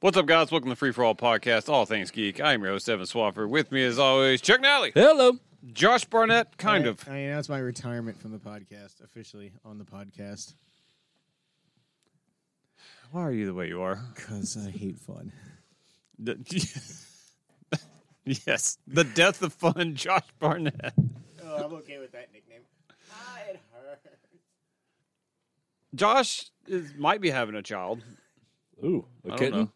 What's up, guys? Welcome to Free For All Podcast, All Things Geek. I'm your host, Evan Swaffer. With me, as always, Chuck Nally, Hello. Josh Barnett, kind I- of. I announced my retirement from the podcast officially on the podcast Why are you the way you are? because I hate fun. yes, the death of fun, Josh Barnett. Oh, I'm okay with that nickname. Ah, it hurts. Josh is, might be having a child. Ooh, a I don't kitten. know. Uh,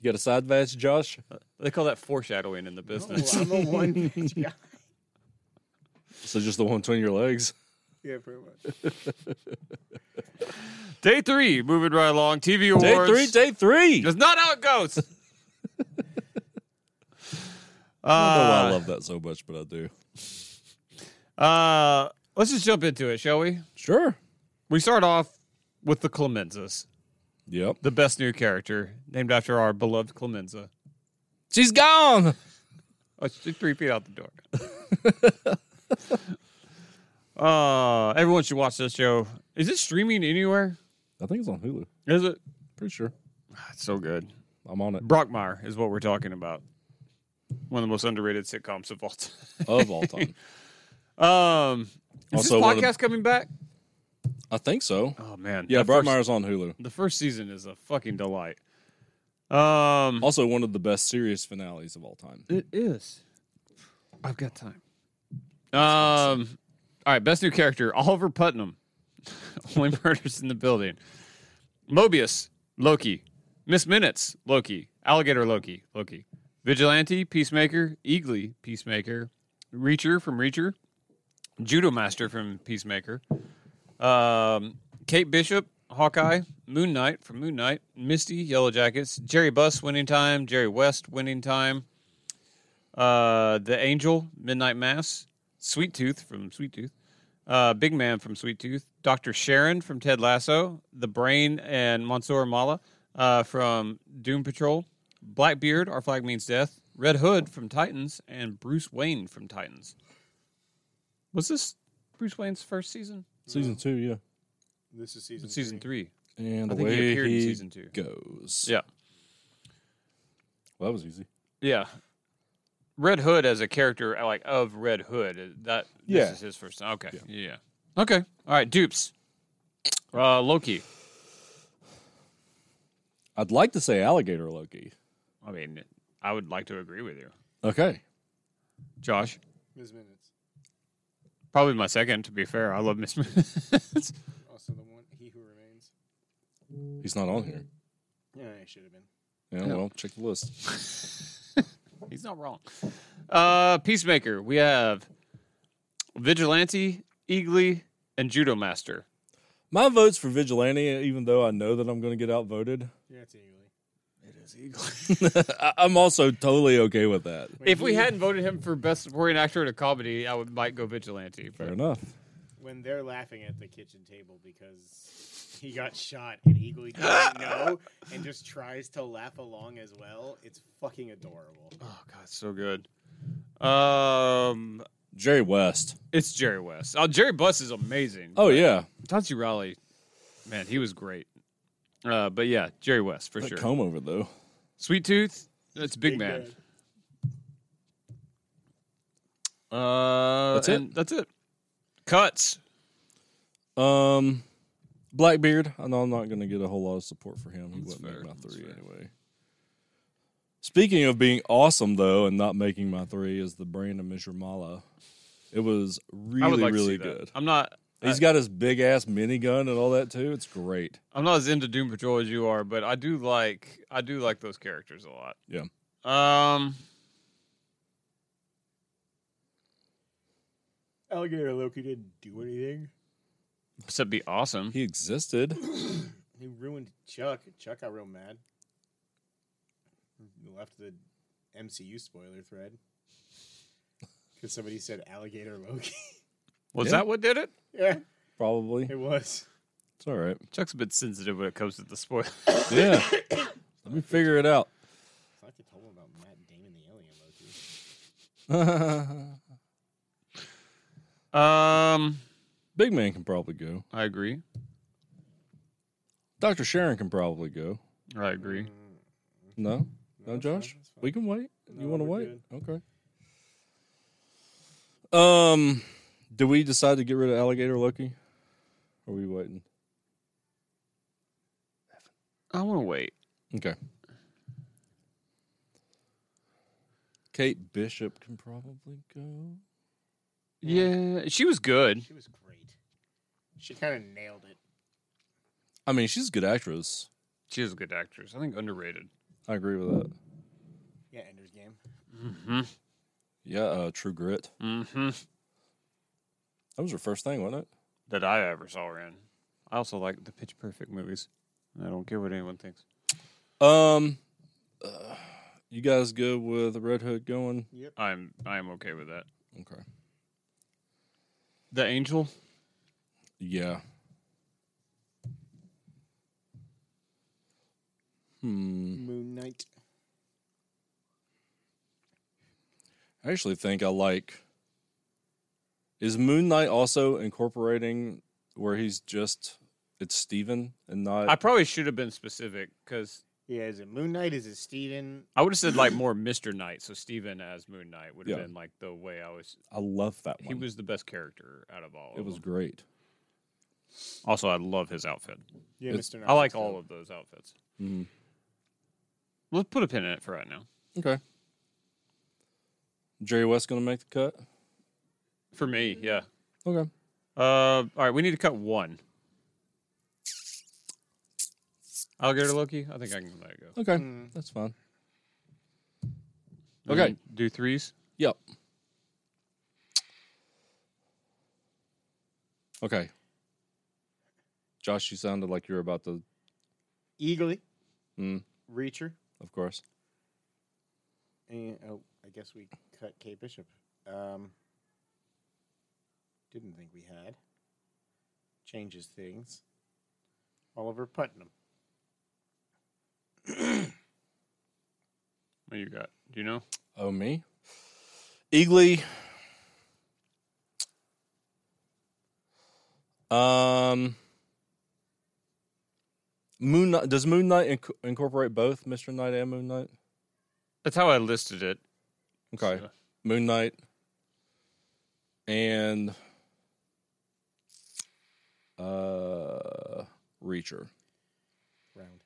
You got a side badge, Josh? Oh, They call that foreshadowing in the business. I'm a one bitch guy. So just the one between your legs. Yeah, pretty much. Day three, moving right along. TV awards. Day three, day three. That's not how it goes. uh, I don't know why I love that so much, but I do. uh, let's just jump into it, shall we? Sure. We start off with the Clemenzas, Yep. the best new character named after our beloved Clemenza. She's gone. Oh, she's three feet out the door. uh, everyone should watch this show. Is it streaming anywhere? I think it's on Hulu. Is it? Pretty sure. It's so good. I'm on it. Brockmire is what we're talking about. One of the most underrated sitcoms of all time. Of all time. Um, is Also, this one of podcast the- coming back? I think so. Oh man, Yeah, That Brock first- Meyer's on Hulu. The first season is a fucking delight. Um, Also one of the best serious finales of all time. it is. I've got time. Um, all right, best new character: Oliver Putnam, only murders in the building. Mobius, Loki. Miss Minutes, Loki. Alligator Loki, Loki. Vigilante, Peacemaker. Eagly, Peacemaker. Reacher from Reacher. Judo Master from Peacemaker. Um, Kate Bishop, Hawkeye. Moon Knight from Moon Knight. Misty, Yellow Jackets. Jerry Buss, Winning Time. Jerry West, Winning Time. Uh, the Angel, Midnight Mass. Sweet Tooth from Sweet Tooth uh, Big Man from Sweet Tooth, Dr. Sharon from Ted Lasso, The Brain and Mansoor Mala uh, from Doom Patrol, Blackbeard, Our Flag Means Death, Red Hood from Titans, and Bruce Wayne from Titans. Was this Bruce Wayne's first season? Season two, yeah. This is season Season three. And the I think way he appeared he in season two. goes. Yeah. Well, that was easy. Yeah. Red Hood as a character uh, like of Red Hood. uh, That this Yeah. is his first time. Okay. Yeah. Okay. All right, dupes. Uh Loki. I'd like to say alligator Loki. I mean, I would like to agree with you. Okay. Josh. Ms. Minutes. Probably my second, to be fair. I love Miss Minutes. Also the one He Who Remains. He's not on here. Yeah, I should have been. Yeah, No. well, check the list. He's not wrong. Uh, Peacemaker, we have Vigilante, Eagly, and Judo Master. My vote's for Vigilante, even though I know that I'm going to get outvoted. Yeah, it's Eagly. It is I- I'm also totally okay with that. If we hadn't voted him for Best Supporting Actor in a Comedy, I would might go Vigilante. Fair But enough. When they're laughing at the kitchen table because he got shot and Eagly doesn't know and just tries to laugh along as well, it's fucking adorable. oh god, so good. Um, Jerry West. it's Jerry West. Oh, Jerry Buss is amazing. Oh yeah, Chauncey Raleigh, man, he was great. Uh, but yeah, Jerry West for that sure. comb over though. Sweet Tooth, that's Big, Man. Uh, That's and it? That's it. Cuts. Um, Blackbeard. I know I'm not going to get a whole lot of support for him. He That's wouldn't make fair. my That's three fair. anyway. Speaking of being awesome though, and not making my three is the brand of Mala. It was I would really like really to see that. good. I'm not. He's got his big ass minigun and all that too. It's great. I'm not as into Doom Patrol as you are, but I do like I do like those characters a lot. Yeah. Um. Alligator Loki didn't do anything. Except be awesome. He existed. He ruined Chuck. Chuck got real mad. He left the MCU spoiler thread because somebody said alligator Loki. Was Yeah. that what did it? yeah, Probably. it was. It's all right. Chuck's a bit sensitive when it comes to the spoil. Yeah. Let me figure it out. It's like they told him about Matt Damon, the alien Loki. Big um. man can probably go. I agree. Dr. Sharon can probably go. I agree. No, Mm, No, no, it's fine, Josh. it's fine. We can wait. No, you want to we're wait? Okay. Um, do we decide to get rid of alligator Loki? Or are we waiting? I want to wait. Okay. Kate Bishop can probably go. Yeah, she was good. She was great. She kind of nailed it. I mean, she's a good actress. She was a good actress. I think underrated. I agree with that. Yeah, Ender's Game. Mm-hmm. Yeah, uh, True Grit. Mm-hmm. That was her first thing, wasn't it? That I ever saw her in. I also like the Pitch Perfect movies. I don't care what anyone thinks. Um, uh, you guys good with Red Hood going? I'm I'm okay with that. Okay. The Angel. Yeah. Hmm. Moon Knight. I actually think I like. Is Moon Knight also incorporating where he's just it's Steven and not I probably should have been specific because Yeah, is it Moon Knight? Is it Steven? I would have said like more Mister Knight. So Steven as Moon Knight would have Yeah. been like the way I was. I love that He one. was the best character out of all. it of was them. great. Also, I love his outfit. Yeah, It's- Mr. I like all of those outfits. Mhm. Let's put a pin in it for right now. Okay. Jerry West gonna make the cut? For me, yeah. Okay. Uh, all right, we need to cut one. Alligator Loki. I think I can let it go. Okay. Mm. That's fine. And Okay. do threes. Yep. Okay. Josh, you sounded like you were about to Eagly, Mm. Reacher, of course. and oh, I guess we cut Kate Bishop. Um, didn't think we had. Changes things. Oliver Putnam. What you got? Do you know? Oh, me? Eagly. Um. Moon Knight. Does Moon Knight inc- incorporate both Mr. Knight and Moon Knight? That's how I listed it. Okay. So- Moon Knight. And. Uh. Reacher. round.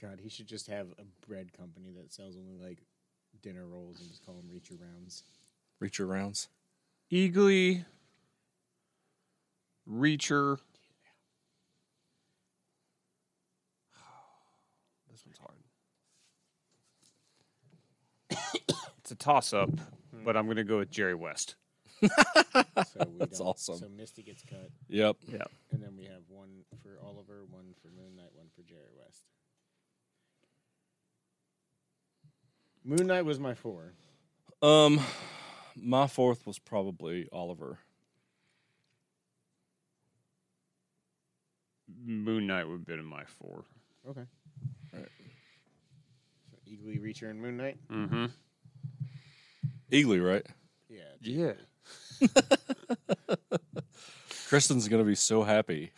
God, he should just have a bread company that sells only like dinner rolls and just call them Reacher Rounds. Reacher rounds. Eagly, Reacher. This one's hard. it's a toss up, but I'm going to go with Jerry West. So we That's don't- awesome. So Misty gets cut, Yep. and then we have one for Oliver, one for Moon Knight, one for Jerry West. Moon Knight was my four. Um. My fourth was probably Oliver. Moon Knight would have been in my four. Okay. Alright. So Eagly, Reacher, and Moon Knight. Mm-hmm. Eagly, right? Yeah. it's Yeah. Eagly. Kristen's gonna be so happy.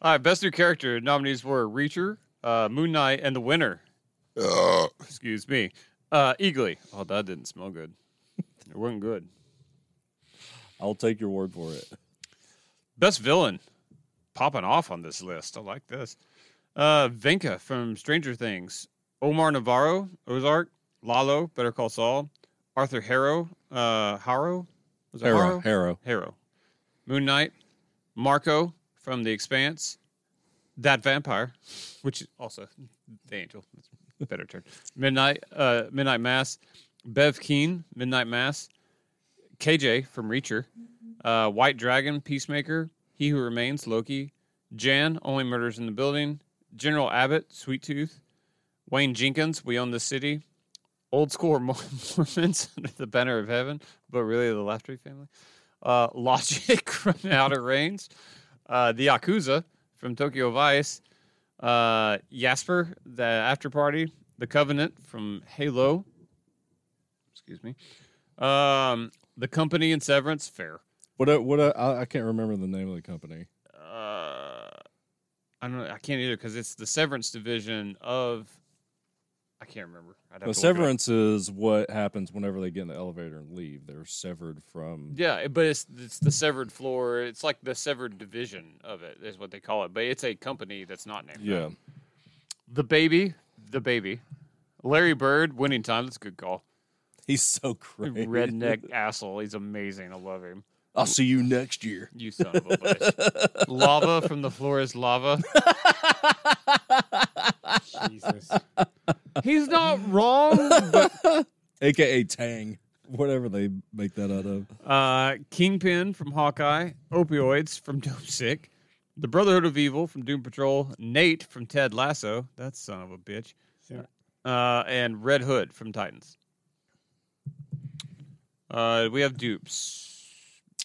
All right, best new character nominees were Reacher, uh, Moon Knight, and the winner. Excuse me, uh, Eagly. Oh, that didn't smell good. It wasn't good. I'll take your word for it. Best villain, popping off on this list. I like this. Uh, Venka from Stranger Things, Omar Navarro, Ozark, Lalo, Better Call Saul, Arthur Harrow, uh, Harrow, was it Harrow, Harrow? Harrow. Harrow, Moon Knight, Marco from The Expanse, that vampire, which is also the angel. That's a better turn. Midnight, uh, Midnight Mass, Bev Keen, Midnight Mass, KJ from Reacher, uh, White Dragon, Peacemaker, He Who Remains, Loki, Jan, Only Murders in the Building, General Abbott, Sweet Tooth, Wayne Jenkins, We Own the City, Old School Mor- Mormons under the banner of heaven, but really the Laughtree family uh, Logic from Outer Range, uh, the Yakuza from Tokyo Vice, uh, Jasper, the After Party, the Covenant from Halo. Excuse me. Um, the Company and Severance, fair. What? A, what? A, I, I can't remember the name of the company. Uh, I don't. know. I can't either because it's the Severance division of. I can't remember. I'd have The to look it up. severance is what happens whenever they get in the elevator and leave. They're severed from. Yeah, it- but it's it's the severed floor. It's like the severed division of it is what they call it. But it's a company that's not named. that. Yeah. The baby, the baby, Larry Bird, winning time. That's a good call. He's so crazy. Redneck asshole. He's amazing. I love him. I'll see you next year. You son of a bitch. lava from the floor is lava. Jesus. He's not wrong. But, AKA Tang. Whatever they make that out of. uh, Kingpin from Hawkeye. Opioids from Doom Sick. The Brotherhood of Evil from Doom Patrol. Nate from Ted Lasso. That son of a bitch. So, uh, and Red Hood from Titans. Uh, we have dupes.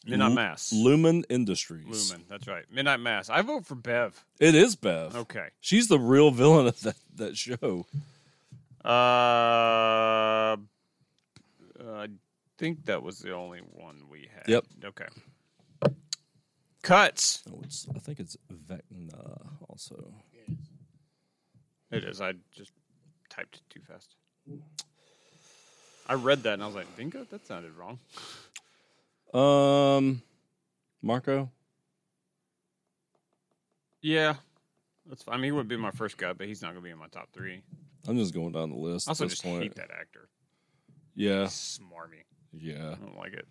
Midnight Lu- Mass. Lumen Industries. Lumen. That's right. Midnight Mass. I vote for Bev. It is Bev. Okay. She's the real villain of that, that show. Uh, I think that was the only one we had. Yep. Okay. Cuts. Oh, it's, I think it's Vecna also. It is. I just typed it too fast. I read that and I was like, bingo, that sounded wrong. Um, Marco. Yeah. That's fine. I mean, he would be my first guy, but he's not going to be in my top three. I'm just going down the list. I also at this just point. hate that actor. Yeah, He's smarmy. yeah. I don't like it.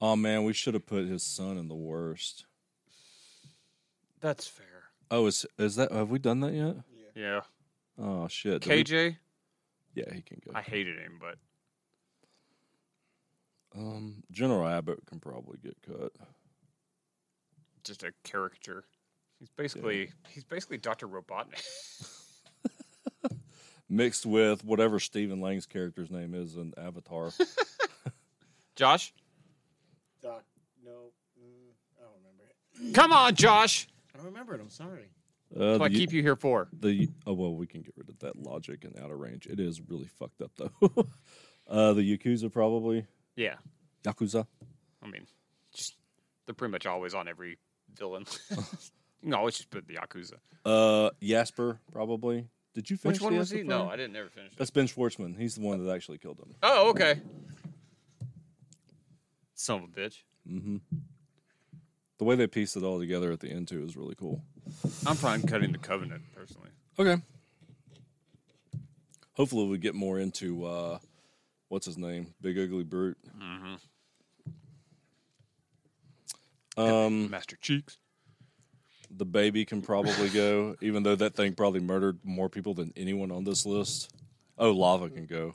Oh man, we should have put his son in the worst. That's fair. Oh, is is that? Have we done that yet? yeah. Yeah. Oh shit. did we- KJ, yeah, he can go. I hated him, but Um, General Abbott can probably get cut. just a caricature. He's basically he's basically Dr. Robotnik. Mixed with whatever Stephen Lang's character's name is in Avatar. Josh? Doc, no. Mm, I don't remember it. Come on, Josh. I don't remember it. I'm sorry. Uh, That's what I the- keep you here for. the oh well we can get rid of that logic and outer range it is really fucked up though uh the yakuza probably Yeah. yakuza I mean, just they're pretty much always on every villain. you can always just put the Yakuza. uh jasper probably did you finish Which one the was he? Jasper No, film? I didn't never finish it. that's ben schwartzman he's the one that actually killed him Oh, okay. Son of a bitch. hmm the way they pieced it all together at the end too is really cool I'm fine cutting the covenant personally. okay hopefully we get more into uh what's his name big ugly brute um Master Cheeks. the baby can probably go, even though that thing probably murdered more people than anyone on this list. Oh, lava can go.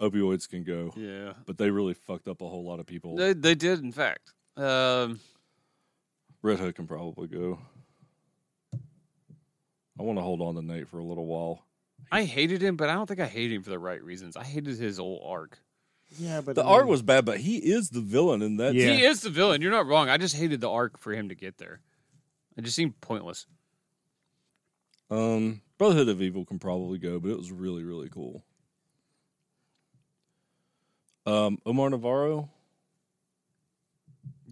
Opioids can go, Yeah. but they really fucked up a whole lot of people. They they did in fact. Um, Red Hood can probably go. I want to hold on to Nate for a little while. I hated him, but I don't think I hated him for the right reasons. I hated his old arc. Yeah, but The art was bad, but he is the villain in that. Yeah. He is the villain. You're not wrong. I just hated the arc for him to get there. It just seemed pointless. Um, Brotherhood of Evil can probably go, but it was really, really cool. Um, Omar Navarro,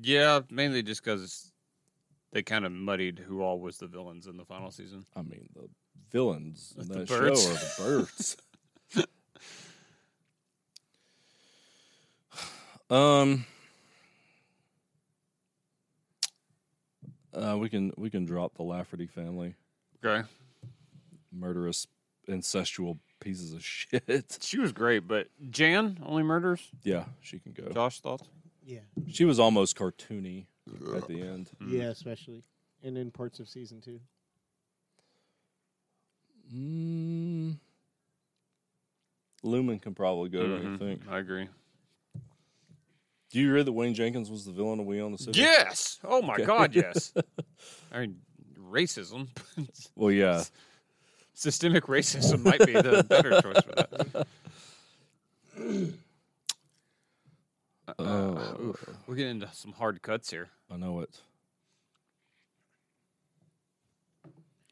Yeah, mainly just because they kind of muddied who all was the villains in the final season. I mean, the villains in The that birds. show are the birds. um, uh, we can we can drop the Lafferty family, Okay, murderous, incestual pieces of shit. she was great, but Jan only murders. Yeah, she can go. Josh thoughts? Yeah. She was almost cartoony at the end. Mm. Yeah, especially. And in parts of season two. Mm. Lumen can probably go. I Mhm. think. I agree. Do you read that Wayne Jenkins was the villain of We Own the City? Yes. Oh my Okay. God. Yes. I mean, racism, Well, yeah. systemic racism might be the better choice for that. Uh, Oh. oof. We're getting into some hard cuts here. I know it.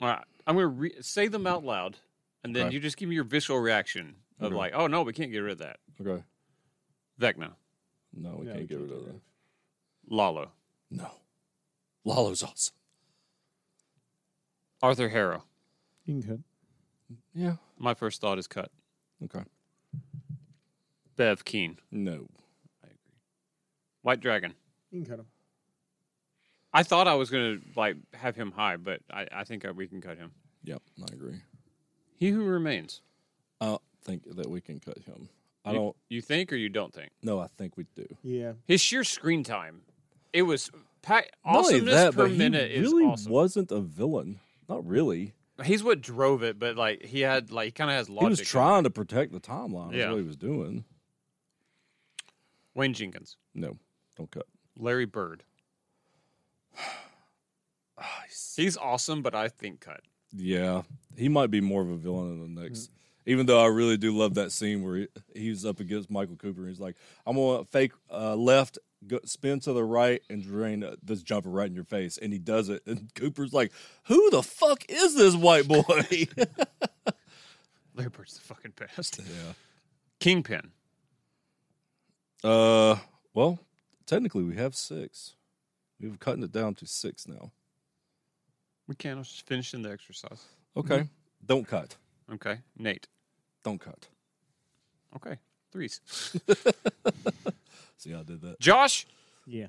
All right, I'm going to re- say them out loud, and then Okay. Mm-hmm. you just give me your visual reaction of Okay. like, oh no, we can't get rid of that. Okay. Vecna, No, we No, Oh, can't we get can't rid get of rid that. Lalo, No. Lalo's awesome. Arthur Harrow. You can cut. Yeah. My first thought is cut. Okay. Bev Keen. No. White Dragon. You can cut him. I thought I was gonna like have him high, but I, I think uh we can cut him. Yep. I agree. He who remains. I don't think that we can cut him. I You- don't. You think or you don't think? No, I think we do. Yeah. His sheer screen time. It was pa- Not only awesomeness per minute he is really awesome. wasn't a villain. Not really. He's what drove it, but like he had like he kind of has logic. he was trying to protect the timeline. That's Yeah. what he was doing. Wayne Jenkins, No, don't cut. Larry Bird. He's awesome, but I think cut. Yeah, he might be more of a villain in the Mm. next. Even though I really do love that scene where he, he's up against Michael Cooper and he's like, "I'm gonna fake uh, left, go, spin to the right, and drain uh, this jumper right in your face," and he does it. And Cooper's like, "Who the fuck is this white boy?" yeah, Larry Bird's the fucking best. Kingpin. Uh, well, technically we have six. We've cutting it down to six now. We can't I was just finishing the exercise. Okay, Mm-hmm. don't cut. Okay, Nate. Don't cut. Okay, threes. See, how I did that. Josh, Yeah.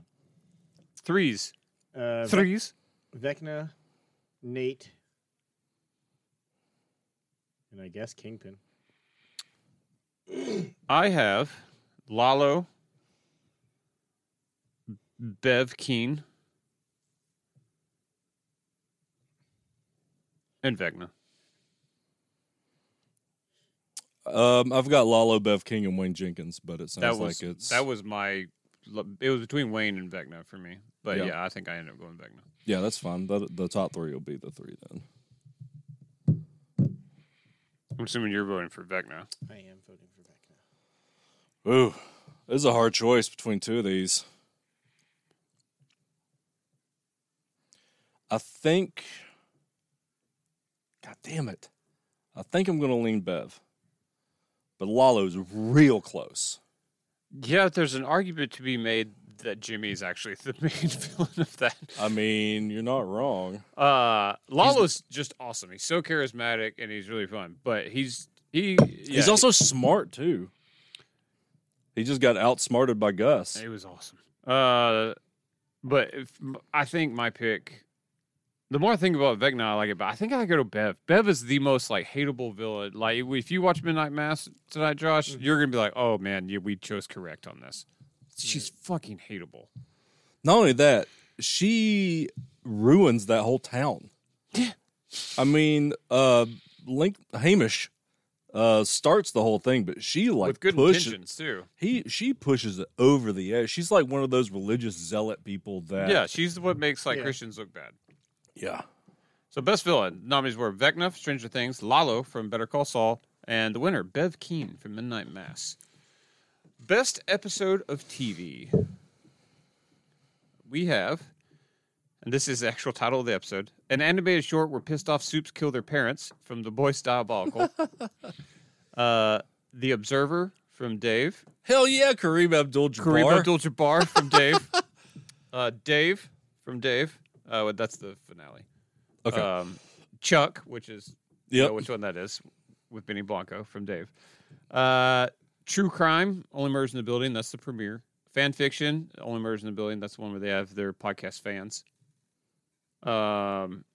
threes, Uh, Ve- threes. Vecna, Nate, and I guess Kingpin. I have Lalo, Bev Keen, and Vegna. Um, I've got Lalo, Bev King, and Wayne Jenkins, but it sounds that was like it's that was my. It was between Wayne and Vecna for me, but Yeah. yeah, I think I ended up going Vecna. yeah, that's fine. The, the top three will be the three then. I'm assuming you're voting for Vecna. I am voting for Vecna. Ooh, this is a hard choice between two of these. I think. God damn it! I think I'm gonna lean Bev, but Lalo's real close. Yeah, there's an argument to be made that Jimmy's actually the main villain of that. I mean, you're not wrong. Uh, Lalo's just awesome. He's so charismatic and he's really fun. But he's he yeah, He's also smart too. He just got outsmarted by Gus. he, he was awesome. Uh, but if, I think my pick. The more I think about Vecna, I like it, but I think I go to Bev. Bev is the most like hateable villain. Like if you watch Midnight Mass tonight, Josh, Mm-hmm. you're gonna be like, "Oh man, yeah, we chose correct on this." She's fucking hateable. not only that, she ruins that whole town. I mean, uh, Link Hamish uh, starts the whole thing, but she like With good pushes intentions too. he she pushes it over the edge. She's like one of those religious zealot people that Yeah, she's what makes like Yeah. Christians look bad. yeah. So best villain nominees were Vecna, Stranger Things, Lalo from Better Call Saul, and the winner Bev Keen from Midnight Mass. Best episode of TV. We have, and this is the actual title of the episode, an animated short where pissed off soups kill their parents from The Boys Diabolical. uh, the Observer from Dave. Hell yeah, Kareem Abdul-Jabbar. Kareem Abdul-Jabbar from Dave. uh, Dave from Dave. Uh, well, that's the finale. Okay. Um, Chuck, which is you Yep. know which one that is with Benny Blanco from Dave. Uh, True Crime, Only Murders in the Building. That's the premiere. Fan fiction, Only Murders in the Building. That's the one where they have their podcast fans. Um,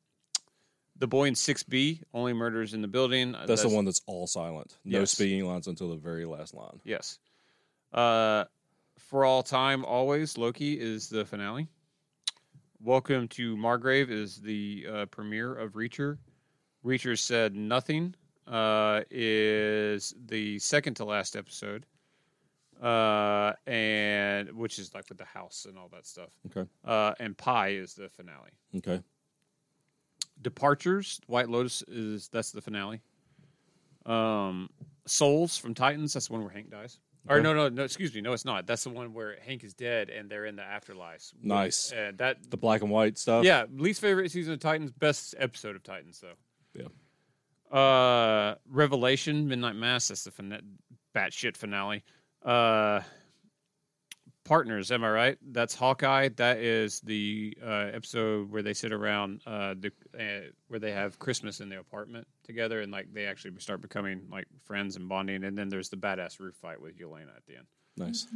the Boy in Six B, Only Murders in the Building. uh, that's, the one that's all silent. No Yes. speaking lines until the very last line. Yes. Uh, for all time, always Loki is the finale. Welcome to Margrave is the uh, premiere of Reacher. Reacher said nothing uh, is the second to last episode, uh, and which is like with the house and all that stuff. Okay. Uh, and Pie is the finale. Okay. Departures, White Lotus is that's the finale. Um, Souls from Titans, that's the one where Hank dies. Or Okay. no, no, no, excuse me, no, it's not. That's the one where Hank is dead and they're in the afterlife. Nice. And that, The black and white stuff. yeah, least favorite season of Titans, best episode of Titans though. Yeah. Uh, Revelation, Midnight Mass, that's the fina- batshit finale. Uh, partners. Am I right? That's Hawkeye. That is the uh, episode where they sit around uh, the uh, where they have Christmas in the apartment together, and like they actually start becoming like friends and bonding. And then there's the badass roof fight with Yelena at the end. Nice.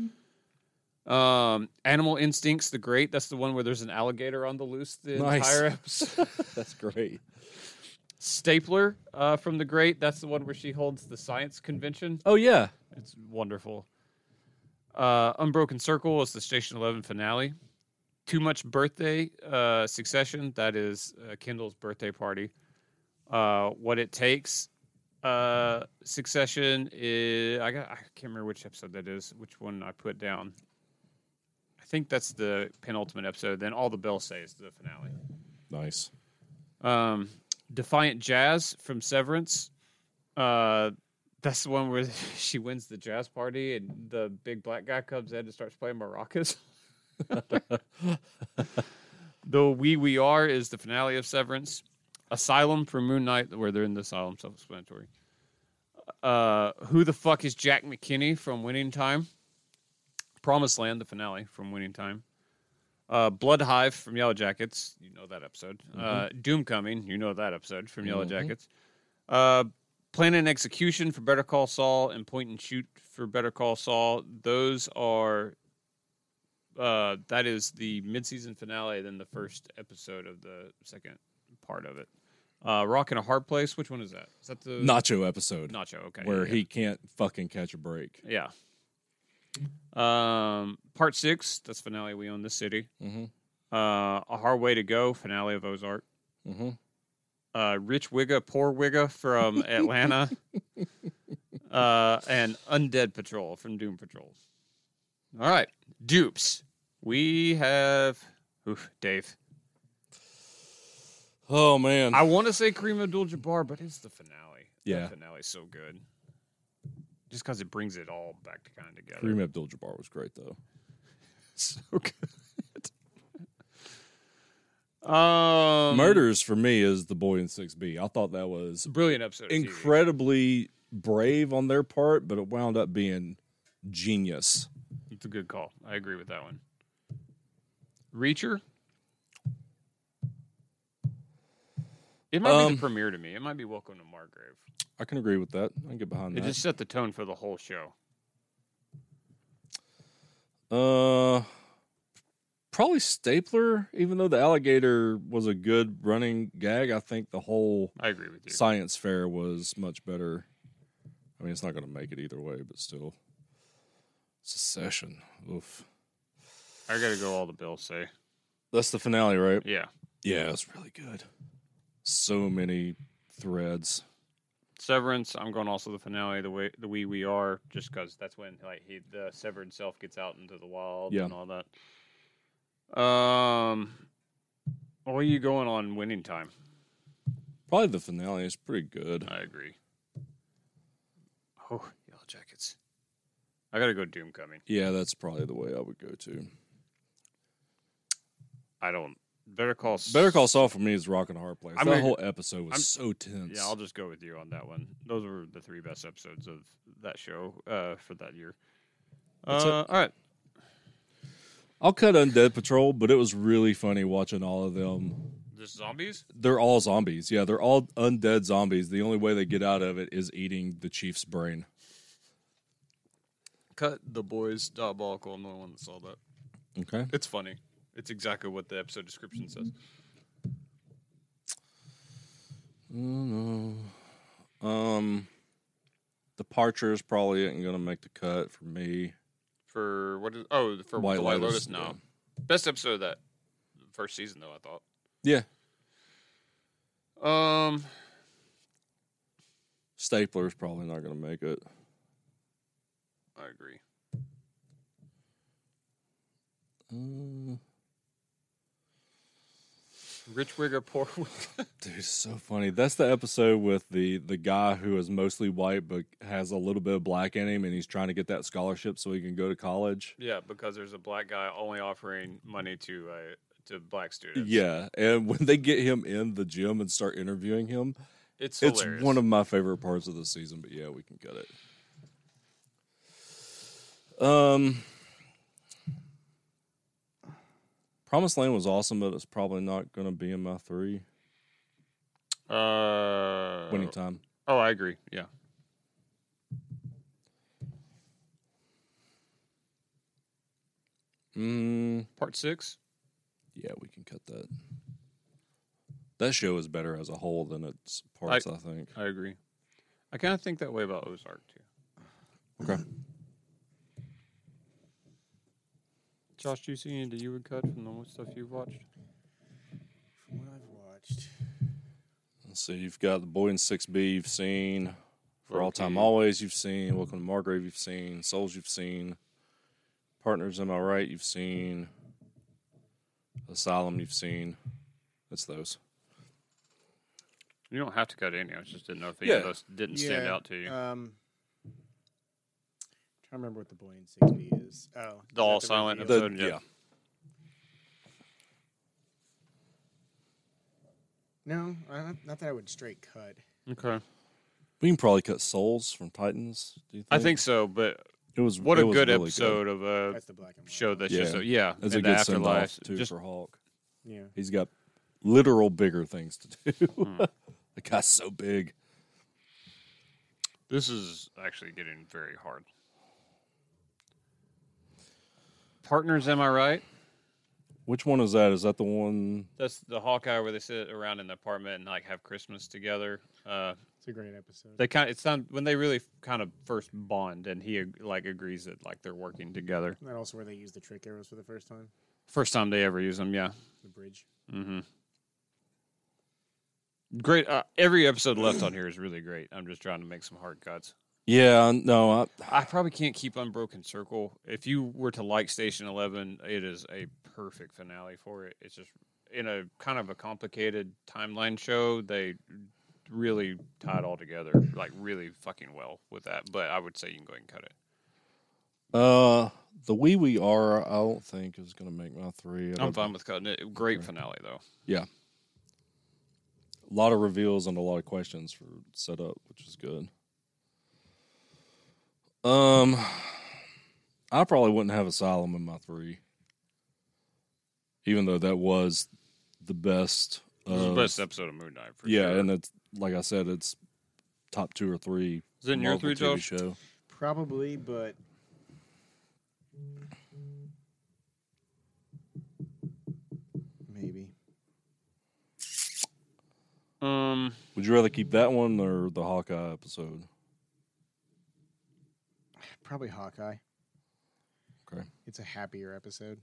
Um, Animal Instincts, the Great. That's the one where there's an alligator on the loose the Nice. entire episode. That's great. Stapler uh, from the Great. That's the one where she holds the science convention. Oh yeah. It's wonderful. Uh, Unbroken Circle is the Station Eleven finale. Too Much Birthday uh, Succession. That is uh, Kendall's birthday party. Uh, what it takes. Uh, succession is I got I can't remember which episode that is. Which one I put down. I think that's the penultimate episode. Then all the bells say is the finale. Nice. Um, Defiant Jazz from Severance. Uh, that's the one where she wins the jazz party and the big black guy comes in and starts playing maracas. the We We Are is the finale of Severance. Asylum from Moon Knight, where they're in the asylum, self explanatory. Uh, Who the fuck is Jack McKinney from Winning Time? Promised Land, the finale from Winning Time. Uh, Blood Hive from Yellow Jackets, you know that episode. Uh, Doom Coming, you know that episode from Yellow Jackets. Uh, Plan and Execution for Better Call Saul and Point and Shoot for Better Call Saul. Those are uh, that is the mid-season finale, then the first episode of the second part of it. Uh, Rock in a Hard Place. Which one is that? Is that the Nacho episode Nacho? Okay, where yeah, he can't fucking catch a break. yeah. yeah. Um, part six. That's finale. We own the city. Mhm. Uh, a hard way to go. Finale of Ozark. Mm-hmm. uh, Rich Wigga, Poor Wigga from Atlanta, uh, and Undead Patrol from Doom Patrol. All right, dupes. We have, oof, Dave. Oh man. I want to say Kareem Abdul-Jabbar, but it's the finale. Yeah. the finale's so good. Just because it brings it all back to kind of together. Kareem Abdul-Jabbar was great though. so good. um, Murders for me is the boy in six B. I thought that was Brilliant episode. of TV. incredibly brave on their part, but it wound up being genius. It's a good call. I agree with that one. Reacher. It might be Um, the premiere to me. It might be Welcome to Margrave. I can agree with that. I can get behind It that. just set the tone for the whole show. Uh, probably Stapler. Even though the alligator was a good running gag, I think the whole I agree with you. science fair was much better. I mean, it's not going to make it either way, but still, secession. Oof, I gotta go. All the bills say. that's the finale, right? Yeah. Yeah, it's really good. So many threads. Severance. I'm going also the finale. The way the we we are. Just because that's when like he the severed self gets out into the wild Yeah. and all that. Um. What are you going on winning time? Probably the finale is pretty good. I agree. Oh, yellow jackets. I gotta go Doom coming. Yeah, that's probably the way I would go to. I don't. Better call. S- Better Call Saul for me is Rock and Hard Place. I'm that gonna- whole episode was I'm- so tense. Yeah, I'll just go with you on that one. Those were the three best episodes of that show uh, for that year. That's Uh, all right. I'll cut Undead Patrol, but it was really funny watching all of them. Just zombies. They're all zombies. Yeah, they're all undead zombies. The only way they get out of it is eating the chief's brain. Cut the boys diabolical. I'm the only one that saw that. Okay. It's funny. It's exactly what the episode description says. Um, Departures probably isn't going to make the cut for me. For what is? Oh, for White the White Lotus, Lotus. No, best episode of that first season though. I thought. Yeah. Um, Stapler's probably not going to make it. I agree. Mm. Rich Wigger, poor Wigger. Dude, it's so funny. That's the episode with the the guy who is mostly white but has a little bit of black in him, and he's trying to get that scholarship so he can go to college. Yeah, because there's a black guy only offering money to uh, to black students. Yeah, and when they get him in the gym and start interviewing him, it's it's hilarious. one of my favorite parts of the season. But yeah, we can cut it. Um, Promised Land was awesome, but it's probably not going to be in my three Uh, winning time. Oh, I agree. Yeah. Mm, Part six. yeah, we can cut that. That show is better as a whole than its parts, I think. I agree. I kind of think that way about Ozark too. Okay. Josh, do you see any that you would cut from the stuff you've watched? From what I've watched, Let's see, you've got The Boy in 6B, you've seen. For All Time Okay. Always, you've Mm-hmm. seen. Welcome to Margrave, you've seen. Souls, you've seen. Partners, Am I Right, you've seen. Asylum, you've seen. That's those. You don't have to cut any. I just didn't know if any any of of Yeah. Uh, those didn't stand out to you. Um, trying to remember what the boy in six B is. Oh, is that all silent reveal? episode. The, yeah. yeah. No, I don't- not that I would straight cut. Okay. We can probably cut Souls from Titans. Do you think? I think so, but it was. what it a was good really episode of a That's the black and white. show that's Yeah. just, a, yeah, That's in a the good send afterlife. off too Just for Hulk. Yeah, He's got literal bigger things to do. Hmm. the guy's so big. This is actually getting very hard. Partners, am I right? Which one is that? Is that the one? That's the Hawkeye where they sit around in the apartment and like have Christmas together. Uh, it's a great episode. they kind of it's not when they really kind of first bond, and he ag- like agrees that like they're working together. Isn't that also where they use the trick arrows for the first time? First time they ever use them, yeah. The bridge. Mm-hmm. Great. Uh, every episode left on here is really great. I'm just trying to make some hard cuts. Yeah, no, I, I probably can't keep Unbroken Circle. If you were to like Station Eleven, it is a perfect finale for it. It's just in a kind of a complicated timeline show. They really tie it all together, like really fucking well with that. But I would say you can go ahead and cut it. uh, the Wee We Are. I don't think is going to make my three. I I'm don't- fine with cutting it. Great finale though. Yeah, a lot of reveals and a lot of questions for setup, which is good. Um, I probably wouldn't have Asylum in my three, even though that was the best. This is of- the best episode of Moon Knight for Uh, yeah, sure. and it's like I said, it's top two or three. Is it in your Marvel three, TV Josh? Show. Probably, but maybe. um, Would you rather keep that one or the Hawkeye episode? Probably Hawkeye. Okay, It's a happier episode.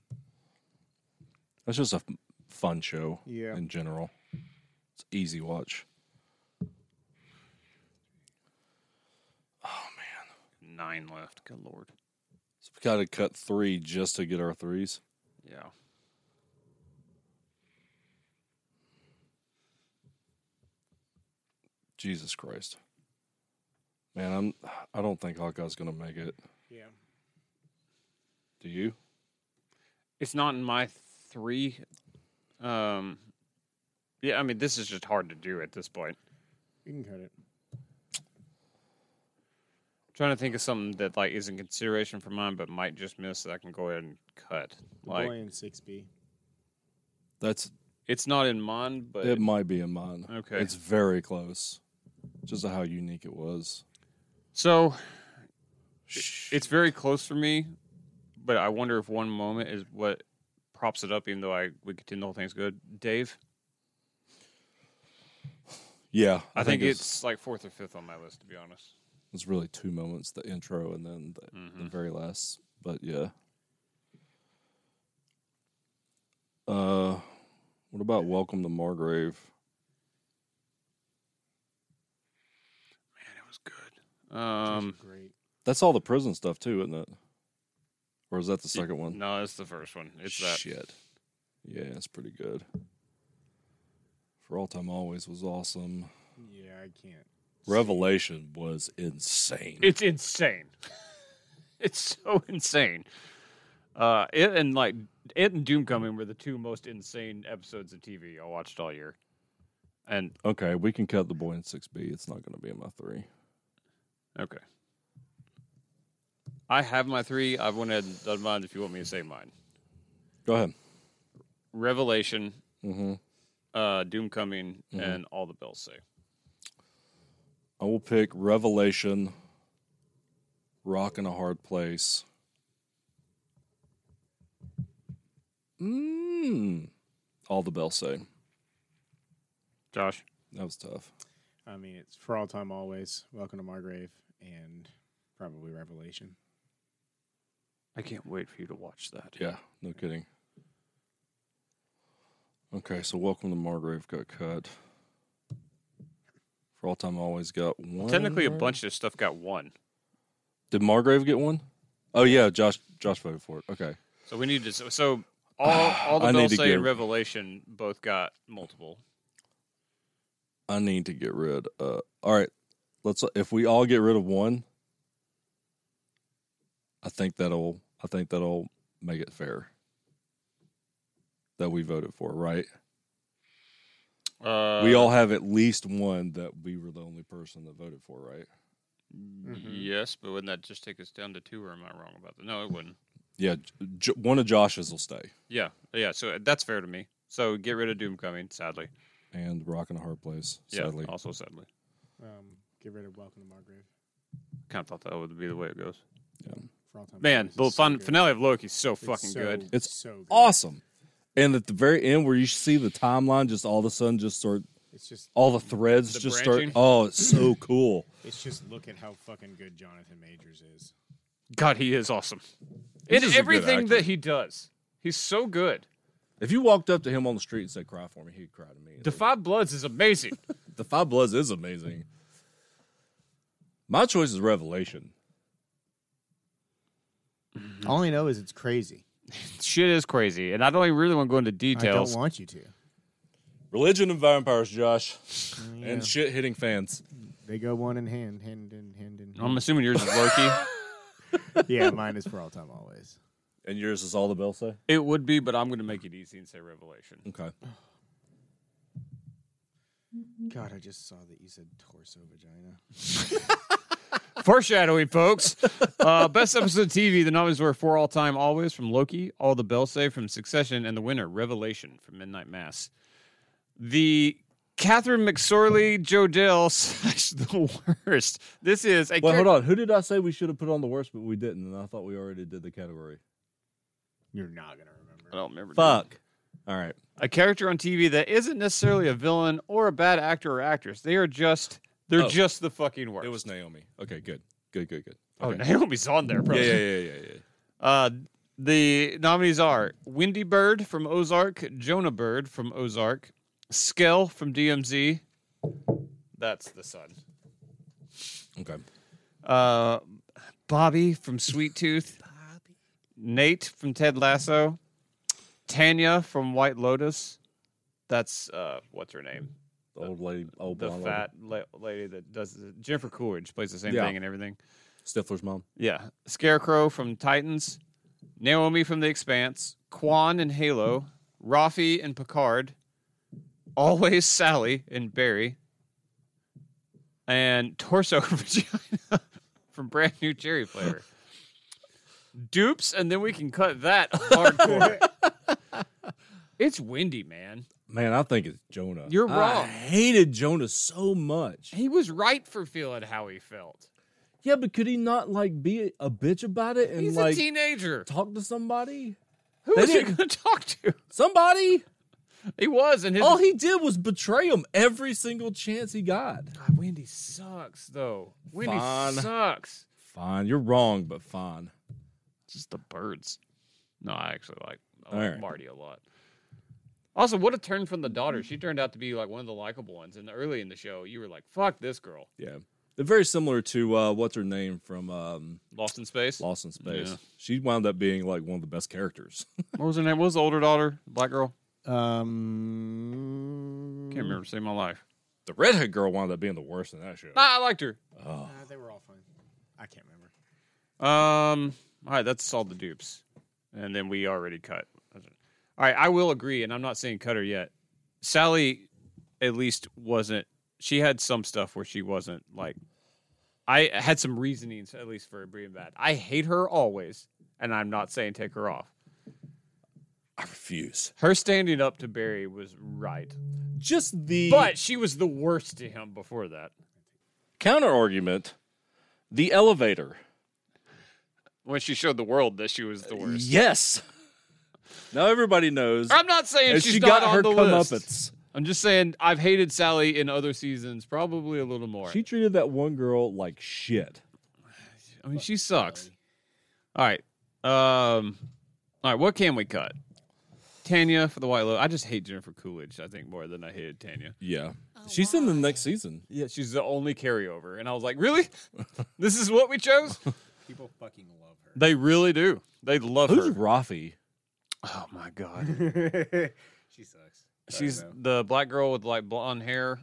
that's just a f- fun show. Yeah. in general, it's easy watch. Oh, nine left. Good lord. So we got to cut three just to get our threes. Yeah. Jesus Christ, man, I'm. I don't think Hawkeye's gonna make it. Yeah. Do you? it's not in my three. Um, yeah, I mean, this is just hard to do at this point. You can cut it. trying to think of something that like is in consideration for mine, but might just miss that I can go ahead and cut. The boy Like in six B. That's. it's not in mine, but It might be in mine. Okay. it's very close. Just how unique it was. so Shh. it's very close for me. But I wonder if one moment is what props it up, even though I would contend the whole thing's good. Dave, yeah. I, think, it's, like fourth or fifth on my list, to be honest. Mm-hmm. It's really two moments: the intro and then the, the very Mm. last. But yeah. Uh, what about Welcome to Margrave? Man, it was good. Um, great. That's all the prison stuff too, isn't it? Or is that the second one? no, it's the first one. It's that. shit. Yeah, it's pretty good. For all time, always was awesome. Yeah, I can't. Revelation was insane. It's insane. it's so insane. Uh, it and like it and Doomcoming were the two most insane episodes of TV I watched all year. And okay, we can cut the boy in six B. It's not going to be in my three. okay, I have my three. I've went ahead and done mine. If you want me to say mine, Go ahead. Revelation, Mm-hmm. uh, Doom Coming, Mhm. and All the Bells Say. I will pick Revelation, Rock in a Hard Place. Mm. All the bells say. Josh, That was tough. I mean, it's for all time, always. Welcome to Margrave, and probably Revelation. I can't wait for you to watch that. Yeah, no kidding. Okay, so welcome to Margrave got cut. For all time, I always got one. Technically, a right? bunch of stuff got one, Did Margrave get one? Oh yeah, Josh. Josh voted for it. Okay. so we need to. So, so all all the I need Bells to Say get- and Revelation both got multiple. I need to get rid. Uh, all right, let's. If we all get rid of one, I think that'll. I think that'll make it fair. That we voted for, right? Uh, we all have at least one that we were the only person that voted for, right? Yes, but wouldn't that just take us down to two? Or am I wrong about that? No, it wouldn't. Yeah, J- one of Josh's will stay, Yeah, yeah. So uh, that's fair to me. So get rid of Doom Coming, sadly. and Rock in a Hard Place. Yeah, Sadly, also sadly. Um, get rid of Welcome to Margrave. Kind of thought that would be the way it goes. For all time, Man, Always the is so fun, good. finale of Loki's so It's fucking so- good. It's so good. awesome. And at the very end, where you see the timeline, just all of a sudden, just start It's just, all the threads The just branching? start. Oh, it's so cool. it's just look at how fucking good Jonathan Majors is. God, he is awesome. He's In just a good everything actor. that he does, he's so good. If you walked up to him on the street and said, "Cry for me," he'd cry to me. The Five Bloods is amazing. the Five Bloods is amazing. My choice is Revelation. Mm-hmm. All I know is it's crazy. Shit is crazy, and I don't even really want to go into details. want you to. Religion and vampires, Josh, and shit hitting fans. They go one in hand, hand in hand in. I'm assuming yours is Loki. yeah, mine is for all time, always. And yours is all the bells say. it would be, but I'm going to make it easy and say Revelation. Okay. God, I just saw that you said torso vagina. Foreshadowing, folks. Uh, best episode of TV. The nominees were For All Time Always from Loki, All the Bells Say from Succession, and the winner, Revelation from Midnight Mass. The Catherine McSorley, Joe Dale, slash the worst. This is a Well, hold on. Who did I say we should have put on the worst, but we didn't? And I thought we already did the category. You're not gonna I remember. don't remember. Fuck. All right. A character on TV that isn't necessarily a villain or a bad actor or actress. They are just, they're Oh. just the fucking worst. It was Naomi. Okay. Good. Good. Good. Good. oh, Okay. Naomi's on there, bro. Yeah. Yeah. Yeah. Yeah. yeah. Uh, the nominees are Windy Bird from Ozark, Jonah Bird from Ozark, Skell from DMZ. That's the son. Okay. Uh, Bobby from Sweet Tooth. Nate from Ted Lasso. Tanya from White Lotus. That's uh, what's her name? The old lady. Old The blonde lady. fat la- lady that does Jennifer Coolidge plays the same Yeah. thing and everything. Stifler's mom. Yeah. Scarecrow from Titans, Naomi from The Expanse, Quan in Halo, Rafi and Picard, Always Sally and Barry, and Torso Vagina from Brand New Cherry Flavor. Dupes, and then we can cut that hardcore. it's windy, man. Man, I think it's Jonah. You're I wrong. hated Jonah so much. He was right for feeling how he felt. Yeah, but could he not like be a bitch about it and He's like a teenager. talk to somebody? Who they was he didn't- going to talk to? Somebody? He was, and his All he did was betray him every single chance he got. God, Wendy sucks though. Wendy Fine. sucks. Fine, you're wrong, but fine. Just the birds. No, I actually like, I All like right. Marty a lot. Also, what a turn from the daughter. She turned out to be like one of the likable ones. And early in the show, you were like, "Fuck this girl, Yeah. They're very similar to uh, what's her name from um, Lost in Space." Lost in Space. Yeah. She wound up being like one of the best characters. What was her name? What was the older daughter? Black girl. Um, Uh, Can't remember. Save my life. the redhead girl wound up being the worst in that show. Nah, I liked her. Oh. Nah, Uh, they were all fine. I can't remember. Um. All right, that's all the dupes, and then we already cut. All right, I will agree, and I'm not saying cut her yet. Sally, at least wasn't. She had some stuff where she wasn't like. I had some reasonings, at least for being bad. I hate her always, and I'm not saying take her off. I refuse. Her standing up to Barry was right, Just the but she was the worst to him before that. counter argument, the elevator. When she showed the world that she was the worst. Yes. Now everybody knows. I'm not saying and she's she not got on her the list. comeuppance. I'm just saying I've hated Sally in other seasons probably a little more. She treated that one girl like shit. I mean, she sucks. All right. Um, all right. What can we cut? Tanya for the White Lotus. I just hate Jennifer Coolidge. I think more than I hated Tanya. Yeah. She's in the next season. Yeah, she's the only carryover, and I was like, really? this is what we chose? People fucking love her. They really do. They love Who's her. Rafi? Oh my god. she sucks. I She's don't know. the black girl with like blonde hair.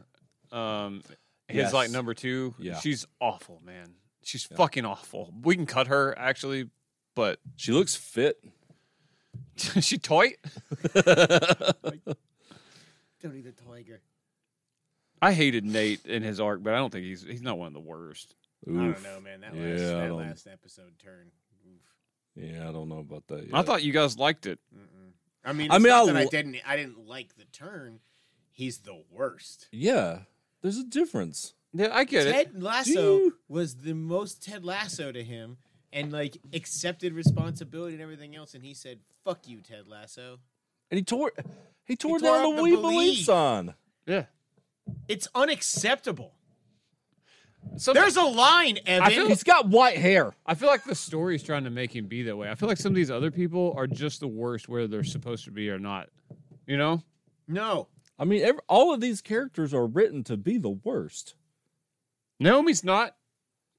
Um, his Yes. like number two. Yeah. she's awful, man. She's fucking awful. We can cut her actually, but She looks fit. is she tight. don't eat the tiger. I hated Nate in his arc, but I don't think he's he's not one of the worst. I Oof. don't know, man. That last, Yeah, I that don't- last episode turn. Oof. Yeah, I don't know about that. I yet. thought you guys liked it. Mm-mm. I mean, I it's mean, not I that I lo- didn't. I didn't like the turn. He's the worst. Yeah, there's a difference. Yeah, I get it. Ted Lasso Doo. was the most Ted Lasso to him, and like accepted responsibility and everything else. And he said, "Fuck you, Ted Lasso." And he tore, he tore, tore down up the the We belief. Believe sign. Yeah. It's unacceptable. So There's a line, I feel- Evan. He's got white hair. I feel like the story's trying to make him be that way. I feel like some of these other people are just the worst whether they're supposed to be or not. You know? No, I mean, ev all of these characters are written to be the worst. Naomi's not,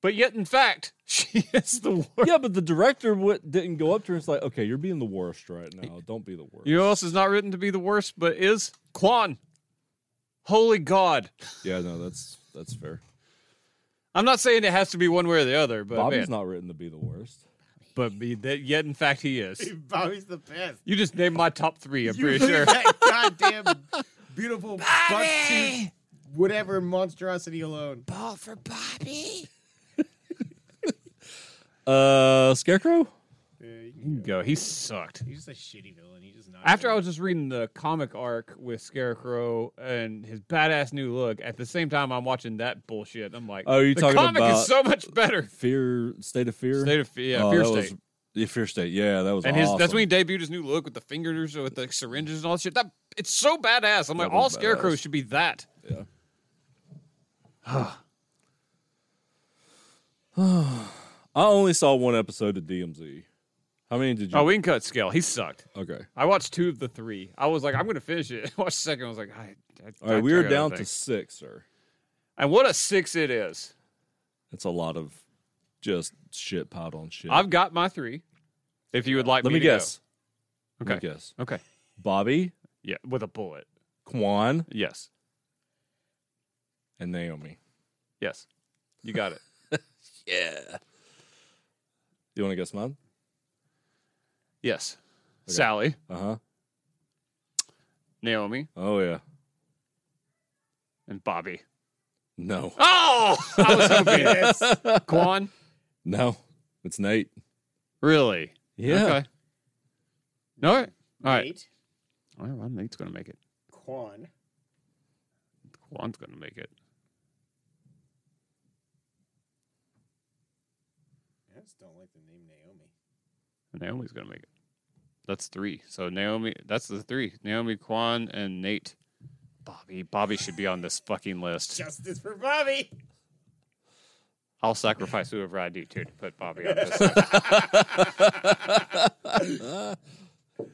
but yet in fact, she is the worst. yeah, but the director w- didn't go up to her and say, like, "Okay, you're being the worst right now. Don't be the worst." You know who else is not written to be the worst, but is Quan. Holy God. Yeah, no, that's that's fair. I'm not saying it has to be one way or the other, but Bobby's man, not written to be the worst. but be that yet in fact he is. Bobby's the best. You just named my top three, I'm You pretty leave sure. that goddamn beautiful buck tooth, whatever monstrosity alone. Ball for Bobby. uh, Scarecrow. Yeah, you can- You can Go. He sucked. He's just a shitty villain. He's just not. After I was just reading the comic arc with Scarecrow and his badass new look, at the same time I'm watching that bullshit. I'm like, Oh, you're the talking comic is about- so much better. Fear. State of Fear. State of Fe- yeah, Oh, Fear that State. Was, yeah, Fear State. Yeah, that was. and his awesome. that's when he debuted his new look with the fingers with the syringes and all that shit. That it's so badass. I'm like, That all was scarecrows badass. should be that. Yeah. I only saw one episode of DMZ. How many did you? Oh, we can cut scale. He sucked. okay. I watched two of the three. I was like, I'm gonna finish it. I watched the second. I was like, I, I, All right, I we are got down to other things. six, sir. and what a six it is. That's a lot of just shit piled on shit. I've got my three. If you would like, Let me, me to go. guess. Okay. Let me guess. Okay. Bobby, Yeah, with a bullet. Kwan, Yes. and Naomi. Yes. You got it. Yeah. You want to guess mine? Yes. Sally, Uh huh. Naomi, Oh yeah. and Bobby. No. Oh, I was hoping. Quan, No. It's Nate. really? Yeah. Okay. All right. All right. Nate, All right. Well, Nate's gonna make it. Quan, Quan's gonna make it. I just don't like the name Naomi. Naomi's gonna make it. That's three. So Naomi, that's the three. Naomi, Quan, and Nate. Bobby, Bobby should be on this fucking list. Justice for Bobby. I'll sacrifice whoever I do to to put Bobby on this. list. he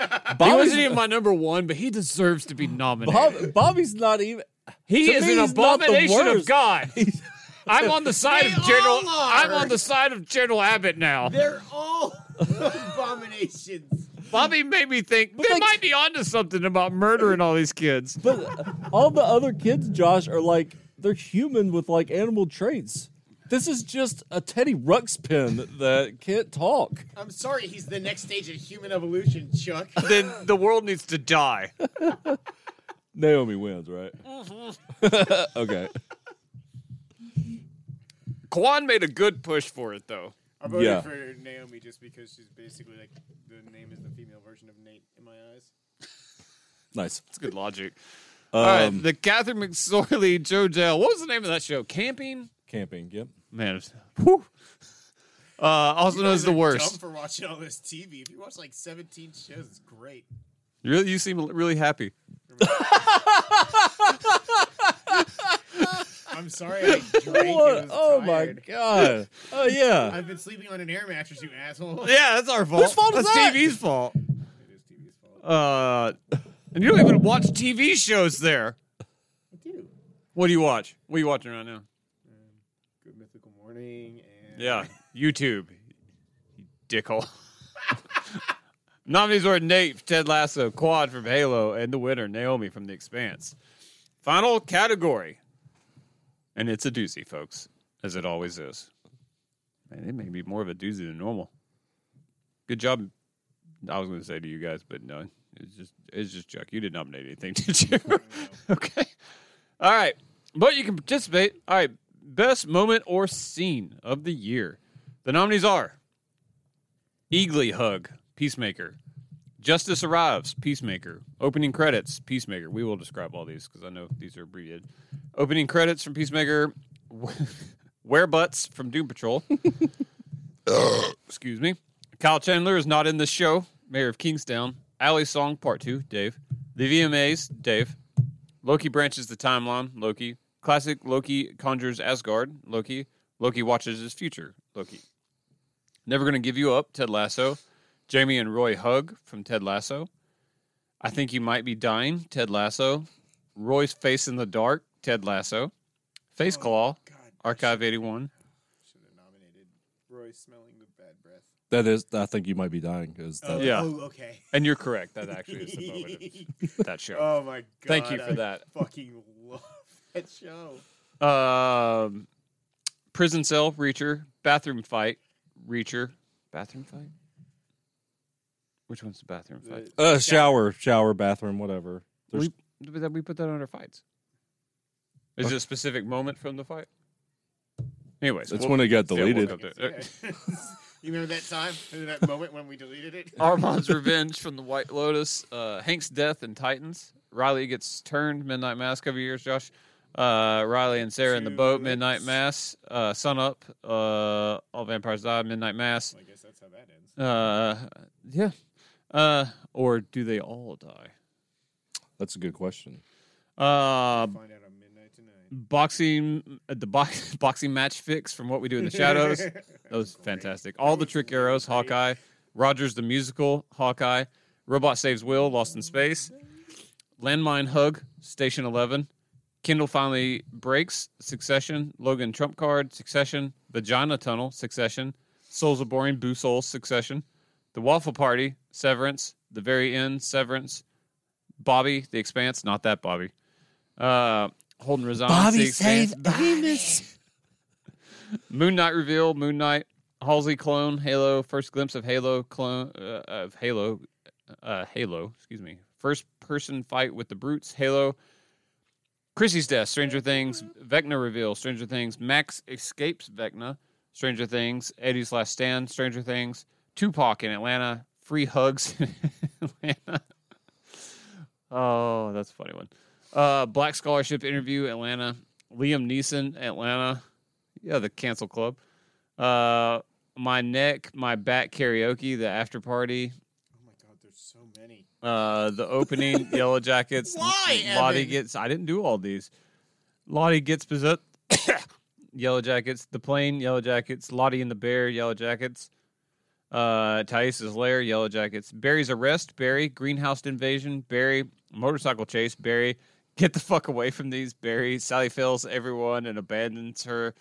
wasn't Bobby's, even my number one, but he deserves to be nominated. Bob, Bobby's not even. He To is me, an he's not the abomination of worst. God. I'm on the side of They General. all are. I'm on the side of General Abbott now. They're all abominations. Bobby made me think they like- might be onto something about murdering all these kids. But all the other kids, Josh, are like they're human with like animal traits. This is just a Teddy Ruxpin that can't talk. I'm sorry, he's the next stage of human evolution, Chuck. then the world needs to die. Naomi wins, right? okay. Kwan made a good push for it though. I voted Yeah. for Naomi just because she's basically like the name is the female version of Nate in my eyes. Nice. That's good logic. Um, All right, the Catherine McSorley Joe Jail. What was the name of that show? Camping. Camping. Yep. Man, it's- whew. Uh, also You known guys as the are worst. Dumb for watching all this TV. If you watch like 17 shows, it's great. You really, you seem really happy. I'm sorry I drank. and was Oh my tired. god. Oh yeah. I've been sleeping on an air mattress, you asshole. Yeah, that's our fault. Whose fault is that's that? TV's fault. It is TV's fault. Uh, and you don't even watch TV shows there. I do. Um, What do you watch? What are you watching right now? Good Mythical Morning and Yeah, YouTube. You dickhole. Nominees were Nate from Ted Lasso, Quad from Halo, and the winner, Naomi from The Expanse. Final category. And it's a doozy, folks, as it always is. Man, it may be more of a doozy than normal. Good job. I was going to say to you guys, but no, it's just it's just junk. You didn't nominate anything, did you? okay. All right. But you can participate. All right. Best moment or scene of the year. The nominees are Eagly Hug, Peacemaker. Justice Arrives, Peacemaker. Opening credits, Peacemaker. We will describe all these because I know these are abbreviated. Opening credits from Peacemaker. Wear butts from Doom Patrol. Excuse me. Kyle Chandler is not in this show. Mayor of Kingstown. Alley Song Part 2, Dave. The VMAs, Dave. Loki branches the timeline. Loki. Classic Loki conjures Asgard. Loki. Loki watches his future. Loki. Never Gonna Give You Up. Ted Lasso. Jamie and Roy hug from Ted Lasso. I think you might be dying. Ted Lasso. Roy's face in the dark. Ted Lasso. Face claw. God, Archive 81. should have nominated Roy smelling the bad breath. That is. I think you might be dying because Oh, Yeah. Oh, okay. And you're correct. That actually is the moment of that show. oh my god. Thank you for I that. Fucking love that show. Um, prison cell, Reacher, bathroom fight, Reacher, bathroom fight. Which one's the bathroom fight? The- uh, shower, shower, bathroom, whatever. There's, We, but then we put that under fights. Is it a specific moment from the fight? Anyways, that's we'll- when it got yeah, we'll deleted. come to it. Oh. you remember that time? Remember that moment when we deleted it? Armand's Revenge from the White Lotus, uh, Hank's Death and Titans, Riley gets turned, Midnight Mass, cover yours, Josh. Uh, Riley and Sarah in the Two boat, Midnight minutes. Mass, uh, Sun Up, uh, All Vampires Die, Midnight Mass. Well, I guess that's how that ends. Uh, yeah. Uh, or do they all die? That's a good question. Uh, Find out on midnight tonight. boxing, uh, the box, boxing match fix from What We Do in the Shadows. that was fantastic. All the trick arrows, Hawkeye. Rogers the musical, Hawkeye. Robot saves Will, Lost in Space. Landmine hug, Station Eleven. Kindle finally breaks, Succession. Logan Trump card, Succession. Vagina tunnel, Succession. Souls of boring, Boo Souls, Succession. The Waffle Party, Severance. The very end, Severance. Bobby, The Expanse, not that Bobby. Uh, Holden Resigns. the Expanse. Moon Knight reveal, Moon Knight, Halsey clone, Halo, first glimpse of Halo clone uh, of Halo, uh, Halo, excuse me, first person fight with the brutes, Halo, Chrissy's death, Stranger Things, Vecna reveal, Stranger Things, Max escapes Vecna, Stranger Things, Eddie's last stand, Stranger Things, Tupac in Atlanta, free hugs in Atlanta. Oh, that's a funny one. Uh, Black scholarship interview, Atlanta, Liam Neeson, Atlanta. Yeah, the cancel club. Uh, my neck, my back karaoke, the after party, Oh my god, there's so many. uh, the opening, Yellow Jackets. Why, Lottie Evan? gets. I didn't do all these. Lottie gets possessed. Yellow Jackets, the plane, Yellow Jackets, Lottie and the bear, Yellow Jackets. Uh, Thais' lair, Yellow Jackets. Barry's arrest, Barry. Greenhouse invasion, Barry. Motorcycle chase, Barry. Get the fuck away from these, Barry. Sally fails everyone and abandons her,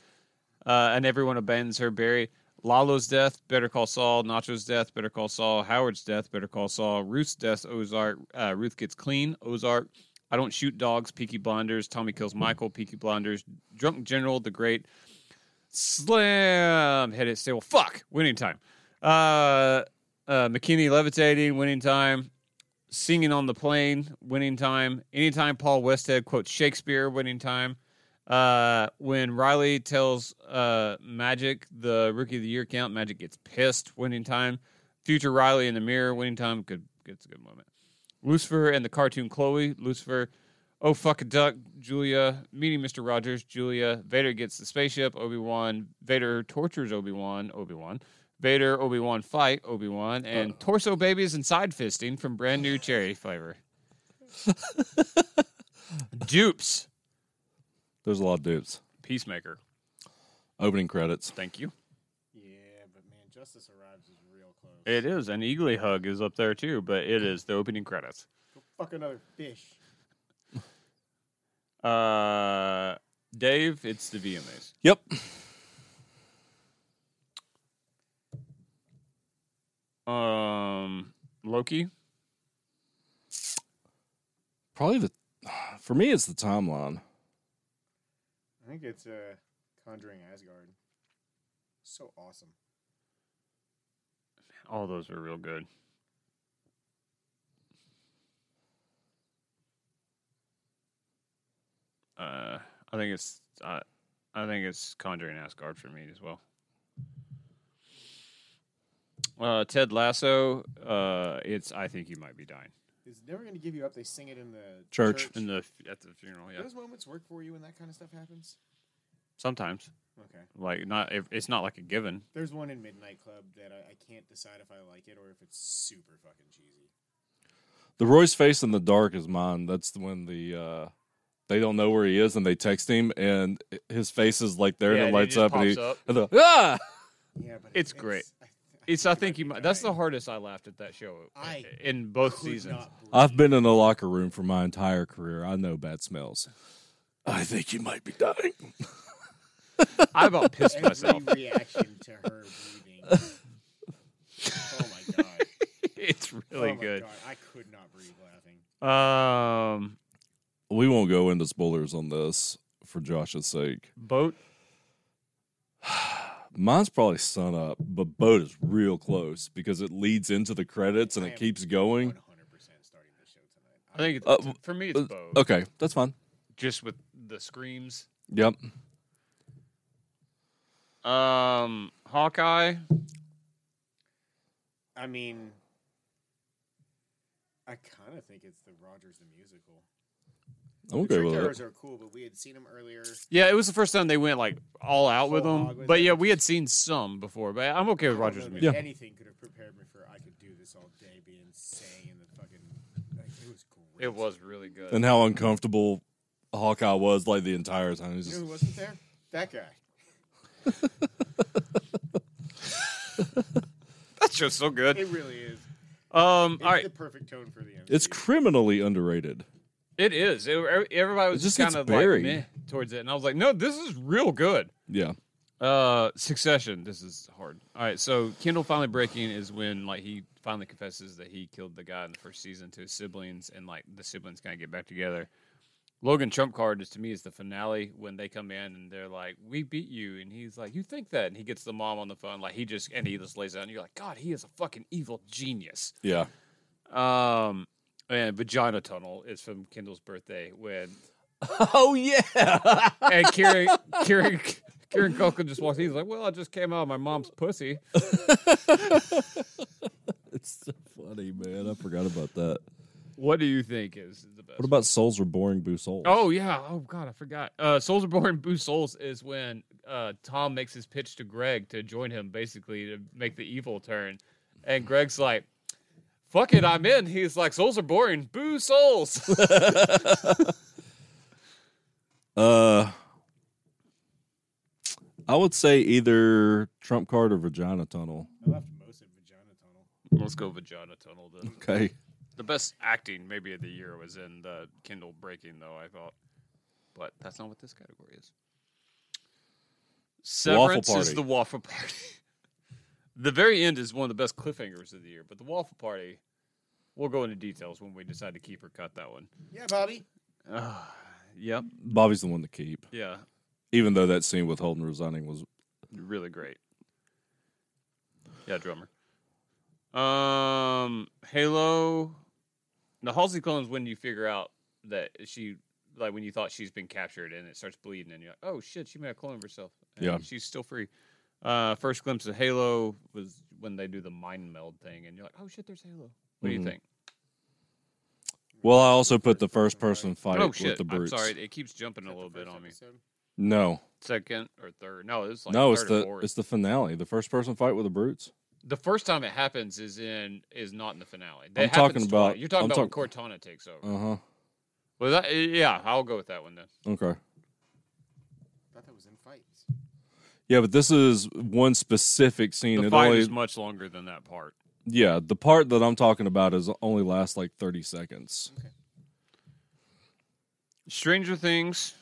uh, and everyone abandons her, Barry. Lalo's death, Better Call Saul. Nacho's death, Better Call Saul. Howard's death, Better Call Saul. Ruth's death, Ozark. Uh, Ruth gets clean, Ozark. I don't shoot dogs, Peaky Blinders. Tommy kills Michael, Peaky Blinders. Drunk General, The Great. Slam! Hit it still. Fuck! Winning time. Uh, uh, McKinney levitating, winning time. Singing on the plane, winning time. Anytime Paul Westhead quotes Shakespeare, winning time. Uh, when Riley tells uh, Magic the rookie of the year count, Magic gets pissed, winning time. Future Riley in the mirror, winning time. Good, it's a good moment. Lucifer and the cartoon Chloe. Lucifer, oh fuck a duck. Julia meeting Mister Rogers. Julia. Vader gets the spaceship. Obi Wan. Vader tortures Obi Wan. Obi Wan. Vader. Obi Wan fight. Obi Wan and torso babies and side fisting from brand new cherry flavor. Dupes. There's a lot of dupes. Peacemaker. Opening credits. Thank you. Yeah, but man, Justice Arrives is real close. It is. An eagly hug is up there too, but it is the opening credits. Go fuck another fish. Uh, Dave, it's the VMAs. Yep. Um, Loki. Probably the. For me, it's the timeline. I think it's uh, Conjuring Asgard. So awesome. All those were real good. Uh, I think it's uh, I think it's Conjuring Asgard for me as well. Uh, Ted Lasso. Uh, it's I think you might be dying It's never going to give you up. They sing it in the Church. in the at the funeral. Yeah, Those moments work for you when that kind of stuff happens. sometimes Okay. like not if- it's not like a given. There's one in Midnight Club that I, I can't decide if I like it or if it's super fucking cheesy. The Roy's face in the dark is mine. That's when the uh, they don't know where he is and they text him and his face is like there Yeah, and it and he lights just up and he pops and the, ah Yeah, but It's great. It's I think you might. That's the whole. hardest I laughed at that show I in both seasons. I've been in the locker room for my entire career. I know bad smells. I think you might be dying. I about pissed every myself. reaction to her breathing. oh my god! it's really oh my good. God. I could not breathe laughing. Um, We won't go into spoilers on this for Josh's sake. boat. Mine's probably sun up, but boat is real close because it leads into the credits and I am it keeps going. 100% starting the show tonight. I think it's, Uh, w- for me it's uh, boat. Okay, that's fine. Just with the screams. Yep. Um, Hawkeye. I mean, I kind of think it's the Rogers the musical. I'm the okay trick with it. arrows are cool, but we had seen them earlier. Yeah, it was the first time they went like all out with Full hog them. with But it. yeah, we had seen some before. But I'm okay with I don't Rogers. know Music. that Yeah. Anything could have prepared me for I could do this all day, being insane in the fucking. Like, it was great. It was really good. And how uncomfortable Hawkeye was like the entire time. He's You know just, who wasn't there? That guy. that show's so good. It really is. Um, It's all right, the perfect tone for the MCU. it's criminally underrated. It is. It, every- everybody was It just just kind gets of like buried. meh towards it, and I was like, "No, this is real good." Yeah. Uh, Succession. This is hard. All right, so Kendall finally breaking is when like he finally confesses that he killed the guy in the first season to his siblings, and like the siblings kind of get back together. Logan Trump card is to me is the finale when they come in and they're like, "We beat you," and he's like, "You think that?" And he gets the mom on the phone, like he just and he just lays out, and you're like, "God, he is a fucking evil genius." Yeah. Um, and Vagina Tunnel is from Kendall's birthday when Oh yeah. and Kieran, Kieran, Kieran Culkin just walked in. He's like, "Well, I just came out of my mom's pussy." it's so funny, man. I forgot about that. What do you think is the best? What about Souls Are Boring Boo Souls? Oh yeah. Oh god, I forgot. Uh, Souls are born. Boo souls is when uh, Tom makes his pitch to Greg to join him, basically to make the evil turn, and Greg's like. Fuck it, I'm in. He's like, souls are boring. Boo souls. Uh I would say either Trump card or vagina tunnel. I left most of Vagina Tunnel. Let's go vagina tunnel. Then. Okay. The best acting maybe of the year was in the Kindle breaking, though I thought, but that's not what this category is. Severance is Party. the waffle party. the very end is one of the best cliffhangers of the year, but the waffle party. We'll go into details when we decide to keep or cut that one. Yeah, Bobby. yep. Bobby's the one to keep. Yeah. Even though that scene with Holden resigning was Really great. Yeah, drummer. Um, Halo. The Halsey clones when you figure out that she like when you thought she's been captured and it starts bleeding and you're like, oh shit, she may have cloned herself. And Yeah. she's still free. Uh, first glimpse of Halo was when they do the mind meld thing and you're like, oh shit, there's Halo. What do you Mhm. think? Well, I also put the first person fight oh with shit, the I'm brutes. sorry, it keeps jumping Is a that the little bit first on me. episode? No, Second or third? No, it's like no, third it's or the fourth. it's the finale. The first person fight with the brutes. the first time it happens is in is not in the finale. That I'm happens talking tomorrow. about- you're talking I'm about when Cortana takes over. Uh huh. well, that, yeah, I'll go with that one then. Okay. I thought that was in fights. Yeah, but this is one specific scene. the It fight only, is much longer than that part. yeah, the part that I'm talking about is only lasts like 30 seconds. Stranger Things.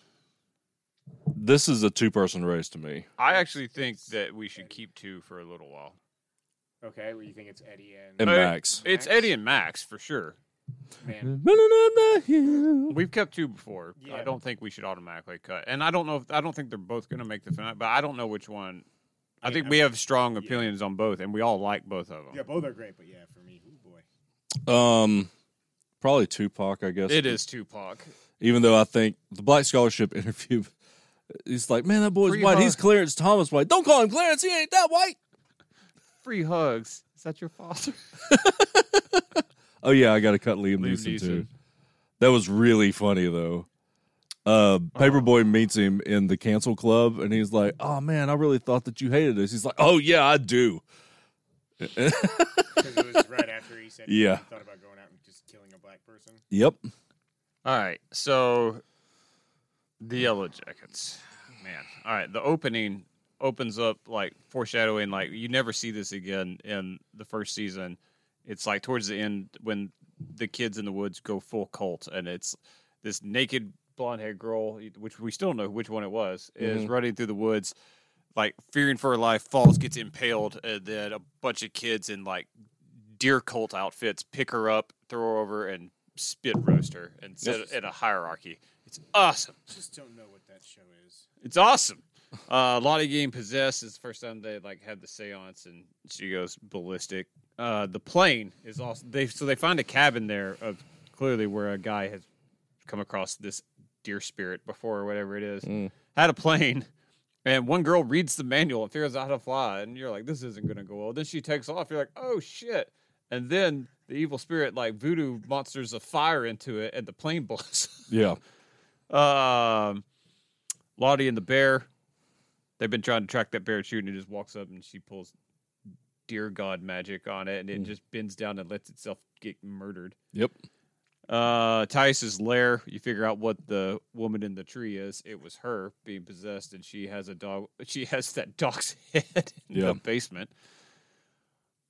This is a two person race to me. I actually think that we should keep two for a little while. Okay, well, you think it's Eddie and, And Uh, Max. It's Max? Eddie and Max for sure. man? Well, We've kept two before. I Yeah. don't think we should automatically cut. And I don't know if I don't think they're both going to make the finale, but I don't know which one. I Yeah, think I we have strong yeah. opinions on both, and we all like both of them. Yeah, both are great, but yeah, for me, ooh boy, Um, probably Tupac, I guess. It is Tupac. Even though I think the Black Scholarship interview, he's like, man, that boy's Free white. hug. He's Clarence Thomas white. Don't call him Clarence. He ain't that white. Free hugs. Is that your father? Oh, yeah, I got to cut Liam, Liam Neeson, Neeson. too. That was really funny, though. Uh-huh. Uh, Paperboy meets him in the cancel club, and he's like, "Oh man, I really thought that you hated us." He's like, "Oh yeah, I do." because it was right after he said Yeah. he thought about going out and just killing a black person. Yep. All right, so the Yellow Jackets, man. All right, the opening opens up like foreshadowing, like you never see this again in the first season. It's like towards the end when the kids in the woods go full cult, and it's this naked blonde haired girl, which we still don't know which one it was, is running through the woods, like fearing for her life, falls, gets impaled, and then a bunch of kids in like deer cult outfits pick her up, throw her over, and spit roast her and set Yes. it in a hierarchy. It's awesome. Just don't know what that show is. It's awesome. Uh, Lottie getting possessed is the first time they like had the seance, and she goes ballistic. Uh, the plane is also they so they find a cabin there of clearly where a guy has come across this deer spirit before or whatever it is. Had a plane, and one girl reads the manual and figures out how to fly, and you're like, this isn't going to go well. Then she takes off. You're like, oh shit! And then the evil spirit like voodoo monsters a fire into it, and the plane blows. Yeah. Um, Lottie and the bear. They've been trying to track that bear shooting. It just walks up and she pulls dear god magic on it, and it just bends down and lets itself get murdered. Hmm. Yep. Uh, Tice's lair. You figure out what the woman in the tree is. It was her being possessed, and she has a dog. She has that dog's head in Yeah. the basement.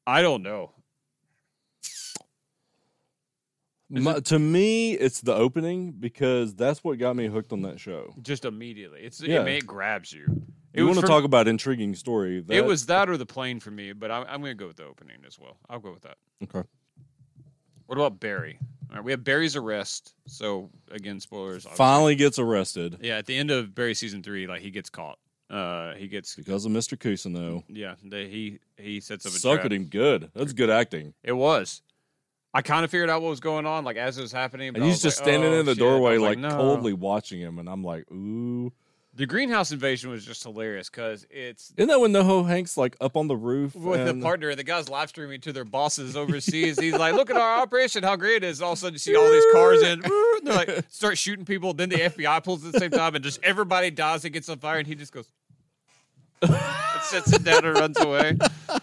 I don't know. Is My, to me, it's the opening because that's what got me hooked on that show. Just immediately, it's Yeah. it, it grabs you. It You was want to for- talk about intriguing story? It that- was that or the plane for me, but I'm, I'm going to go with the opening as well. I'll go with that. okay. What about Barry? All right, we have Barry's arrest. So again, spoilers. obviously. Finally gets arrested Yeah, at the end of Barry season three, like he gets caught. Uh, he gets because of Mr. Cousineau. yeah. They, he he sets up a Suck trap. at him good. That's good acting. It was. I kind of figured out what was going on, like as it was happening. but And I he's was just like, standing "Oh, in the shit." I doorway, was like, no. coldly watching him, and I'm like, ooh. The greenhouse invasion was just hilarious because it's Isn't that when Noho Hanks like up on the roof with and- the partner, the guy's live streaming to their bosses overseas. He's like, "Look at our operation, how great it is!" And all of a sudden, you see all these cars in. and They're like, start shooting people. Then the FBI pulls at the same time, and just everybody dies and gets on fire. And he just goes, and sits it down and runs away.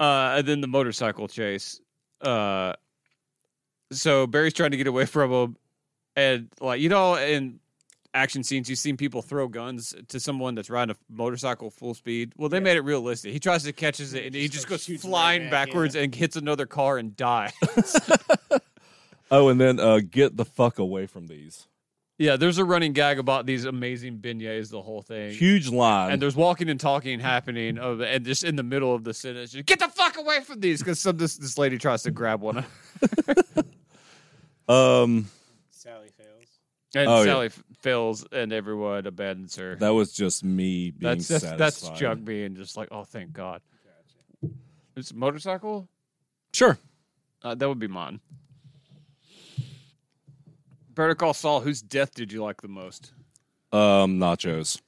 Uh, and then the motorcycle chase. Uh, so Barry's trying to get away from him, and like you know, in action scenes, you've seen people throw guns to someone that's riding a motorcycle full speed. Well, they made it realistic. He tries to catches it, and he just, Just, like, goes shoots right flying back, backwards and hits another car and dies. Oh, and then uh, get the fuck away from these. yeah, there's a running gag about these amazing beignets. The whole thing. Huge line. and there's walking and talking happening of and just in the middle of the sentence you, get the fuck away from these because some this, this lady tries to grab one and um Sally fails. Oh, yeah. sally f fails and everyone abandons her that was just me being that's that's, that's satisfied. chuck being just like oh thank god it's a motorcycle Sure. uh, that would be mine Better Call Saul. Whose death did you like the most? Um, nachos.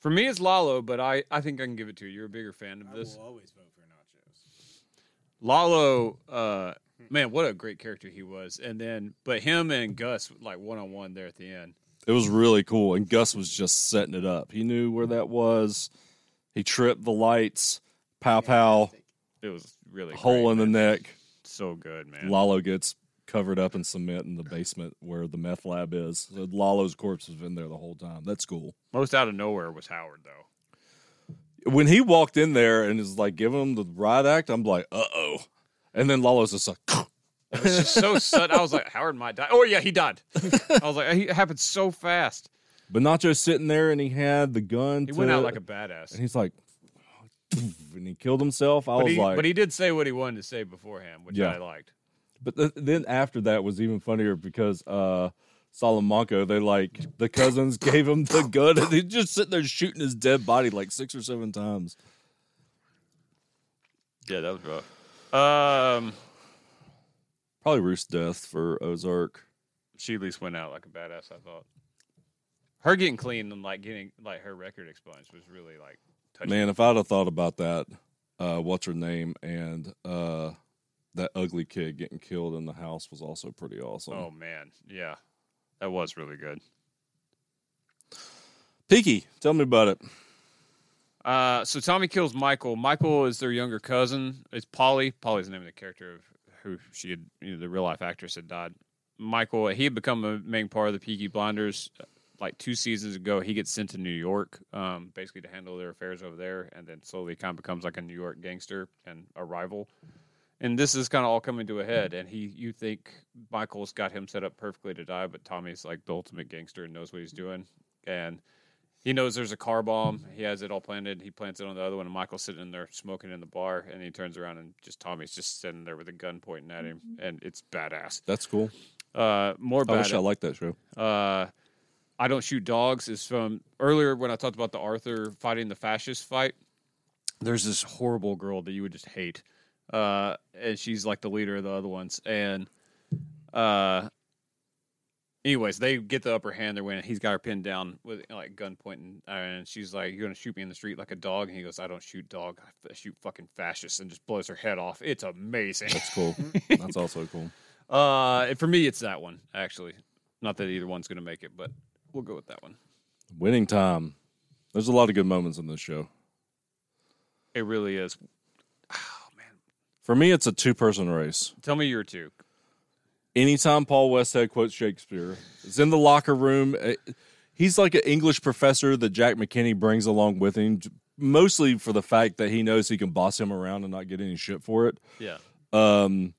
For me, it's Lalo, but I, I think I can give it to you. You're a bigger fan of I this. will always vote for nachos. Lalo, uh, man, what a great character he was. And then, but him and Gus, like one on one there at the end. It was really cool, and Gus was just setting it up. He knew where that was. He tripped the lights. Pow pow. Fantastic. It was really Hole great, in the man. neck. So good, man. Lalo gets covered up in cement in the basement where the meth lab is. So Lalo's corpse has been there the whole time. That's cool. Most out of nowhere was Howard, though. When he walked in there and is like giving him the right act, I'm like, uh oh. And then Lalo's just like, It was just so sudden. I was like, Howard might die. Oh yeah, he died. I was like, he it happened so fast. but Nacho's sitting there and he had the gun. He to- went out like a and badass. he's like, and he killed himself. I But was he, like, but he did say what he wanted to say beforehand, which Yeah. I liked. But th- then after that was even funnier because uh Salamanca, they like the cousins gave him the gun and he just sitting there shooting his dead body like six or seven times. Yeah, that was rough. Um, Probably Roost Death for Ozark. she at least went out like a badass. I thought her getting clean and like getting like her record expunged was really like touching. Man, if I'd have thought about that, uh what's her name and uh that ugly kid getting killed in the house was also pretty awesome. Oh man, yeah, that was really good. Peaky, tell me about it. Uh, so Tommy kills Michael. Michael is their younger cousin. It's Polly. Polly's the name of the character of who she had, you know, the real life actress had died. Michael, he had become a main part of the Peaky Blinders uh, like two seasons ago. He gets sent to New York, um, basically to handle their affairs over there, and then slowly kind of becomes like a New York gangster and a rival. And this is kind of all coming to a head. And he, you think Michael's got him set up perfectly to die, but Tommy's like the ultimate gangster and knows what he's doing. And he knows there's a car bomb. He has it all planted. He plants it on the other one, and Michael's sitting in there smoking in the bar. And he turns around, and just Tommy's just sitting there with a gun pointing at him, and it's badass. That's cool. Uh, more Mm-hmm. I wish I badass. liked that show. uh, I don't shoot dogs is from earlier when I talked about the Arthur fighting the fascist fight. There's this horrible girl that you would just hate, uh, and she's like the leader of the other ones. And uh, anyways, they get the upper hand. They're winning. He's got her pinned down with like gun pointing, and she's like, "You're gonna shoot me in the street like a dog." And he goes, "I don't shoot dog. I shoot fucking fascists," and just blows her head off. It's amazing. That's cool. That's also cool. Uh, and for me, it's that one actually. Not that either one's going to make it, but we'll go with that one. Winning time. There's a lot of good moments in this show. It really is. For me, it's a two person race. Tell me your two. Anytime Paul Westhead quotes Shakespeare, it's in the locker room. Uh, He's like an English professor that Jack McKinney brings along with him, j- mostly for the fact that he knows he can boss him around and not get any shit for it. Yeah, Um,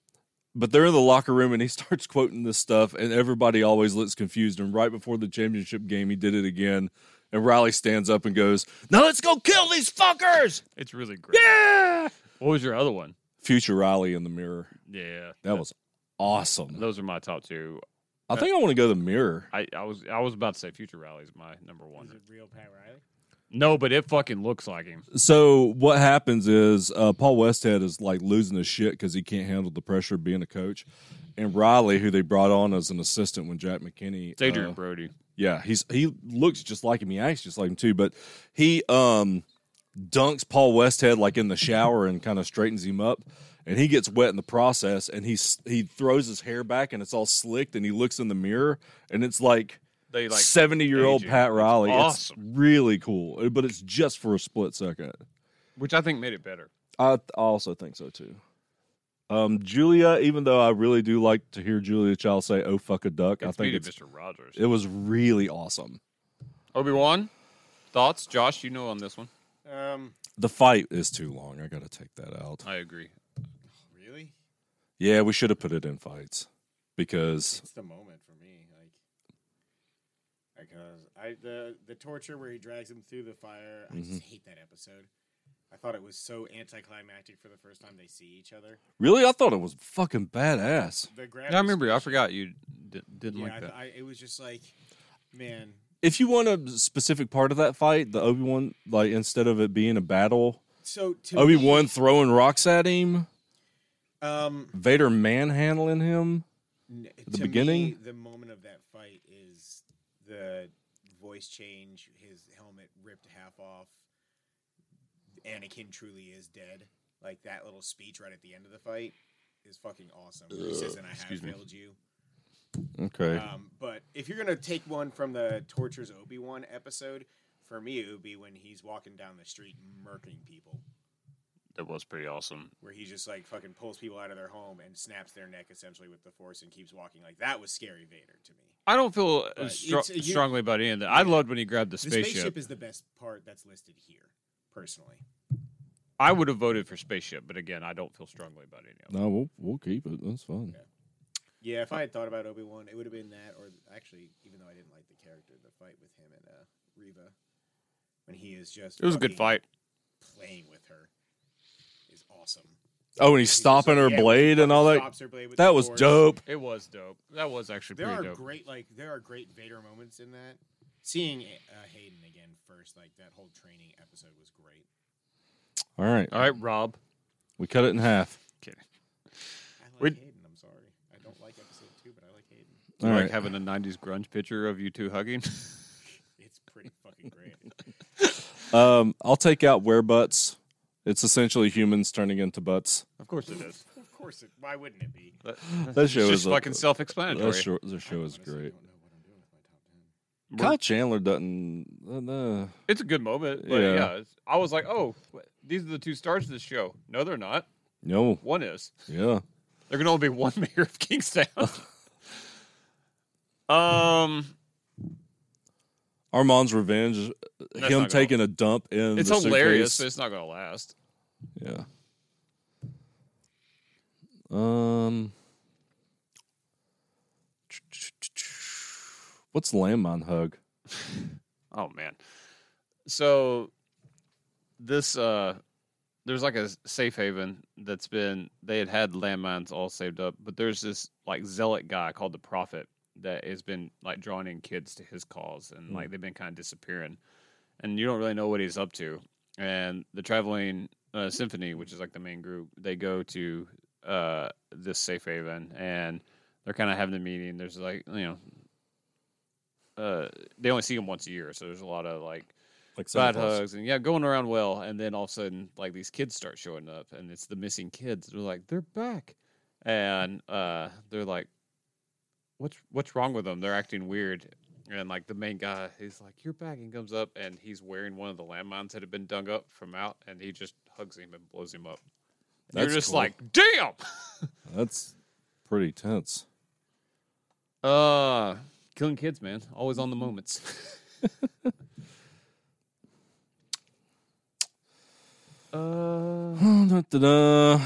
but they're in the locker room and he starts quoting this stuff, and everybody always looks confused. And right before the championship game, he did it again. And Riley stands up and goes, Now let's go kill these fuckers! it's really great. Yeah! What was your other one? Future Riley in the mirror. Yeah, That was awesome. those are my top two. I think I want to go to the mirror. I, I was I was about to say Future Rally is my number one. Is it real Pat Riley? No, but it fucking looks like him. So what happens is uh, Paul Westhead is like losing his shit because he can't handle the pressure of being a coach, and Riley, who they brought on as an assistant when Jack McKinney, It's Adrian uh, Brody. yeah, he's he looks just like him, he acts just like him too, but he um dunks Paul Westhead like in the shower and kind of straightens him up, and he gets wet in the process, and he s- he throws his hair back and it's all slicked, and he looks in the mirror and it's like They like seventy year old aging. Pat It's Riley. awesome. It's really cool, but it's just for a split second. which I think made it better. I th- also think so too. Um, Julia, even though I really do like to hear Julia Child say "Oh fuck a duck," I It's think beating it's, Mr. Rogers. it was really awesome. Obi Wan, thoughts? Josh, you know on this one. Um, The fight is too long. I got to take that out. I agree. really? Yeah, we should have put it in fights because It's the moment for me, like because I the the torture where he drags him through the fire. I just hate that episode. I thought it was so anticlimactic for the first time they see each other. really, I thought it was fucking badass. The grab I remember. I forgot you di- didn't Yeah, like I, that. th- I, it was just like, man, If you want a specific part of that fight, the Obi Wan, like instead of it being a battle, So to Obi me, Wan throwing rocks at him, um, Vader manhandling him. N- the to me, beginning? the moment of that fight is the voice change, his helmet ripped half off. Anakin truly is dead. Like that little speech right at the end of the fight is fucking awesome. He says, "And I have Excuse me. failed you." Okay. Um, but if you're gonna take one from the tortures Obi Wan episode, for me it would be when he's walking down the street murking people, That was pretty awesome. where he just like fucking pulls people out of their home and snaps their neck essentially with the Force and keeps walking. Like that was scary Vader to me. I don't feel uh, But str- it's- you- strongly about any of that. I loved when he grabbed the The spaceship. spaceship. is the best part that's listed here, personally. I would have voted for spaceship, but again, I don't feel strongly about any of it. No, we'll we'll keep it. That's fine. Yeah, if I had thought about Obi Wan, it would have been that, or actually, even though I didn't like the character, the fight with him and uh, Reva, when he is just It was a good fucking fight. Playing with her is awesome. Oh, and he's He's stopping just her like, yeah, blade and all that. Stops her blade with That the was force. dope. It was dope. That was actually There are pretty dope. great like there are great Vader moments in that. Seeing uh, Hayden again first, like that whole training episode was great. All right, All right, Rob. we cut it in half. Kidding. I like We'd- Hayden. I'm sorry, I don't like episode two, but I like Hayden. Do All you right, like having a '90s grunge picture of you two hugging. It's pretty fucking great. um, I'll take out where butts. It's essentially humans turning into butts. of course it is. of course, it, why wouldn't it be? That, That it's show just is a- fucking self-explanatory. That show, that show is Honestly, great. don't know what I'm doing with my top We're- ten. Kyle Chandler doesn't. Uh, no. It's a good moment, but yeah, Yeah. it's- I was like, oh, wh- these are the two stars of this show. No, they're not. No. One is. Yeah. There can only be one mayor of Kingstown. um, Armand's revenge. uh, him not taking a dump in. it's the hilarious, but suitcase. it's not gonna last. Yeah. Um. What's landmine hug? Oh man. So this uh there's like a s- safe haven that's been they had had landmines all saved up, but there's this like zealot guy called the Prophet that has been like drawing in kids to his cause and like they've been kind of disappearing and you don't really know what he's up to. And the traveling uh, symphony, which is like the main group, they go to uh this safe haven and they're kind of having a meeting. There's like, you know, uh, they only see him once a year, so there's a lot of like Like side Santa Claus. hugs and yeah, going around well. And then all of a sudden, like these kids start showing up, and it's the missing kids. They're like, they're back, and uh, they're like, what's what's wrong with them? They're acting weird. And like the main guy, he's like, "You're back," and comes up, and he's wearing one of the landmines that had been dug up from out, and he just hugs him and blows him up. And That's you're just cool. like, "Damn!" That's pretty tense. Uh, killing kids, man. Always on the moments. uh, Da-da-da.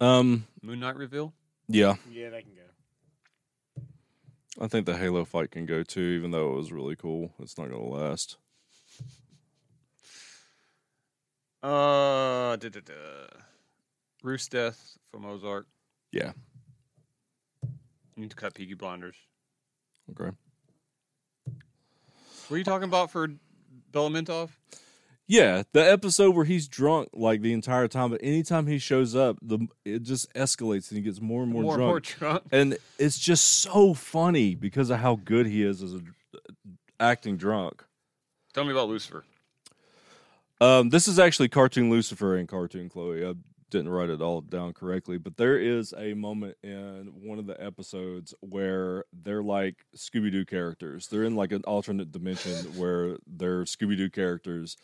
um. Moon Knight reveal. Yeah, Yeah, that can go. I think the Halo fight can go too, even though it was really cool. It's not gonna last. Uh, da, da, da. Roost death from Ozark. Yeah. You need to cut Peaky Blinders. Okay. Were you talking about for Belamentov? Yeah, the episode where he's drunk like the entire time, but anytime he shows up, the it just escalates and he gets more and more, more drunk. more drunk. and it's just so funny because of how good he is as a, uh, acting drunk. Tell me about Lucifer. Um, this is actually cartoon Lucifer and cartoon Chloe. I didn't write it all down correctly, but there is a moment in one of the episodes where they're like Scooby Doo characters. They're in like an alternate dimension where they're Scooby Doo characters,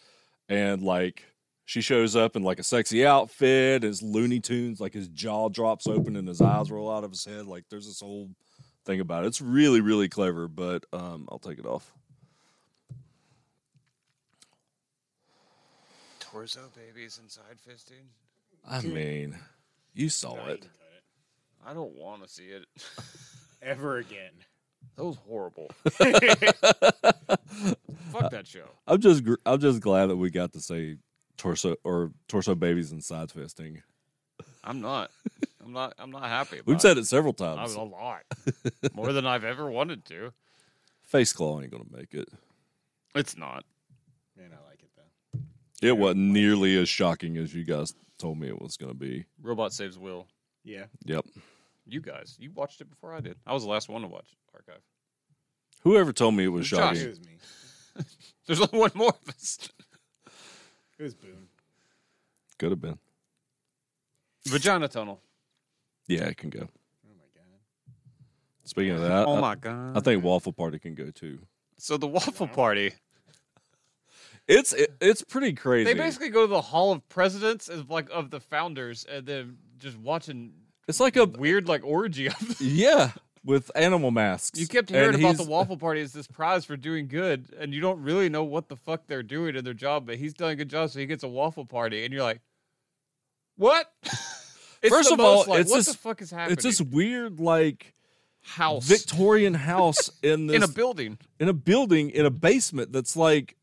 and like she shows up in like a sexy outfit, his Looney Tunes, like his jaw drops open and his eyes roll out of his head. Like there's this whole thing about it. It's really really clever, but um, I'll take it off. Torso babies inside fisting. I mean, you saw Nah, you it. can cut it. I don't want to see it. Ever again. that was horrible. Fuck that show. I'm just gr- I'm just glad that we got to say torso or torso babies and side fisting. I'm not. I'm not. I'm not happy. About We've it. said it several I times. was a lot more than I've ever wanted to. Face claw ain't gonna make it. It's not. Man, I like it though. It wasn't nearly as shocking as you guys told me it was gonna be. Robot saves Will. Yeah. Yep. You guys, you watched it before I did. I was the last one to watch it, Archive. Whoever told me it was Josh. Shaggy. It was me. There's only one more of us. It was Boone. Could have been. Vagina Tunnel. Yeah, it can go. Oh my god. Speaking of that, oh I- my god. Uh, I think Waffle Party can go too. so the waffle party. It's it, it's pretty crazy. They basically go to the Hall of Presidents of like of the founders and then just watching it's like a weird like orgy of them. yeah with animal masks. You kept And hearing about the he's- waffle party as this prize for doing good, and you don't really know what the fuck they're doing in their job, but he's done a good job, so he gets a waffle party, and you're like, what? It's First the of all, most, like, it's what this- the fuck is happening? It's this weird like house Victorian house in this in a building. in a building in a basement that's like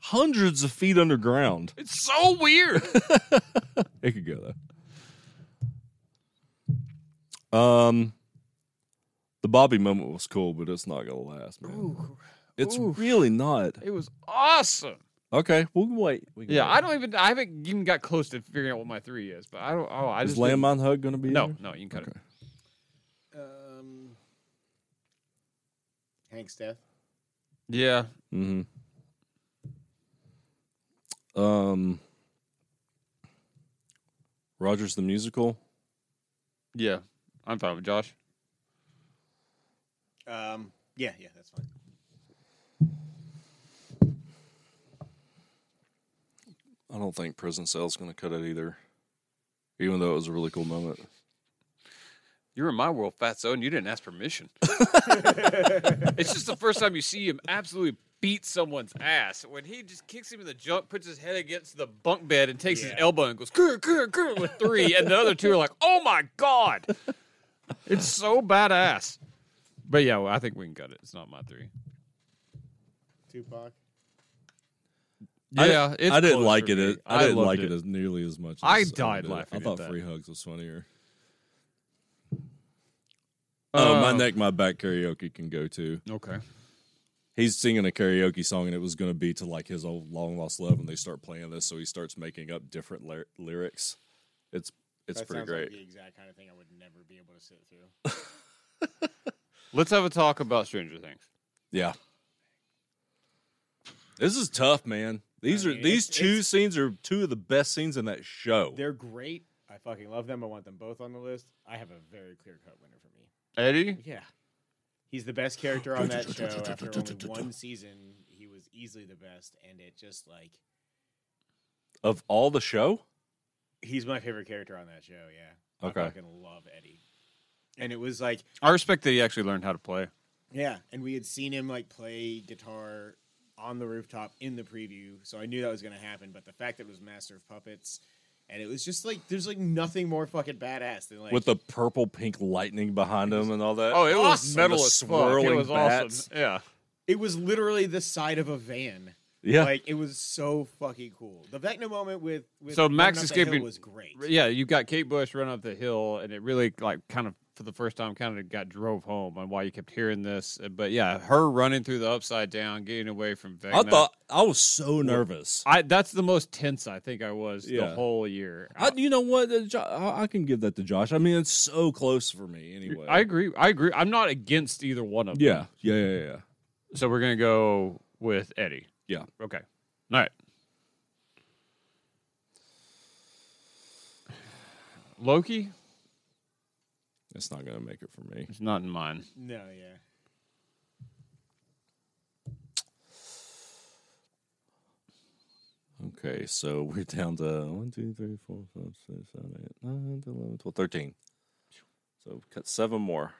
hundreds of feet underground. It's so weird. It could go though. Um, the Bobby moment was cool, but it's not gonna last, man. it's Ooh. really not. it was awesome. Okay, we can wait. We can Yeah, wait. I don't even. I haven't even got close to figuring out what my three is, but I don't. Oh, I Is just didn't- landmine hug gonna be No, there? no, you can cut Okay. Um, Hank's death. it. Yeah, Mm-hmm. Um, Rogers the musical. yeah. I'm fine with Josh. Um, yeah, yeah, that's fine. I don't think prison cell's gonna cut it either, even though it was a really cool moment. You're in my world, Fatso, and you didn't ask permission. it's just the first time you see him absolutely beat someone's ass. When he just kicks him in the junk, puts his head against the bunk bed, and takes his Yeah. elbow and goes "Grr, grr, grr," with three, and the other two are like, "Oh my god, it's so badass." But yeah, well, I think we can cut it. It's not my three. Tupac. I- Yeah, it's I didn't close like for it. me. as- I didn't loved like it. as nearly as much. As I some died did. laughing I at thought that. free hugs was funnier. Oh, my Um, neck, my back karaoke can go too. Okay. He's singing a karaoke song, and it was going to be to like his old long lost love, and they start playing this, so he starts making up different ly- lyrics. It's it's that pretty sounds great. Like the exact kind of thing I would never be able to sit through. Let's have a talk about Stranger Things. yeah, this is tough, man. These I are mean, these it's- two it's- scenes are two of the best scenes in that show. They're great. I fucking love them. I want them both on the list. I have a very clear cut winner for me. Eddie? Yeah. He's the best character on that show. After only one season, he was easily the best, and it just like Of all the show, he's my favorite character on that show. Yeah, Okay. I fucking love Eddie. And it was like, I respect that he actually learned how to play. yeah, and we had seen him like play guitar on the rooftop in the preview, so I knew that was gonna happen. But the fact that it was Master of Puppets, and it was just like there's like nothing more fucking badass than like with the purple pink lightning behind him and all that. Oh, it was Awesome. metal The as fuck. It swirling was bats. awesome. Yeah. it was literally the side of a van. yeah. Like it was so fucking cool. The Vecna moment with, with So Running Max Up is That Hill giving- was great. Yeah, you got Kate Bush run up the hill, and it really like kind of for the first time kind of got drove home on why you kept hearing this. Uh, But yeah, her running through the upside down, getting away from Vecna. I thought I was so nervous. I that's the most tense I think I was the Yeah. whole year. I, you know what? uh, Jo- I I can give that to Josh. I mean, it's so close for me anyway. I agree. I agree. I'm not against either one of them. yeah, yeah, yeah, yeah. So we're gonna go with Eddie. Yeah. Okay. All right. Loki It's not gonna make it for me. is not in mine. No, yeah. Okay, so we're down to 1, 2, 3, 4, 5, 6, 7, 8, 9, 10, 11, 12, 13. So we've cut seven more.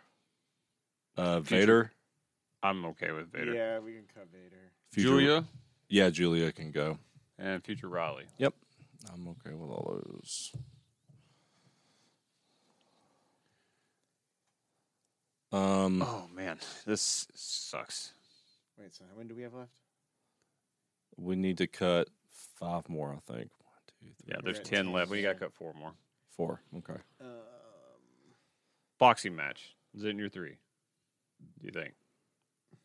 Uh, Vader. I'm okay with Vader. Yeah, we can cut Vader. Future- Julia Yeah, Julia can go. and Future Riley. Yep. I'm okay with all those. Um, Oh man, this sucks. Wait, so how many do we have left? we need to cut five more, I think. One, two, three, Yeah, there's Right. ten left. We got to cut four more. four. Okay. Um, Boxing match is it in your three? Do you think?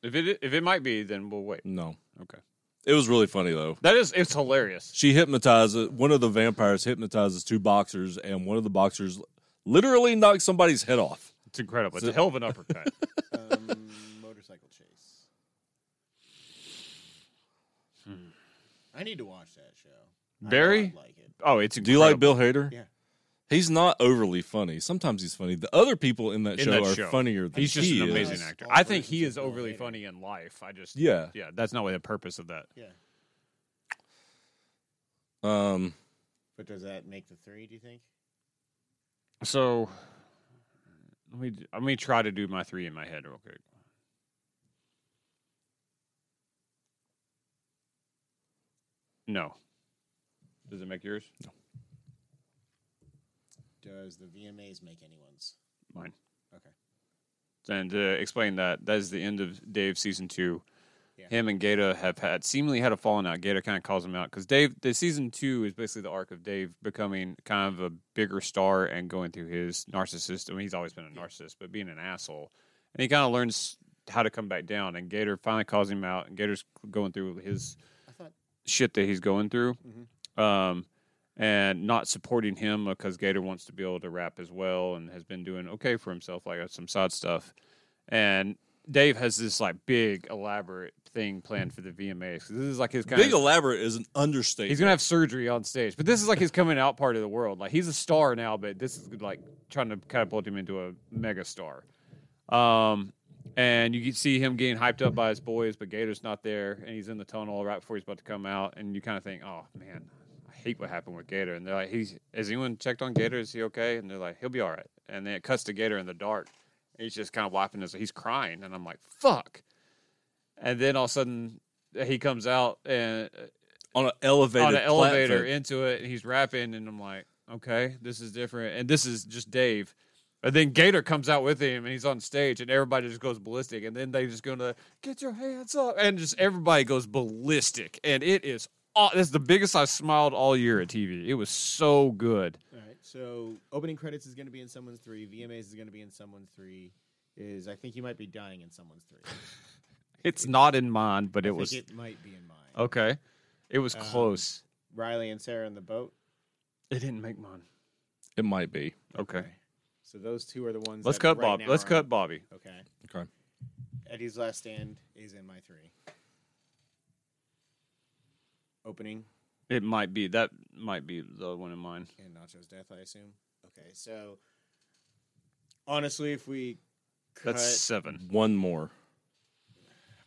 If it if it might be, then we'll wait. No. Okay, It was really funny, though. that is it's hilarious. She hypnotizes one of the vampires, hypnotizes two boxers, and one of the boxers literally knocks somebody's head off. It's incredible. It's a So- hell of an uppercut. Um, motorcycle chase. Hmm. I need to watch that show. I know Barry? I'd like it. oh, it's Do you like incredible. Bill Hader? Yeah. He's not overly funny. Sometimes he's funny. The other people in that In show that are show. funnier than He's just he an is. amazing Yes. actor. All I think he versions is of Bill overly Hader. funny in life. I just Yeah. yeah. That's not what the purpose of that. Yeah, Um, but does that make the three? Do you think? So let me let me try to do my three in my head real quick. No. Does it make yours? Does the VMAs make anyone's? Mine. Okay. And to explain that, that is the end of Dave season two. Yeah. Him and Gata have had seemingly had a falling out. Gata kind of calls him out because Dave, the season two is basically the arc of Dave becoming kind of a bigger star and going through his narcissist. I mean, he's always been a narcissist, but being an asshole. And he kind of learns how to come back down. And Gator finally calls him out. And Gator's going through his I thought. shit that he's going through Mhm. um, and not supporting him because Gator wants to be able to rap as well and has been doing okay for himself, like uh, some side stuff. And Dave has this like big elaborate thing planned for the VMAs. 'Cause This is like his kind Big of. Elaborate is an understatement. He's gonna have surgery on stage, but this is like his coming out part of the world. Like he's a star now, but this is like trying to catapult him into a mega star. Um, and you can see him getting hyped up by his boys, but Gator's not there, and he's in the tunnel right before he's about to come out, and you kind of think, oh man, I hate what happened with Gator. And they're like, he's has anyone checked on Gator? Is he okay? And they're like, he'll be all right. And then it cuts to Gator in the dark. And he's just kind of wiping his, he's crying, and I'm like, fuck. And then all of a sudden, he comes out and on an elevator. on an elevator platform. into it, and he's rapping, and I'm like, okay, this is different, and this is just Dave. And then Gator comes out with him, and he's on stage, and everybody just goes ballistic. And then they just go to get your hands up, and just everybody goes ballistic, and it is aw- that's the biggest I smiled all year at TV. It was so good. All right. So opening credits is going to be in someone's three. VMAs is going to be in someone's three. Is I think you might be dying in someone's three. It's not in mine, but I it think was Oh. It might be in mine. okay. It was Um, close. Riley and Sarah in the boat. It didn't make mine. It might be. Okay, So those two are the ones. let's that cut right Bob. now Let's are- cut Bobby. Okay. Okay. Eddie's Last Stand is in my three. Opening It might be that might be the one in mine. and Nacho's death, I assume. Okay, so honestly, if we cut, That's seven. One more.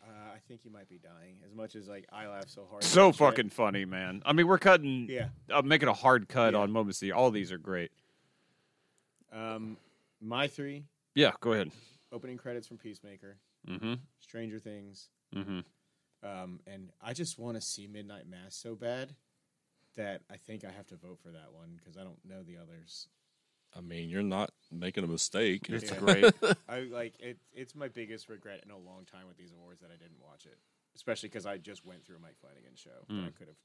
uh, I think you might be dying. As much as like I laugh so hard, at so that shit. fucking funny, man. I mean, we're cutting, yeah. uh, making a hard cut Yeah. on moments. Of the Year. All these are great. Um, my three Yeah, go ahead. opening credits from Peacemaker, Mm-hmm. Stranger Things, Mm-hmm. um, and I just want to see Midnight Mass so bad that I think I have to vote for that one because I don't know the others. I mean, you're not making a mistake. It's Yeah. great. I like it. It's my biggest regret in a long time with these awards that I didn't watch it, especially because I just went through Mike Flanagan's show. that Hmm. I could have.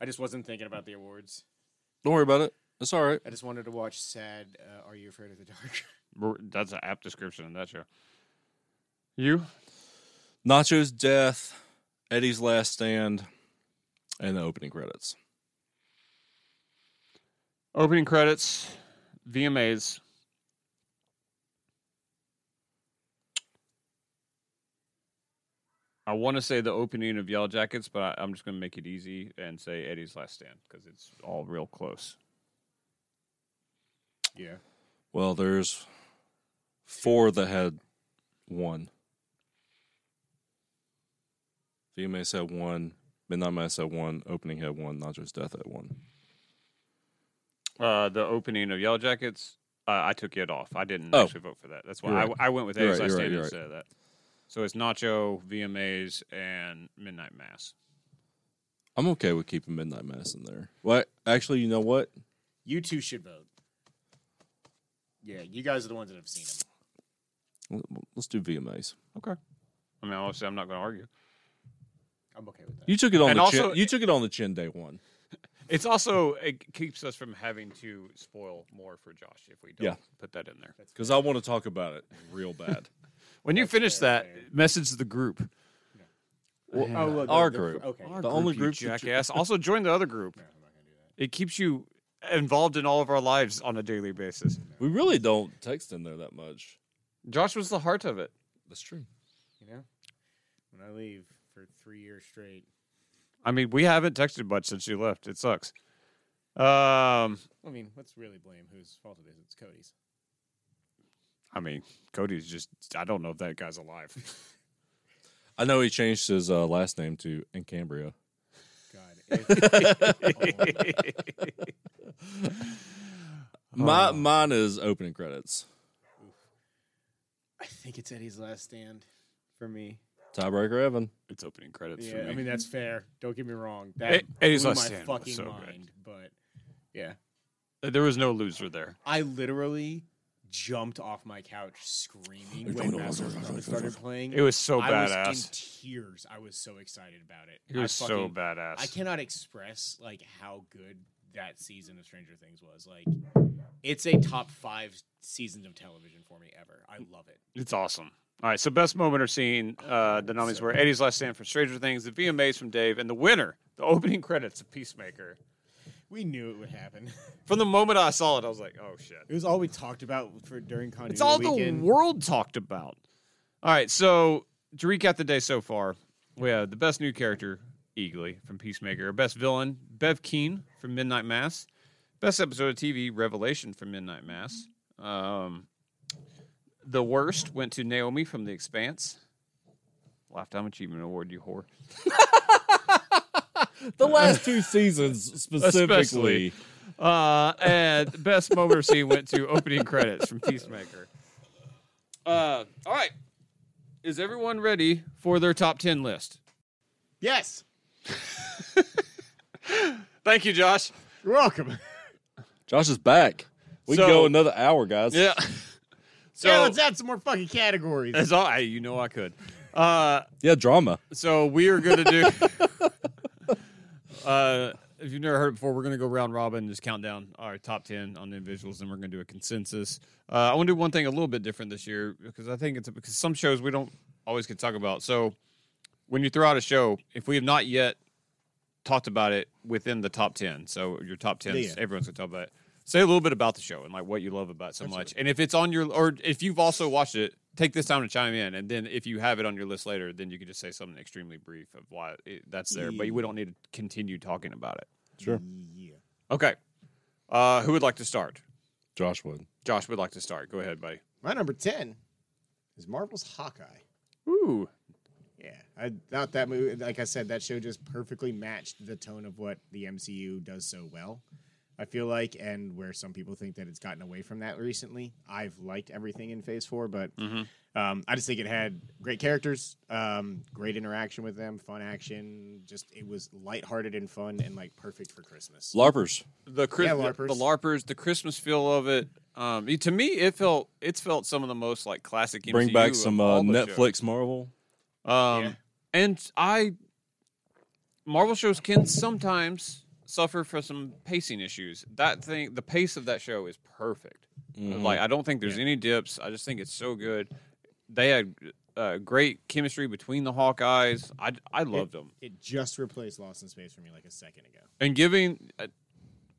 I just wasn't thinking about the awards. Don't worry about it. It's all right. I just wanted to watch sad. Uh, Are you afraid of the dark? We're- That's an apt description of that show. You? Nacho's death, Eddie's last stand, and the opening credits. Opening credits, VMAs. I want to say the opening of Yellow Jackets, but I, I'm just going to make it easy and say Eddie's Last Stand because it's all real close. yeah. Well, there's four that had one. VMAs had one. Midnight Mass had one. Opening had one. Nacho's death had one. uh, the opening of Yellow Jackets, uh, I took it off. I didn't Oh. actually vote for that. That's why You're I- right. I, went with You're A's right, Last you're right, Stand you're right. instead of that. So it's Nacho, VMAs, and Midnight Mass. I'm okay with keeping Midnight Mass in there. Well, actually, you know what? You two should vote. Yeah, you guys are the ones that have seen them. L- Let's do VMAs. Okay. I mean, obviously, I'm not going to argue. I'm okay with that. You took it on And the also- chin. You took it on the chin day one. It's also it keeps us from having to spoil more for Josh if we don't Yeah. put that in there. because I want to talk about it real bad. When you That's finish fair, that, fair. message the group. oh, look, our the- group. Okay. Our The only you group that you- jackass. also join the other group. No, I'm not gonna do that. It keeps you involved in all of our lives on a daily basis. We really don't text in there that much. Josh was the heart of it. That's true. You know, when I leave for three years straight, I mean, we haven't texted much since you left. It sucks. Um, I mean, let's really blame whose fault it is. It's Cody's. I mean, Cody's just—I don't know if that guy's alive. I know he changed his uh, last name to in Cambria. God, if, My Oh. mine is opening credits. I think it's Eddie's last stand for me. Tiebreaker Evan. it's opening credits Yeah, for me. I mean that's fair. Don't get me wrong. That Eddie's blew Last my Stand was fucking so good. mind, but yeah, there was no loser there. I literally jumped off my couch screaming when Masters of Puppets started playing. It was so I badass. was in tears. I was so excited about it. it was I so fucking- badass. I cannot express like how good that season of Stranger Things was. Like, it's a top five seasons of television for me ever. I love it. It's awesome. All right, so best moment or scene, Oh, uh, the nominees were Eddie's Last Stand for Stranger Things, the VMAs from Dave, and the winner, the opening credits of Peacemaker. We knew it would happen. From the moment I saw it, I was like, oh shit. It was all we talked about for during Con. It's all weekend. the world talked about. All right, so to recap the day so far, we have the best new character, Eagly from Peacemaker, best villain, Bev Keen from Midnight Mass, best episode of TV, Revelation from Midnight Mass. Um, the worst went to Naomi from The Expanse. Lifetime Achievement Award, you whore. The last two seasons specifically. Especially. Uh, and the best moment of scene went to opening credits from Peacemaker. Uh, all right. Is everyone ready for their top 10 list? Yes, Thank you, Josh. you're welcome. Josh is back. We So- can go another hour, guys. Yeah. So, yeah, let's add some more fucking categories. that's all, I, you know I could. Uh, Yeah, drama. so we are going to do. uh, if you've never heard it before, we're going to go round robin and just count down our top 10 on the individuals, and we're going to do a consensus. Uh, I want to do one thing a little bit different this year because I think it's because some shows we don't always get to talk about. So when you throw out a show, if we have not yet talked about it within the top 10, so your top 10, Yeah. everyone's going to talk about it. Say a little bit about the show and like what you love about it so much. And if it's on your, or if you've also watched it, take this time to chime in. And then if you have it on your list later, then you can just say something extremely brief of why it, that's there. But you, we don't need to continue talking about it. Sure. Yeah. Okay. Uh, who would like to start? Josh would. Josh would like to start. Go ahead, buddy. My number ten is Marvel's Hawkeye. Ooh. Yeah, I thought that movie. Like I said, that show just perfectly matched the tone of what the MCU does so well. I feel like, and where some people think that it's gotten away from that recently, I've liked everything in Phase Four, but Mm-hmm. um, I just think it had great characters, um, great interaction with them, fun action. Just it was lighthearted and fun, and like perfect for Christmas. LARPers. The, Chris, Yeah, the LARPers. the LARPers, the Christmas feel of it. Um, it- to me, it felt it's felt some of the most like classic. Bring MCU back of some all uh, the shows. Netflix Marvel. Um, Yeah. And I, Marvel shows can sometimes suffer from some pacing issues. That thing, the pace of that show is perfect. Mm-hmm. Like I don't think there's any dips. I just think it's so good. They had uh, great chemistry between the Hawkeyes. I I loved them. It just replaced Lost in Space for me like a second ago. And giving, I,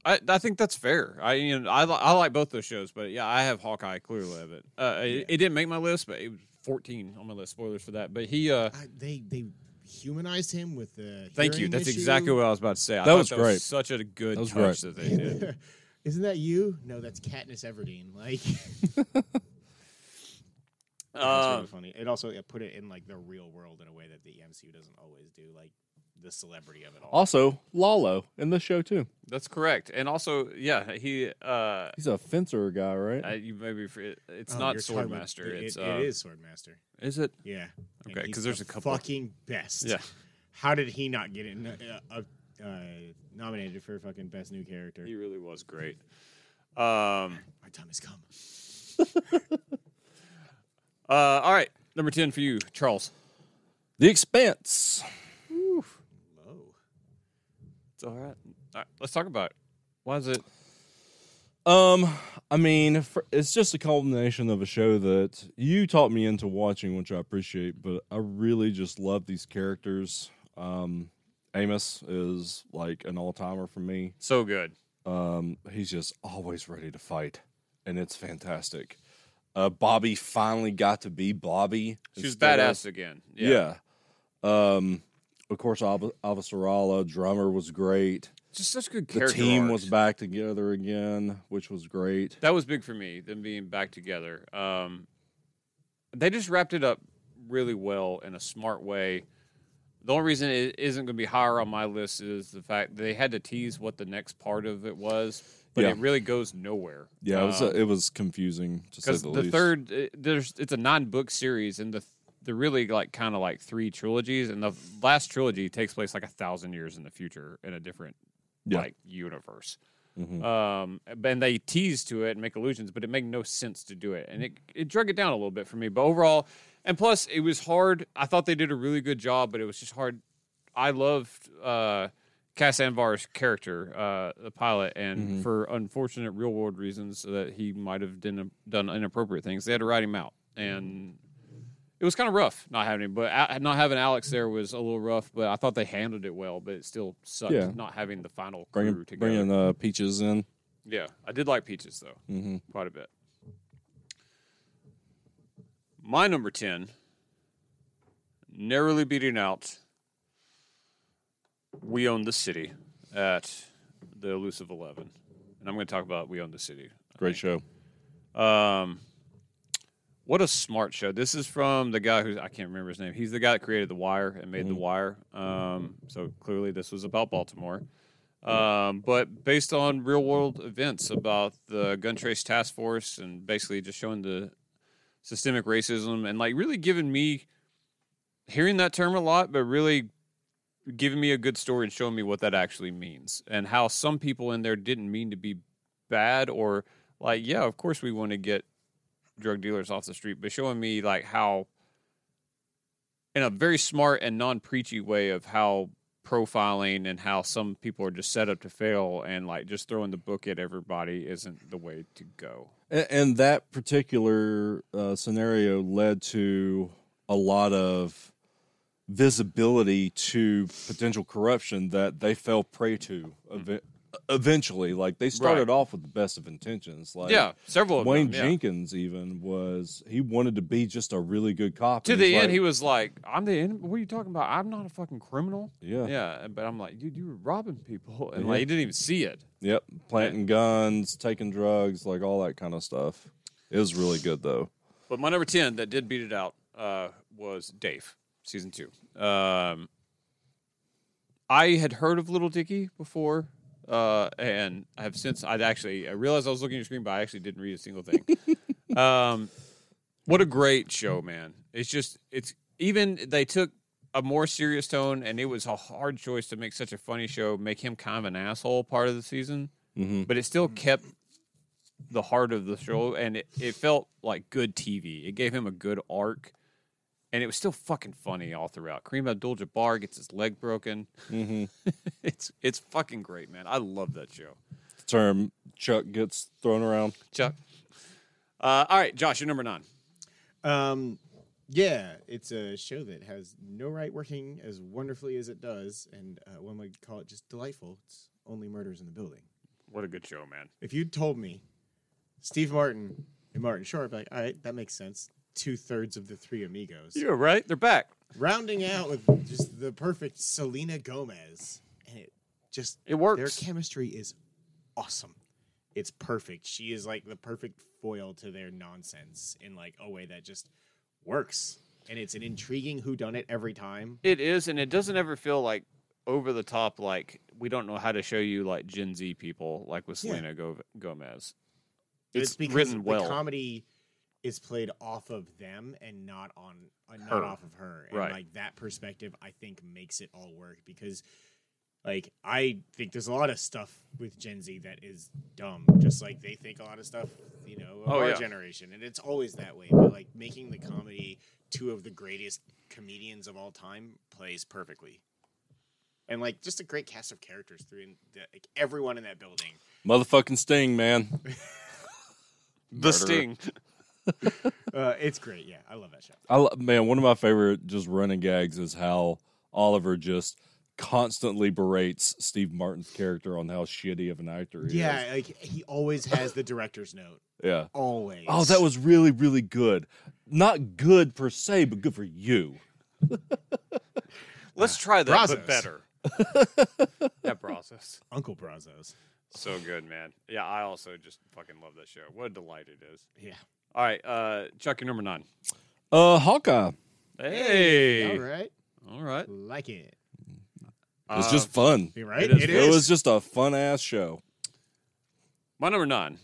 I I think that's fair. I you know I li- I like both those shows, but yeah, I have Hawkeye clearly of it. Uh, it, it didn't make my list, but it was 14 on my list. Spoilers for that, but he. uh I, they they humanized him with the. Thank you. hearing That's issue. exactly what I was about to say. I That thought was great. such a good That was touch great. that they did. Isn't that you? No, that's Katniss Everdeen. Like. That's Uh, really funny. It also it put it in like the real world in a way that the MCU doesn't always do, like the celebrity of it all. Also, Lalo in the show too. that's correct. And also, yeah, he. Uh, He's a fencer guy, right? I, you maybe for- it- it's Oh, not you're talking about- Swordmaster. it- It's it- uh, it is Swordmaster. Is it? Yeah. And Okay, he's 'cause there's the a couple. fucking best. Yeah. How did he not get in, uh, uh, uh, nominated for fucking best new character? He really was great. Um. My time has come. Uh. All right. Number ten for you, Charles. the Expanse. Low. It's all right. All right. Let's talk about it. Why is it? Um, I mean, fr it's just a culmination of a show that you taught me into watching, which I appreciate. But I really just love these characters. Um, Amos is like an all timer for me. So good. Um, he's just always ready to fight, and it's fantastic. Uh, Bobby finally got to be Bobby. She's instead of- badass again. yeah. Yeah. Um, of course, Ava Avasarala, drummer was great. Just such good The character. team was arcs. back together again, which was great. that was big for me them being back together um, they just wrapped it up really well in a smart way the only reason it isn't going to be higher on my list is the fact they had to tease what the next part of it was but Yeah. it really goes nowhere Yeah, it was uh, it was confusing to say because the, Um, the, least. third it- there's it's a nine book series and the they're really like kind of like three trilogies and the last trilogy takes place like a thousand years in the future in a different Yeah. like universe Mhm. um, and they tease to it and make allusions, but it made no sense to do it, and it it drug it down a little bit for me. But overall, and plus, it was hard. I thought they did a really good job, but it was just hard. I loved uh, Cass Anvar's character, uh, the pilot, and Mhm. for unfortunate real world reasons that he might have done done inappropriate things, they had to write him out, and it was kind of rough not having him. But a- not having Alex there was a little rough. But I thought they handled it well, but it still sucked Yeah. not having the final crew bringing together. bringing uh, peaches in. Yeah, I did like peaches though Mm-hmm. quite a bit. My number ten, narrowly beating out. We own the city at the elusive eleven, and I'm going to talk about we own the city. Great show. Um, what a smart show! This is from the guy who I can't remember his name. He's the guy that created The Wire and made The Wire. Um, so clearly, this was about Baltimore, um, but based on real world events about the Gun Trace Task Force and basically just showing the systemic racism and like really giving me hearing that term a lot, but really giving me a good story and showing me what that actually means and how some people in there didn't mean to be bad or like, yeah, of course we want to get drug dealers off the street, but showing me like how in a very smart and non preachy way of how profiling and how some people are just set up to fail and like just throwing the book at everybody isn't the way to go. And, and that particular uh, scenario led to a lot of visibility to potential corruption that they fell prey to Mm-hmm. ev- eventually. Like they started off with the best of intentions. Like yeah, several of Wayne them, yeah. Jenkins even was he wanted to be just a really good cop. to and the he's end, he like, was like, "I'm the enemy. What are you talking about? I'm not a fucking criminal." yeah, Yeah, but I'm like, dude, you were robbing people, and Yeah. like he didn't even see it. yep, planting guns, taking drugs, like all that kind of stuff. It was really good though. But my number ten that did beat it out uh, was Dave, season two. Um, I had heard of Little Dicky before, uh, and I have since. I'd actually I realized I was looking at your screen, but I actually didn't read a single thing. um, what a great show, man! It's just it's even they took a more serious tone, and it was a hard choice to make such a funny show, make him kind of an asshole part of the season Mm-hmm. but it still kept the heart of the show and it, it felt like good TV. It gave him a good arc and it was still fucking funny all throughout. Kareem Abdul Jabbar gets his leg broken. Mm-hmm. it's it's fucking great, man. I love that show. term Chuck gets thrown around. Chuck. Uh, all right, Josh, you're number nine. Um, yeah, it's a show that has no right working as wonderfully as it does, and uh, one would call it just delightful. It's only murders in the building. What a good show, man. If you told me Steve Martin and Martin Short, I'd be like, all right, that makes sense. Two thirds of the three amigos, You're right. They're back. rounding out with just the perfect Selena Gomez, and it just It their works. chemistry is awesome. It's perfect. She is like the perfect foil to their nonsense in like a way that just works. And it's an intriguing who done it every time. It is, and it doesn't ever feel like over the top. Like we don't know how to show you like Gen Z people, like with Yeah. Selena Go- Gomez. It's, It's because written the well. comedy is played off of them and not on uh, not Her. off of her. And Right. like that perspective I think makes it all work because like I think there's a lot of stuff with Gen Z that is dumb. Just like they think a lot of stuff, you know, of Oh, our yeah. generation. And it's always that way. But like making the comedy two of the greatest comedians of all time plays perfectly. And like just a great cast of characters through in the, like everyone in that building. Motherfucking Sting, man. The Murderer. Sting. Uh, it's great. Yeah, I love that show. I lo- man, one of my favorite just running gags is how Oliver just constantly berates Steve Martin's character on how shitty of an actor he yeah, is. like he always has the director's note. Yeah. Always. Oh, that was really, really good. Not good per se, but good for you. Let's try that, Brazos. but better. that process. Uncle Brazos. So good, man. Yeah, I also just fucking love that show. What a delight it is. Yeah. All right, uh, Chuck, your number nine. Uh, Hawkeye. Hey, All right. All right. Like it. It's Uh, just fun. You right? It is. It, was just a fun ass show. My number nine.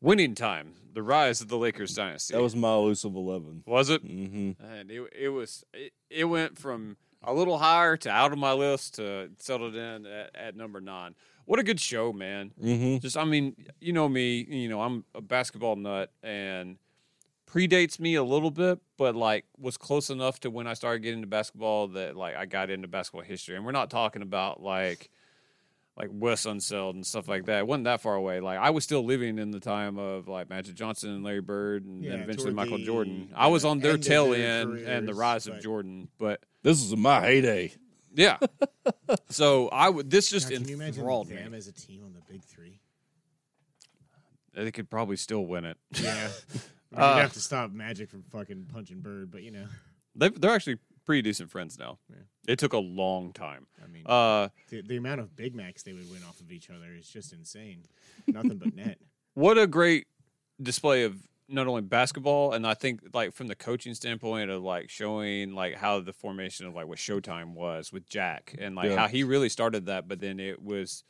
Winning time. The rise of the Lakers dynasty. That was my elusive 11. was it? Mm-hmm. And it, it was it, it went from a little higher to out of my list to settled in at, at number nine. What a good show, man. Mm-hmm. Just I mean, you know me, you know, I'm a basketball nut and predates me a little bit, but like was close enough to when I started getting into basketball that like I got into basketball history. And we're not talking about like like Wes Unseld and stuff like that. It wasn't that far away. Like I was still living in the time of like Magic Johnson and Larry Bird and then Yeah, eventually toward Michael the- Jordan. I was yeah, on their end of tail their end and the careers, rise of but- Jordan. But This is my heyday. yeah. so I would this just God, can you imagine enthralled them me. as a team on the big three? They could probably still win it. Yeah. We'd Uh, have to stop Magic from fucking punching Bird, but you know, They've, they're actually pretty decent friends now. Yeah. It took a long time. I mean, Uh, the, the amount of Big Macs they would win off of each other is just insane. Nothing but net. what a great display of not only basketball and I think like from the coaching standpoint of like showing like how the formation of like what Showtime was with Jack and like Yeah. how he really started that, but then it was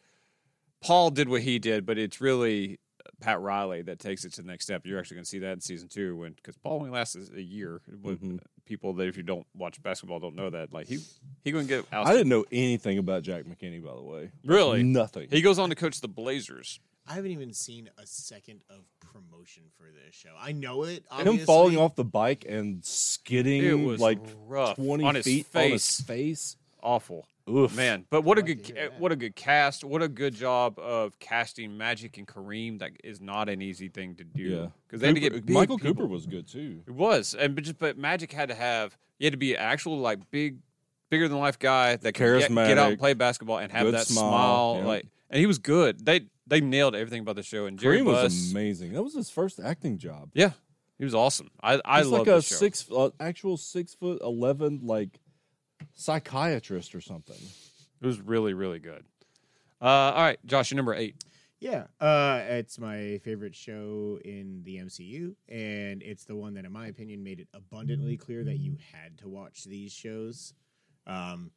Paul did what he did, but it's really Pat Riley that takes it to the next step. You're actually going to see that in season two when because Paul only lasts a year. But Mhm. People that if you don't watch basketball don't know that like he he going to get out. I didn't know anything about Jack McKinney, by the way. really Nothing. He goes on to coach the Blazers. I haven't even seen a second of promotion for this show. I know it. Him Obviously. falling off the bike and skidding It was like rough 20 on his feet on his face. face. Awful, Oof. man! But what a Glad to good hear ca- that. what a good cast! What a good job of casting Magic and Kareem. That is not an easy thing to do. Yeah. because they had to Cooper- get big Michael people. Cooper was good too. It was, and but just but Magic had to have you had to be an actual like big, bigger than life guy that could get, get out and Charismatic. play basketball and have Good that smile. smile, yeah. Like, and he was good. They they nailed everything about the show. And Jerry Kareem Buss- was amazing. That was his first acting job. yeah, he was awesome. I I He's love like a the show. six, uh, actual six foot eleven, like psychiatrist or something. It was really really good. Uh, all right, Josh, you're number eight. Yeah, uh, it's my favorite show in the MCU, and it's the one that, in my opinion, made it abundantly clear that you had to watch these shows, um,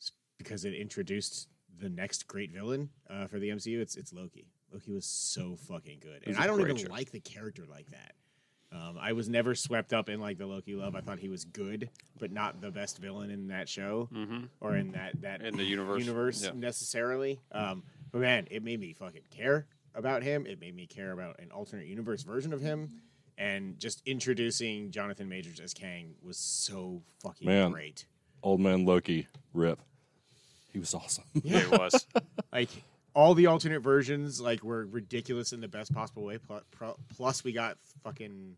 s- because it introduced the next great villain uh, for the MCU. It's it's Loki. Loki was so fucking good, and a I don't great even show. like the character like that. Um, I was never swept up in like the Loki love. I thought he was good, but not the best villain in that show Mm-hmm. or in that that In the universe. universe Yeah. necessarily. Um, but man, it made me fucking care about him. It made me care about an alternate universe version of him. And just introducing Jonathan Majors as Kang was so fucking Man. great. Old man Loki, rip. He was awesome. Yeah, it was. Like all the alternate versions, like were ridiculous in the best possible way. Pl- pro- Plus, we got fucking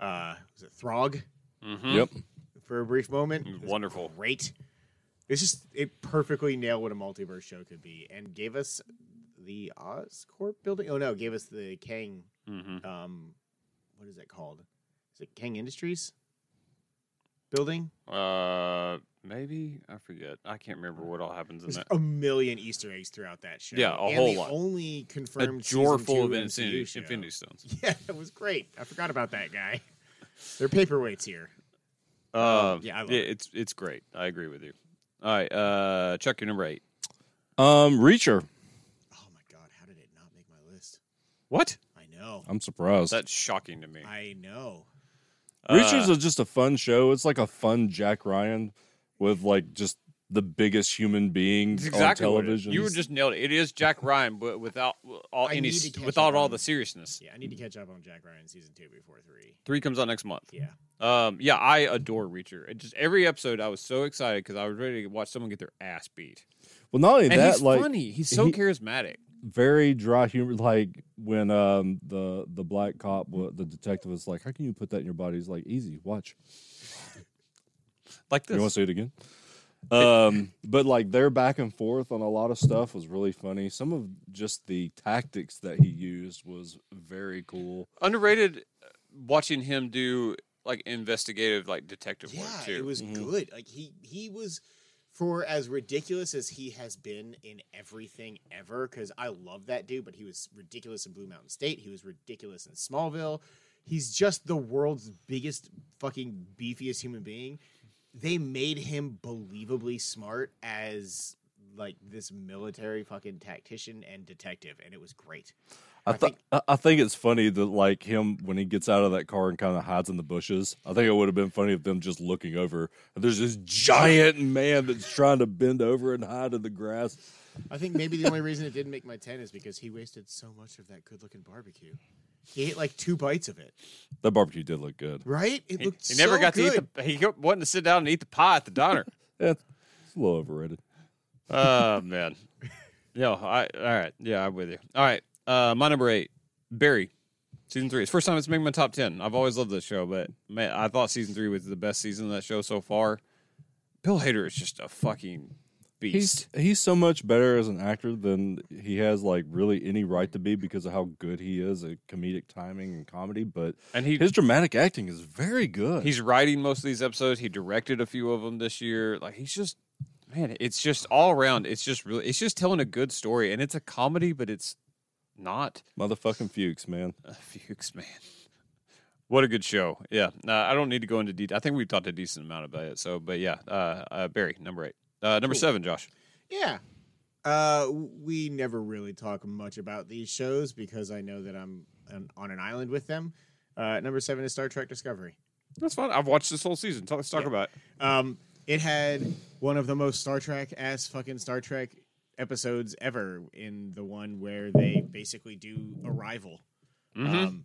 uh, was it Throg Mhm. Yep. for a brief moment. It was It was Mm, Wonderful. great. It's just it perfectly nailed what a multiverse show could be, and gave us the Oscorp building. Oh no, gave us the Kang. Mm-hmm. Um, what is that called? Is it Kang Industries building? Uh, maybe I forget. I can't remember what all happens in There's that. a million Easter eggs throughout that show. Yeah, a and whole the lot. Only A confirmed drawer season full of two infinity, MCU show. infinity stones. Yeah, that was great. I forgot about that guy. They're paperweights here. Uh, Um, yeah, I love it. it's it's great. I agree with you. All right, uh, Chuck, your number eight. Um, Reacher. Oh my god, how did it not make my list? What? I know. I'm surprised. That's shocking to me. I know. Reacher's Uh, is just a fun show. It's like a fun Jack Ryan with like just the biggest human being it's exactly on what it is. television. You were just nailed it. It is Jack Ryan, but without all I any need to catch without up all on- the seriousness. Yeah, I need to catch up on Jack Ryan season two before three. Three comes out next month. Yeah. Um, yeah, I adore Reacher. It just every episode, I was so excited because I was ready to watch someone get their ass beat. well, not only And that, he's like funny. He's so he- charismatic. very dry humor. Like when um the the black cop, wa- the detective was like, "How can you put that in your body?" He's like, "Easy, watch." Like this. You want to see it again? Um, but like their back and forth on a lot of stuff was really funny. Some of just the tactics that he used was very cool. Underrated uh, watching him do like investigative, like detective Yeah, work too. it was Mhm. good. Like he he was for as ridiculous as he has been in everything ever. Because I love that dude, but he was ridiculous in Blue Mountain State. He was ridiculous in Smallville. He's just the world's biggest fucking beefiest human being. They made him believably smart as like this military fucking tactician and detective, and it was great. I, I th- I I think it's funny that like him when he gets out of that car and kind of hides in the bushes. I think it would have been funny if them just looking over and there's this giant man that's trying to bend over and hide in the grass. I think maybe the only reason it didn't make my 10 is because he wasted so much of that good looking barbecue. He ate like two bites of it, That barbecue did look good. right? It He, looked he never so got good. to eat the. He kept wanting to sit down and eat the pie at the diner. Yeah, Eh, it's a little overrated. oh man. Yo, I all right. Yeah, I'm with you. All right. Uh, my number eight, Barry, season three. It's the first time it's made my top ten. I've always loved this show, but man, I thought season three was the best season of that show so far. Bill Hader is just a fucking beast. He's he's so much better as an actor than he has like really any right to be because of how good he is at comedic timing and comedy. But and he his dramatic acting is very good. he's writing most of these episodes. He directed a few of them this year. Like he's just man, it's just all around. It's just really it's just telling a good story, and it's a comedy, but it's not motherfucking Fuchs, man. Uh, Fuchs, man. What a good show. Yeah. Uh, I don't need to go into detail. I think we've talked a decent amount about it. So, but yeah, uh, uh, Barry, number eight. Uh, number seven, Josh. Yeah. Uh, we never really talk much about these shows because I know that I'm an, on an island with them. Uh, number seven is Star Trek Discovery. That's fine. I've watched this whole season. Let's talk Yeah. about it. Um, it had one of the most Star Trek ass fucking Star Trek episodes ever in the one where they basically do Arrival. Uh, Um,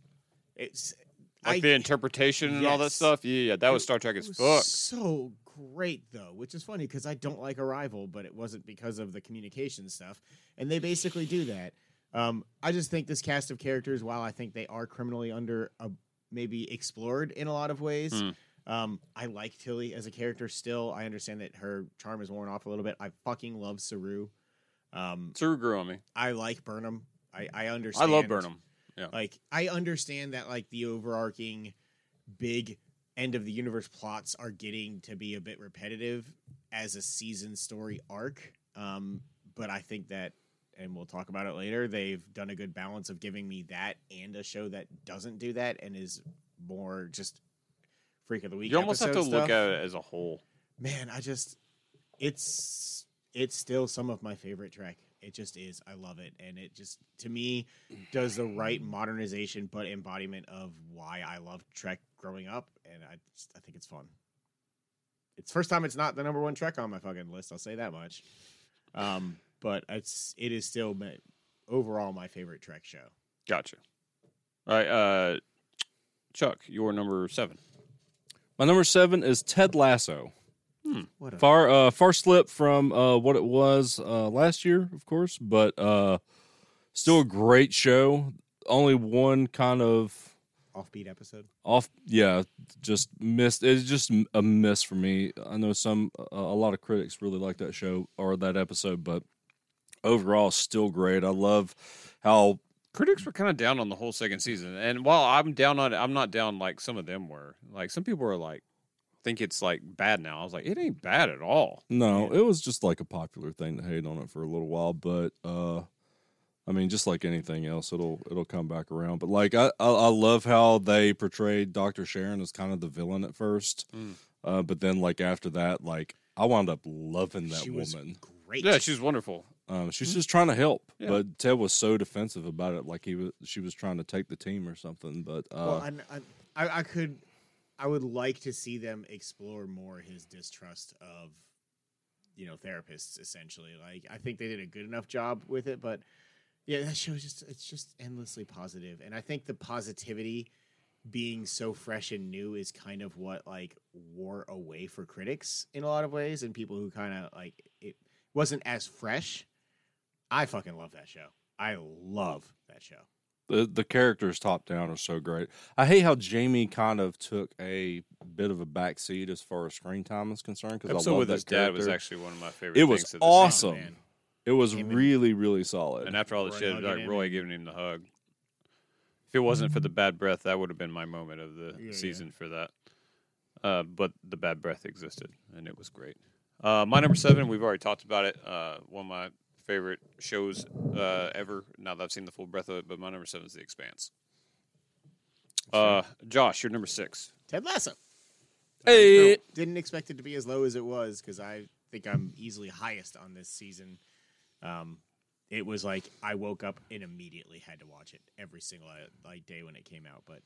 it's Mm-hmm. like I- the interpretation and all that Yes. stuff. Yeah, yeah. That was Star Trek as It was fuck. So great though, which is funny because I don't like Arrival, but it wasn't because of the communication stuff. And they basically do that. Um, I just think this cast of characters, while I think they are criminally under uh, maybe explored in a lot of ways, Hmm. um, I like Tilly as a character still. I understand that her charm is worn off a little bit. I fucking love Saru. Um, True grew on me. I like Burnham. I, I I understand. love Burnham. Like I understand that like the overarching big end of the universe plots are getting to be a bit repetitive as a season story arc. Um, but I think that and we'll talk about it later, they've done a good balance of giving me that and a show that doesn't do that and is more just freak of the week. You almost have to episode look stuff. at it as a whole. Man, I just it's it's still some of my favorite track. It just is. I love it. And it just to me does the right modernization but embodiment of why I loved Trek growing up and I just, I think it's fun. It's first time it's not the number one Trek on my fucking list, I'll say that much. Um but it's it is still my, overall my favorite Trek show. Gotcha. All right. Uh, Chuck, your number seven. My number seven is Ted Lasso. What a Far uh, far slip from uh, what it was uh, last year, of course, but uh, still a great show. Only one kind of offbeat episode. off yeah just missed it's just m- a miss for me i know some a a lot of critics really like that show or that episode but overall still great i love how critics were kind of down on the whole second season and while i'm down on it i'm not down like some of them were like some people are like think it's like bad now i was like it ain't bad at all no it was just like a popular thing to hate on it for a little while but uh i mean just like anything else it'll it'll come back around but like i i, I love how they portrayed dr sharon as kind of the villain at first Mm. uh but then like after that like i wound up loving that she was woman great. yeah she's wonderful Um, she's just trying to help, Yeah. but Ted was so defensive about it, like he was she was trying to take the team or something. But uh, well, I'm, I'm, I, I could, I would like to see them explore more his distrust of, you know, therapists. Essentially, like I think they did a good enough job with it, but yeah, that show is just it's just endlessly positive, and I think the positivity being so fresh and new is kind of what like wore away for critics in a lot of ways, and people who kind of like it wasn't as fresh. I fucking love that show. I love that show. The the characters top down are so great. I hate how Jamie kind of took a bit of a backseat as far as screen time is concerned because I Episode love with that his dad character. was actually one of my favorite. it things was of the season. awesome. man. It was Him and- really really solid. And after all the Roy shit, hugging like him Roy giving him the hug. If it wasn't for the bad breath, that would have been my moment of the Yeah, yeah. season for that. Uh, but the bad breath existed, and it was great. Uh, my number seven, we've already talked about it. Uh, one of my favorite shows uh, ever. Now that I've seen the full breadth of it, but my number seven is The Expanse. Uh, Josh, you're number six. Ted Lasso. Hey. Didn't expect it to be as low as it was because I think I'm easily highest on this season. Um, it was like I woke up and immediately had to watch it every single uh, like day when it came out. But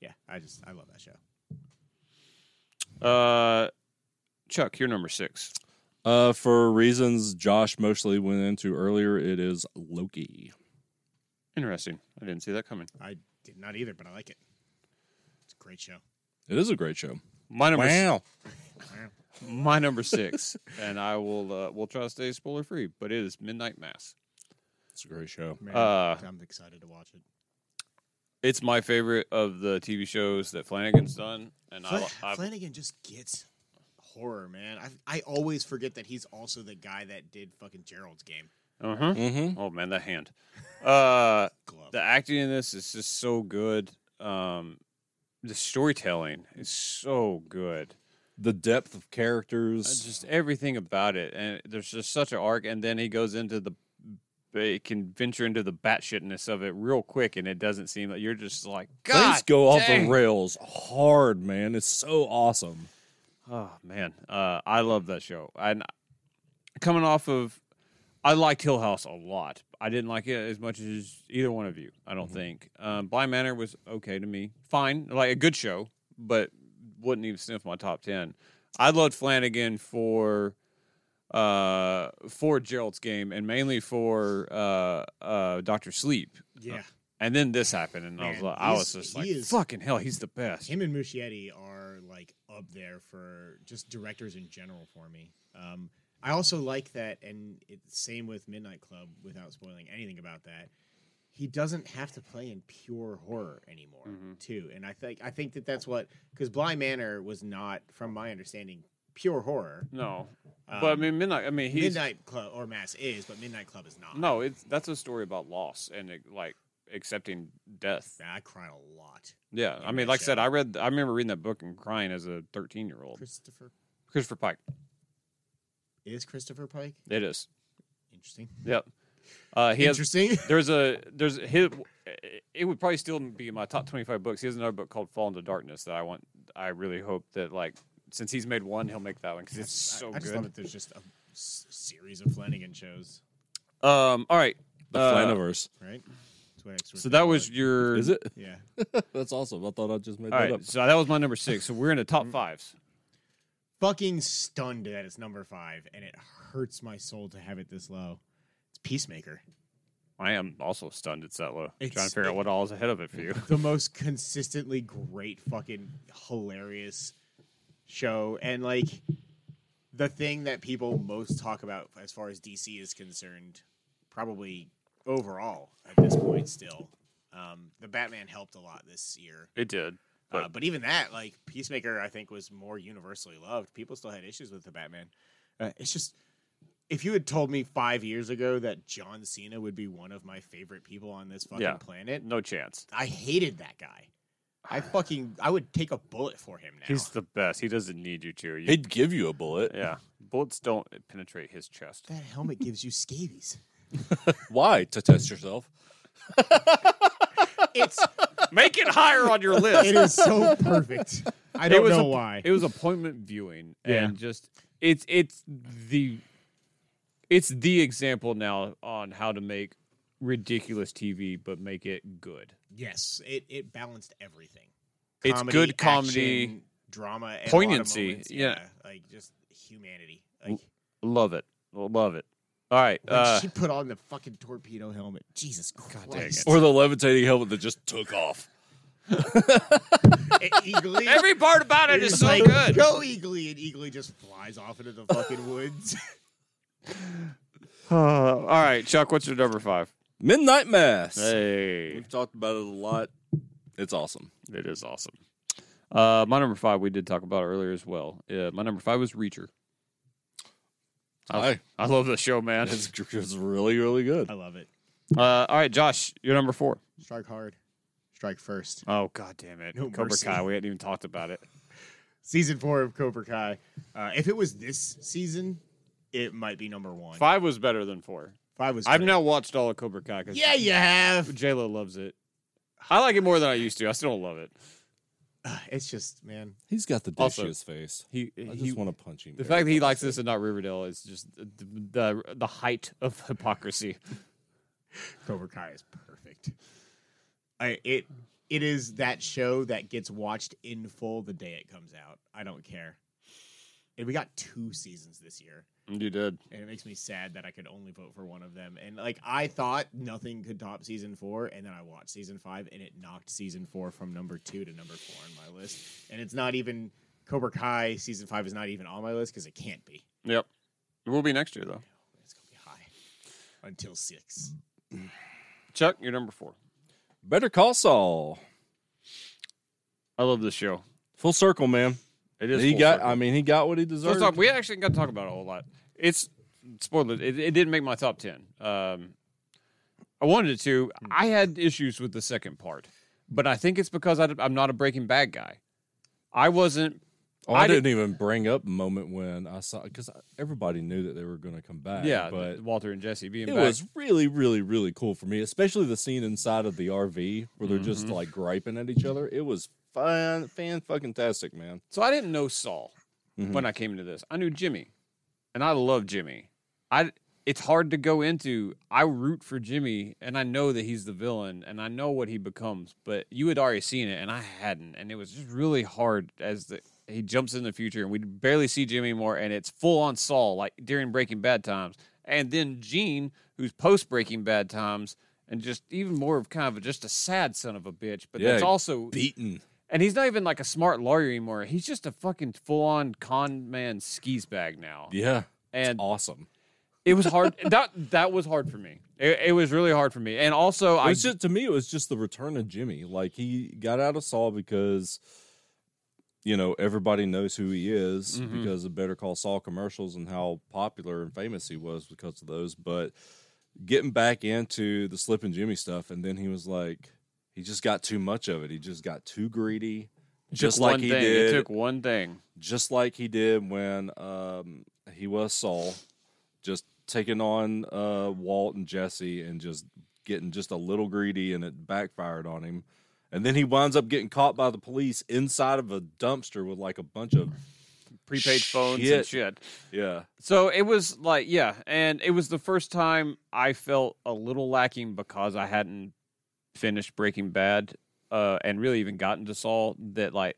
yeah, I just I love that show. Uh, Chuck, you're number six. Uh, for reasons Josh mostly went into earlier, it is Loki. Interesting. I didn't see that coming. I did not either, but I like it. It's a great show. It is a great show. My number Wow. my number six, and I will uh, will try to stay spoiler free. But it is Midnight Mass. It's a great show. Man, Uh, I'm excited to watch it. It's my favorite of the TV shows that Flanagan's done, and I, Fla- I Flanagan just gets horror, man. I I always forget that he's also the guy that did fucking Gerald's game uh-huh. Mm-hmm. oh man, that hand. Uh, glove. the acting in this is just so good. Um, the storytelling is so good. The depth of Uh, characters. Just everything about it, and there's just such an arc. And then he goes into the, it can venture into the batshitness of it real quick, and it doesn't seem like you're just like God. Things go off the dang. rails hard, man. It's so awesome. Oh man, uh, I love that show. And coming off of, I liked Hill House a lot. I didn't like it as much as either one of you. I Mm-hmm. don't think. Um, Blind Manor was okay to me, fine, like a good show, but wouldn't even sniff my top ten. I loved Flanagan for, uh, for Gerald's game, and mainly for uh, uh, Doctor Sleep. yeah, And then this happened, and I was Man, like, I was he's- just he like, is- fucking hell, he's the best. him and Muschietti are like up there for just directors in general for me. Um, I also like that, and it's same with Midnight Club. Without spoiling anything about that, he doesn't have to play in pure horror anymore, Mm-hmm. too. And I think I think that that's what because Bly Manor was not, from my understanding, pure horror. No, but I Um, mean, midnight. I mean, he's Midnight Club or Mass is, but Midnight Club is not. No, it's that's a story about loss and it, like accepting death. Man, I cried a lot. Yeah, I In mean, that like I said, show. I read, I remember reading that book and crying as a thirteen-year-old. Christopher Christopher Pike. is Christopher Pike. It is. Interesting. Yep. Uh, he has. Interesting. There's a there's his. It would probably still be in my top twenty-five books. He has another book called Fall into Darkness that I want. I really hope that like since he's made one, he'll make that one because it's I- so I, just love good. that there's just a s- series of Flanagan shows, Um. All right. The uh, Flanaverse. right? That's what it's So that was your. Is it? yeah. That's awesome. I thought I just made All that right. So that was my number six. So we're in the top Mm. fives. Fucking stunned that it's number five, and it hurts my soul to have it this low. It's Peacemaker, I am also stunned it's that low. trying It's- to figure out what all is ahead of it for you. the most consistently great, fucking hilarious show, and like the thing that people most talk about as far as DC is concerned, probably overall at this point still. Um, the Batman helped a lot this year. It did. But, But- uh, but even that, like Peacemaker, I think was more universally loved. People still had issues with the Batman. Uh, it's just if you had told me five years ago that John Cena would be one of my favorite people on this fucking Yeah. planet, No chance. I hated that guy. I fucking I would take a bullet for him now. He's the best. He doesn't need you to. You- He'd give you a bullet. yeah. Bullets don't penetrate his chest. that helmet gives you scabies. Why? To test yourself. It's Make it higher on your it list. is so perfect. I It don't was know a- why. It was appointment viewing Yeah. and just it's it's the it's the example now on how to make ridiculous TV but make it good. yes, it it balanced everything. It's good comedy, action, drama, and a lot of poignancy, moments, yeah. like just humanity. Like Love it. Love it. All right. Like uh, she put on the fucking torpedo helmet. Jesus Christ. dang it. Or the levitating helmet that just took off. And Eagly. every part about it is is so like, good. Go Eagly, and Eagly just flies off into the fucking woods. all right, Chuck, what's your number five? Midnight Mass. Hey, We've talked about it a lot. It's awesome. it is awesome. Uh, my number five we did talk about earlier as well. Uh, my number five was Reacher. I, Hi. I love the show, man. It's, it's really, really good. I love it. Uh, all right, Josh, you're number four. Strike hard. Strike first. Oh God damn it! No Cobra mercy. Kai. We hadn't even talked about it. Season four of Cobra Kai. Uh, if it was this season, it might be number one. Five was better than four. Five was. I've great. now watched all of Cobra Kai because Yeah, you have. J Lo loves it. I like it more than I used to. I still don't love it. Ah, It's just man. He's got the Also- douchiest face. He, I he- just want to punch him. the every fact that he time I likes see this and not Riverdale is just the the, the height of hypocrisy. Cobra Kai is perfect. I it it is that show that gets watched in full the day it comes out. I don't care. And we got two seasons this year, You did. and it makes me sad that I could only vote for one of them. And like I thought nothing could top season four, and then I watched season five, and it knocked season four from number two to number four on my list. And it's not even Cobra Kai season five is not even on my list because it can't be. Yep. It will be next year though. It's gonna be high until six. Chuck, you're number four. it. Better Call Saul. I love this show. Full circle, man. It is. He full got. circle. I mean, he got what he So let's deserved. talk- we actually got to talk about it a whole lot. It's spoiler. It, it didn't make my top ten. Um, I wanted it to. I had issues with the second part, but I think it's because I, am not a Breaking Bad guy. I wasn't. Oh, I, I didn't even bring up a moment when I saw because everybody knew that they were going to come back. yeah, but Walter and Jesse being it back. was really, really, really cool for me, especially the scene inside of the RV where they're just Mm-hmm. like griping at each other. It was fun, fan fucking tastic, man. So I didn't know Saul Mhm. when I came into this. I knew Jimmy, and I love Jimmy. I it's hard to go into. I root for Jimmy, and I know that he's the villain, and I know what he becomes. But you had already seen it, and I hadn't, and it was just really hard as the. He jumps in the future, and we barely see Jimmy anymore, and it's full on Saul, like during Breaking Bad times, and then Gene, who's post Breaking Bad times, and just even more of kind of just a sad son of a bitch. But Yeah, that's also Beaten. and he's not even like a smart lawyer anymore. He's just a fucking full on con man skis bag now. Yeah. And Awesome. it was hard. that that was hard for me. It, it was really hard for me. And also, It I was just to me, it was just the return of Jimmy. Like he got out of Saul because you know everybody knows who he is Mhm. because of Better Call Saul commercials and how popular and famous he was because of those. But getting back into the Slip and Jimmy stuff, and then he was like, he just got too much of it. He just got too greedy, just one like he thing. did, It took one thing. just like he did when um, he was Saul, just taking on uh, Walt and Jesse and just getting just a little greedy, and it backfired on him. And then he winds up getting caught by the police inside of a dumpster with like a bunch of Prepaid phones and Shit. shit. yeah. So it was like, yeah, and it was the first time I felt a little lacking because I hadn't finished Breaking Bad, uh, and really even gotten to Saul. That like,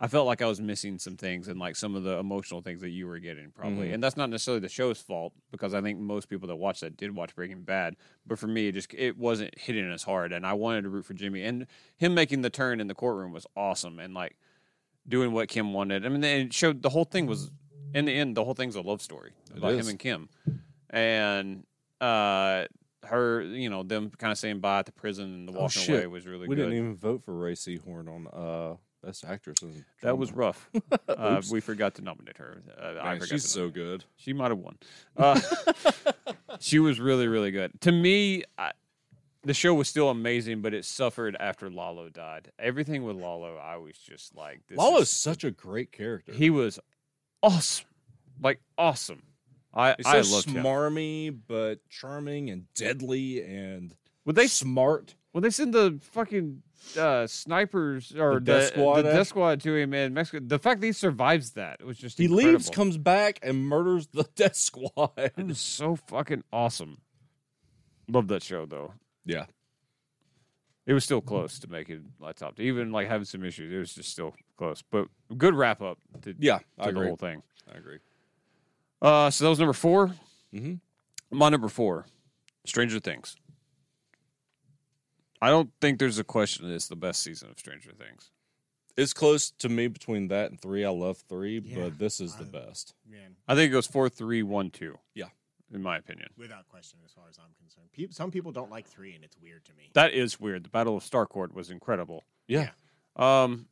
I felt like I was missing some things and like some of the emotional things that you were getting probably. Mhm. And that's not necessarily the show's fault because I think most people that watch that did watch Breaking Bad, but for me, it just it wasn't hitting as hard. And I wanted to root for Jimmy, and him making the turn in the courtroom was awesome. And like doing what Kim wanted. I mean, and it showed the whole thing was in the end. The whole thing's a love story about him is. and Kim, and uh, her. You know, them kind of saying bye at the prison and the Oh, walking shit. away was really we good. didn't even vote for Ray Seahorn on uh, best actress. In that was drama. rough. uh, Oops. we forgot to nominate her. Uh, I Man, forgot she's to so good. She might have won. Uh, she was really, really good. To me, I, the show was still amazing, but it suffered after Lalo died. Everything with Lalo, I was just like, this Lalo's is- such a great character. he was awesome, like awesome. I He's so I loved him. smarmy but charming and deadly and Would they smart. would they send the fucking uh, snipers or the, The death squad the after- death squad to him in Mexico? The fact that he survives that was just He incredible. leaves, comes back, and murders the death squad. It was so fucking awesome. Love that show though. Yeah. It was still close to making my top. Even like having some issues, it was just still close. But good wrap up to, Yeah, I to the agree. whole thing. I agree. Uh, so that was number 4 Mhm. My number four, Stranger Things. I don't think there's a question that it's the best season of Stranger Things. It's close to me between that and three. I love three, Yeah, but this is the I- best. Man, I think it goes four, three, one, two. Yeah. in my opinion. without question, as far as I'm concerned. Peop some people don't like three, and it's weird to me. That is weird. The Battle of Starcourt was incredible. Yeah. Um,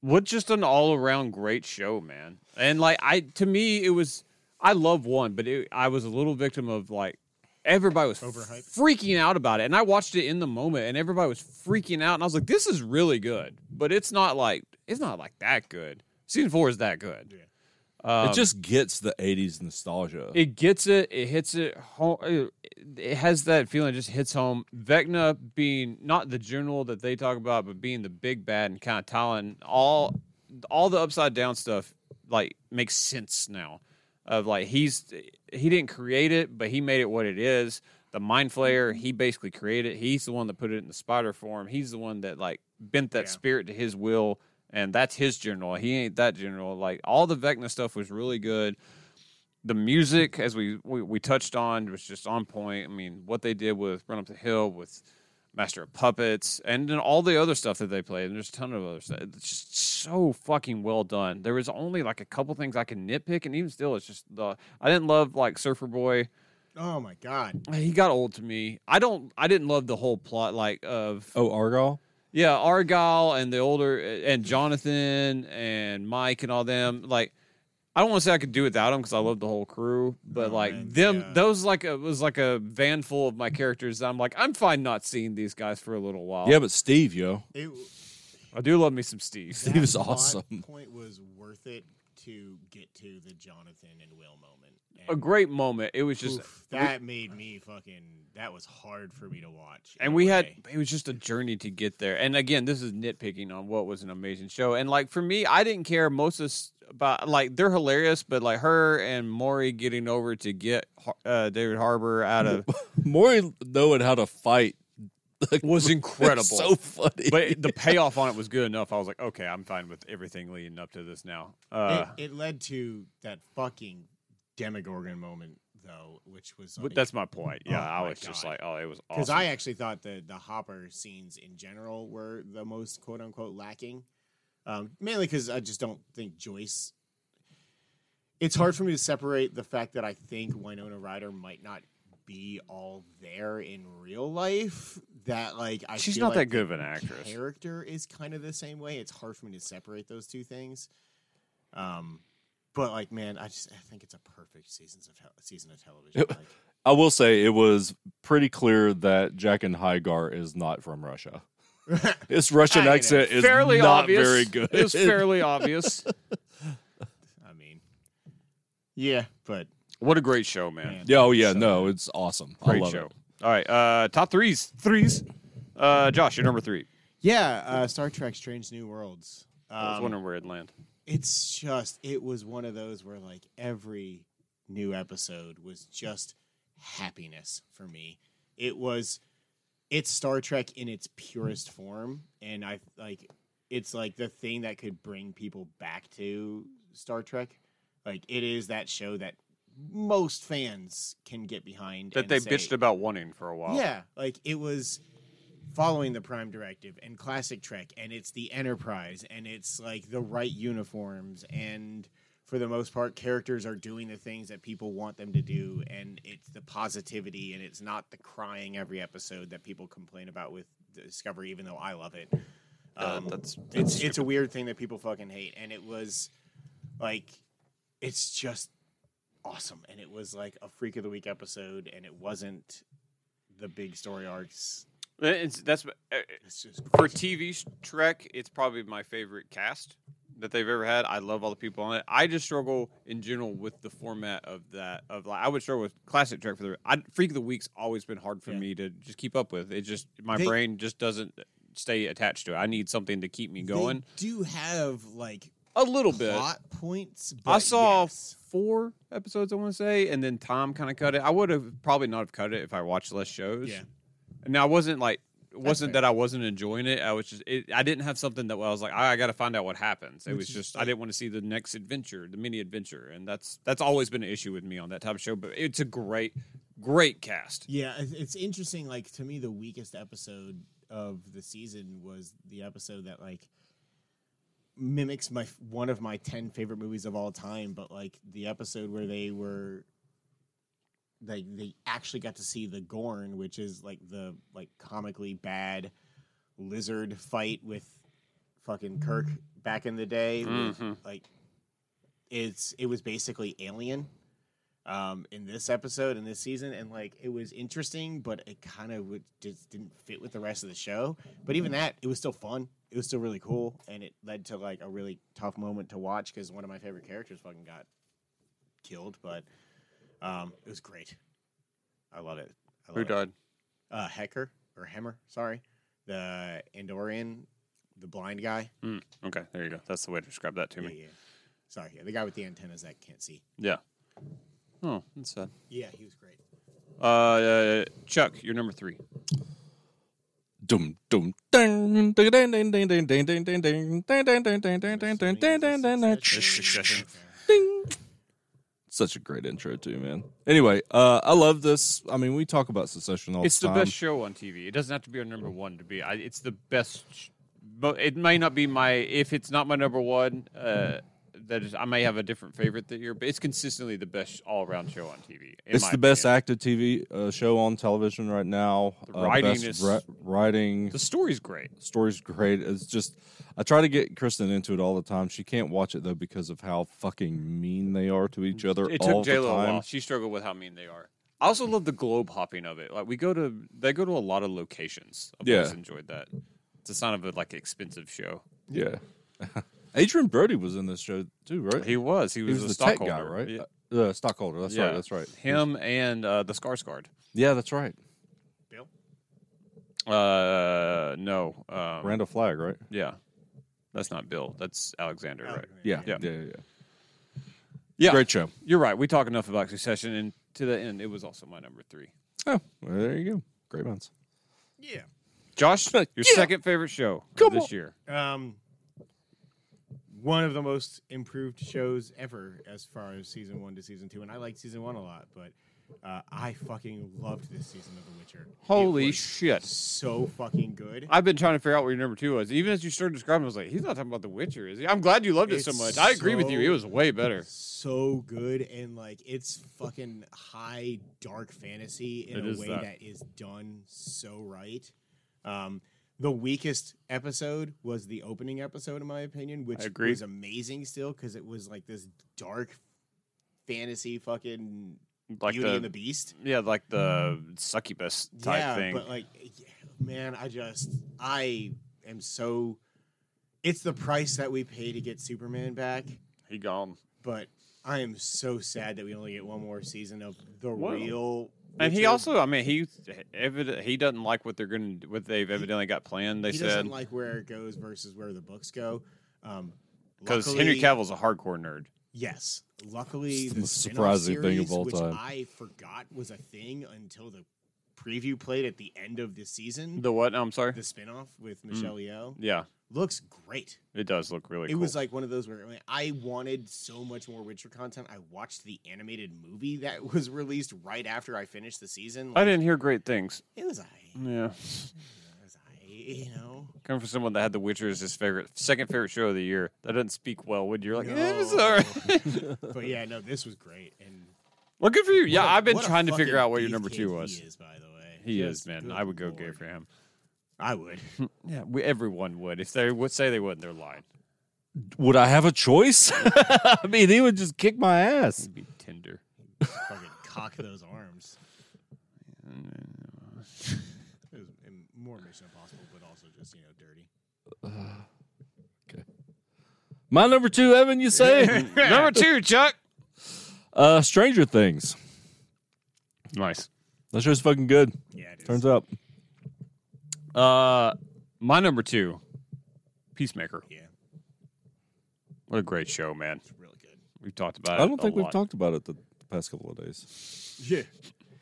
what just an all around great show, man. And like I, to me, it was. I love one, but it, I was a little victim of like everybody was Overhype. freaking out about it, and I watched it in the moment, and everybody was freaking out, and I was like, "This is really good," but it's not like it's not like that good. Season four is that good. Yeah. Um, it just gets the 80s nostalgia. it gets it. It hits it home. It has that feeling. It just hits home. Vecna being not the general that they talk about, but being the big bad and kind of telling all all the upside down stuff like makes sense now. Of like he's he didn't create it, but he made it what it is. The mind flayer he basically created. it. He's the one that put it in the spider form. He's the one that like bent that Yeah. spirit to his will, and that's his general. He ain't that general. Like all the Vecna stuff was really good the music as we, we we touched on was just on point i mean what they did with run up the hill with master of puppets and then all the other stuff that they played and there's a ton of other stuff it's just so fucking well done there was only like a couple things i can nitpick and even still it's just the i didn't love like surfer boy Oh my god! he got old to me i don't i didn't love the whole plot like of oh, Argyle? yeah, Argyle and the older and Jonathan and Mike and all them. Like, I don't want to say I could do without them because I love the whole crew, but Oh, like man, them, yeah. those like a, was like a van full of my characters. that I'm like, I'm fine not seeing these guys for a little while. Yeah, but Steve, yo. It, I do love me some Steve. Steve that is plot awesome. Point was worth it to get to the Jonathan and Will moment. And A great moment. It was just, oof, that made me fucking. That was hard for me to watch. in and a we had way. it was just a journey to get there. And again, this is nitpicking on what was an amazing show. And like for me, I didn't care most of s- about like they're hilarious, but like her and Maury getting over to get Har- uh, David Harbor out of Maury knowing how to fight was incredible. It's so funny. but the payoff on it was good enough. I was like, okay, I'm fine with everything leading up to this now. Uh, it, it led to that fucking Demogorgon moment though, which was but like, that's my point. Yeah, Oh, I my was just God. like, oh, it was because awesome. I actually thought the the Hopper scenes in general were the most quote unquote lacking, um, mainly because I just don't think Joyce. It's hard for me to separate the fact that I think Winona Ryder might not be all there in real life. That like I She's feel not that like good of an actress. character is kind of the same way. It's hard for me to separate those two things. Um, but like, man, I just I think it's a perfect seasons of te- season of television. Yep. Like, I will say it was pretty clear that Jack and Hygar is not from Russia. His I Russian mean, accent is fairly not obvious. very good. It was fairly obvious. I mean, yeah, but What a great show, man. Man. Yeah, oh yeah, So- no, it's awesome. I Great love show. it. All right, uh, top threes, threes. Uh, Josh, you're number three. yeah, uh, Star Trek: Strange New Worlds. I was Um, wondering where it'd land. it's just it was one of those where like every new episode was just happiness for me it was it's star trek in its purest form and i like it's like the thing that could bring people back to star trek like it is that show that most fans can get behind That and they say, bitched about wanting for a while. yeah, like it was following the prime directive and classic Trek and it's the Enterprise and it's like the right uniforms and for the most part characters are doing the things that people want them to do and it's the positivity and it's not the crying every episode that people complain about with Discovery even though I love it. Uh, Um, that's, that's it's it's a weird thing that people fucking hate and it was like it's just awesome and it was like a freak of the week episode and it wasn't the big story arcs it's, that's uh, it's just for TV sh- Trek, it's probably my favorite cast that they've ever had. I love all the people on it. I just struggle in general with the format of that. Of like, I would struggle with classic Trek for the I, Freak of the Week's always been hard for Yeah. me to just keep up with. It just my They- brain just doesn't stay attached to it. I need something to keep me going They do have like a little bit. plot points but I saw yes. four episodes, I want to say, and then Tom kind of cut it. I would have probably not have cut it if I watched less shows. Yeah. Now I wasn't like it wasn't fair. that I wasn't enjoying it. I was just it, I didn't have something that I was like I, I got to find out what happens. It Which was is just I like- didn't want to see the next adventure, the mini adventure, and that's that's always been an issue with me on that type of show. But it's a great, great cast. yeah it- it's interesting like to me the weakest episode of the season was the episode that like mimics my one of my 10 favorite movies of all time but like the episode where they were they they actually got to see the Gorn, which is like the like comically bad lizard fight with fucking Kirk back in the day. with, like it's it was basically Alien um, in this episode in this season, and like it was interesting, but it kind of would, just didn't fit with the rest of the show. But even that, it was still fun. It was still really cool, and it led to like a really tough moment to watch because one of my favorite characters fucking got killed. But um, it was great. I love it. I love Who it. died? Uh, Hecker or Hemmer? Sorry, the Andorian, the blind guy. Mm, okay, there you go. That's the way to describe that to Yeah, me. yeah. Sorry, yeah, the guy with the antennas that can't see. Yeah. Oh, that's sad. Yeah, he was great. Uh, uh, Chuck, you're number three. Dum dum ding ding ding ding ding ding ding ding ding ding ding ding ding ding ding ding ding ding ding ding ding Succession. ding. Such a great intro too, man. Anyway, uh, I love this. I mean, we talk about Secession all It's the Mm. the time. best show on TV. It doesn't have to be our number one to be. I, it's the best. sh- But it may not be my. If it's not my number one, uh, that is, I may have a different favorite that year. But it's consistently the best all around show on TV. in It's my the best opinion. active TV uh, show on television right now. The Uh, writing best is- ri- writing. The story's great. story's great. It's just I try to get Kristen into it all the time. She can't watch it though because of how fucking mean they are to each other It all took J the Lo a time. while. She struggled with how mean they are. I also love the globe hopping of it. Like we go to, they go to a lot of locations. I've Yeah. always enjoyed that. It's a sign of a like expensive show. Yeah. Adrian Brody was in this show too, right? He was. He He was, was a the tech stockholder, guy, right? Yeah, Uh, uh, stockholder. That's Yeah. right. That's right. Him and uh, the Skarsgård. Yeah, that's right. Bill. Uh, no. Um, Randall Flagg, right? Yeah, that's not Bill. That's Alexander, Oh, right? Yeah. Yeah. Yeah. Yeah. yeah. Yeah, Great show. you're right. We talk enough about Succession, and to the end, it was also my number three. Oh, well, there you go. Great minds. Yeah. Josh, your second favorite show of Come this on. year. Um, one of the most improved shows ever as far as season one to season two, and I liked season one a lot, but uh, I fucking loved this season of The Witcher. It Holy was shit! So fucking good. I've been trying to figure out what your number two was. Even as you started describing, I was like, he's not talking about The Witcher, is he? I'm glad you loved it so much. It's I agree with you. so- It was way better. so good and like it's fucking high dark fantasy in It a is way that. that is done so right. Um, the weakest episode was the opening episode, in my opinion, which agree. was amazing still because it was like this dark fantasy fucking Like Beauty the, and the Beast yeah, like the succubus type thing. but like, yeah, man, I just I am so. It's the price that we pay to get Superman back. he gone, but I am so sad that we only get one more season of the Well, real. and he Witcher. also, I mean, he evident, he doesn't like what they're gonna, what they've evidently got planned. They he said doesn't like where it goes versus where the books go. Um, because luckily- Henry Cavill's a hardcore nerd. yes, luckily It's the the surprising surprising series, thing of all which time. I forgot was a thing until the preview played at the end of this season. The Mm. what? I'm sorry. The spinoff with Michelle Yeoh yeah, looks great. it does look really. It cool. was like one of those where I, mean, I wanted so much more Witcher content. I watched the animated movie that was released right after I finished the season. I Like, didn't hear great things. it was I. Yeah, As I, you know, coming from someone that had The Witcher as his favorite, second favorite show of the year, that doesn't speak well. Would you? You're like, eh, it's all right. but yeah, no, this was great. And well, good for you. Yeah, what a- I've been what a trying to figure fucking out what your beef number kid two was. He is, by the way, He is, Just man. good I would go gay lord. for him. I would. Yeah, we, everyone would. If they would say they wouldn't, they're lying. Would I have a choice? I mean, he would just kick my ass. It'd be Tinder. fucking cock those arms. It was and more Mission Impossible, but also just you know dirty. My number two, Evan, you say? number two, Chuck. uh, Stranger Things. Nice. That show's fucking good. Yeah, it is. Turns out. Uh, my number two, Peacemaker. yeah, What a great show, man. it's really good. We've talked about it. I don't a think we've lot. talked about it the past couple of days. Yeah,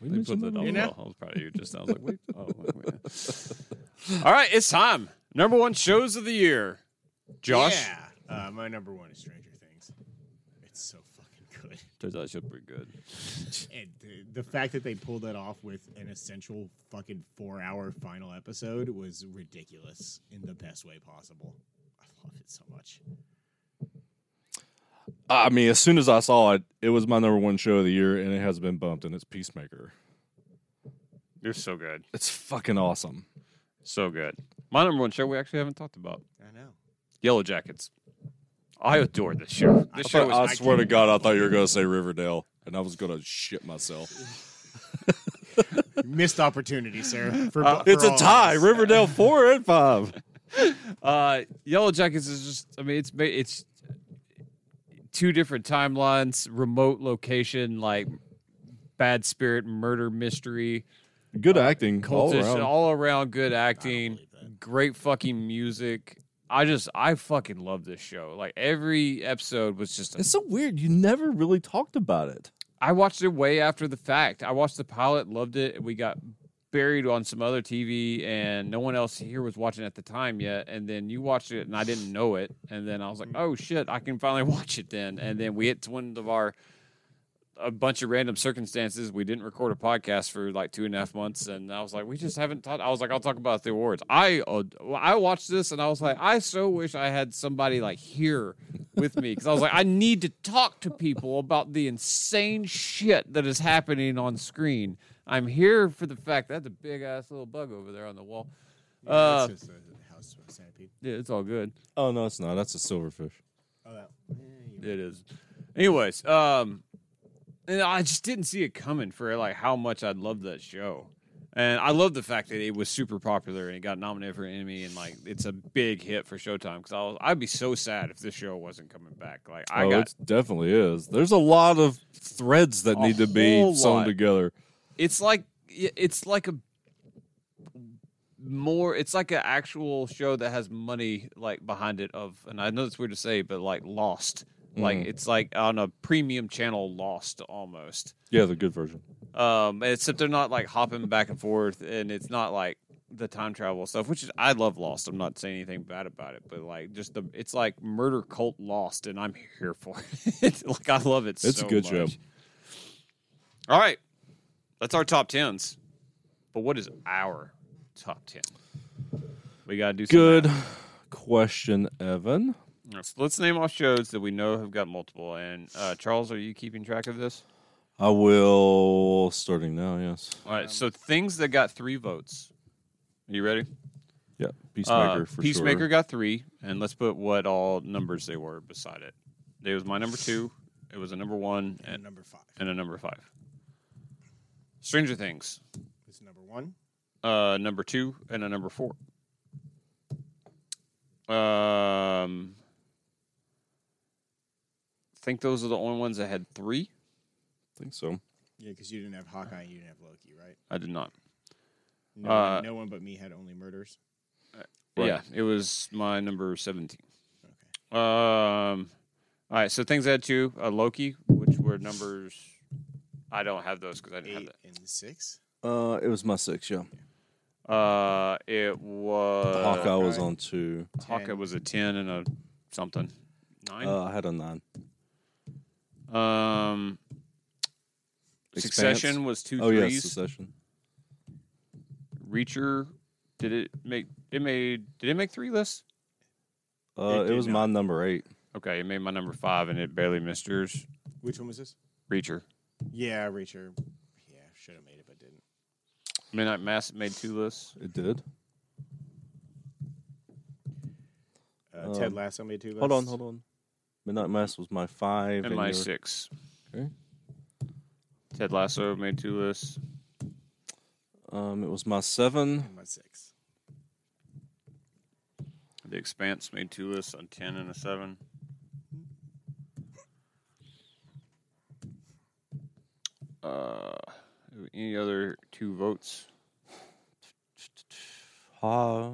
We They mentioned put that that on. on- I was proud of you just now. I was like, wait. Oh, wait, wait. All right, it's time. Number one shows of the year. Josh. Yeah, uh, my number one is Stranger Things. It's so fucking good. Turns out that show's pretty good. And the, the fact that they pulled that off with an essential fucking four hour final episode was ridiculous in the best way possible. I love it so much. I mean, as soon as I saw it, it was my number one show of the year, and it has been bumped, and it's Peacemaker. You're so good. It's fucking awesome. So good. My number one show we actually haven't talked about I know. Yellow Jackets. I adore this show. This I, show thought- was I swear to God, I thought you were going to say Riverdale, and I was going to shit myself. Missed opportunity, sir. For, for Uh, it's a all of tie. us. Riverdale four and five. Uh, Yellow Jackets is just. I mean, it's ma- it's two different timelines, remote location, like bad spirit murder mystery, Good acting. all Uh, cultish, all around. around, good acting, great fucking music. I just, I fucking love this show. Like every episode was just. A, It's so weird. You never really talked about it. I watched it way after the fact. I watched the pilot, loved it. and We got buried on some other TV, and no one else here was watching at the time yet. And then you watched it, and I didn't know it. And then I was like, "Oh shit, I can finally watch it." Then, and then we hit to one of our a bunch of random circumstances. We didn't record a podcast for like two and a half months, and I was like, "We just haven't talked." I was like, "I'll talk about the awards." I uh, I watched this, and I was like, "I so wish I had somebody like here with me," because I was like, "I need to talk to people about the insane shit that is happening on screen." I'm here for the fact that's a big ass little bug over there on the wall. Yeah, Uh, that's just a house centipede. Yeah, it's all good. Oh no, it's not. That's a silverfish. Oh, that. It is. Anyways, um, and I just didn't see it coming for like how much I loved that show, and I love the fact that it was super popular and it got nominated for an Emmy and like it's a big hit for Showtime because I was I'd be so sad if this show wasn't coming back. Like I oh, got it definitely is. There's a lot of threads that A need to be whole sewn lot. together. it's like it's like a more it's like an actual show that has money like behind it of and i know it's weird to say but like lost like Mhm. it's like on a premium channel lost almost Yeah, the good version. Um, except they're not like hopping back and forth, and it's not like the time travel stuff, which is I love Lost. I'm not saying anything bad about it, but like just the it's like murder cult Lost, and I'm here for it. like I love it. It's a so good much. show. All right, that's our top tens. But what is our top ten? We gotta do some Good math. question, Evan. Let's, let's name off shows that we know have got multiple. And uh, Charles, are you keeping track of this? I will starting now. Yes. All right. so things that got three votes. Are you ready? Yeah. Uh, Peacemaker for Peacemaker sure. got three, and let's put what all numbers they were beside it. It was my number two. It was a number one And and, number five and a number five. Stranger Things, is number one. uh, number two and a number four. Um, think those are the only ones that had three. I think so. Yeah, because you didn't have Hawkeye, and you didn't have Loki, right? I did not. No, Uh, no one but me had only murders. Right. Yeah, it was my number seventeen. Okay. Um. All right. So things I had two. Uh, Loki, which were numbers. I don't have those because I didn't Eight have and six. Uh, it was my six. Yeah. that. Uh, it was Hawkeye was okay. on two. Hawkeye Ten. was a ten and a something nine. Uh, I had a nine. um. Uh, Expanse. Succession was two Oh threes. yes, Succession. Reacher. Did it make it made did it make three lists? Uh, It it, did was not. my number eight. Okay, it made my number five and it barely missed yours. Which one was this? Reacher. Yeah, Reacher. Yeah, should have made it, but didn't. Midnight Mass made two lists. It did. Uh, Ted Um, Lasso made two. Hold on, hold on. Midnight Mass was my five. And my your- six. Okay. Ted Lasso made two lists. Um, it was my seven. My six. The Expanse made two lists on ten and a seven. Uh, any other two votes? Uh,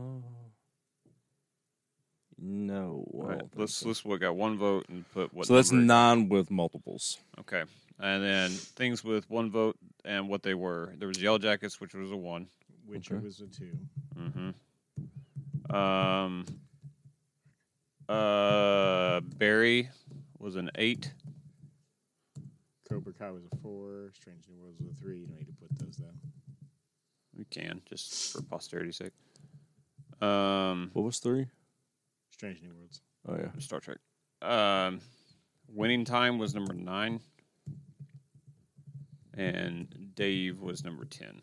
no. I All right, don't think let's so. let's what got one vote and put what. so that's number it- nine with multiples. okay. And then things with one vote and what they were. There was Yellow Jackets, which was a one. Witcher Okay. was a two. Mm-hmm. Um. Uh, Barry was an eight. Cobra Kai was a four. Strange New Worlds was a three. You don't need to put those down. We can just for posterity's sake. Um, What was three? Strange New Worlds. Oh yeah. Star Trek. Um, Winning Time was number nine, and Dave was number ten.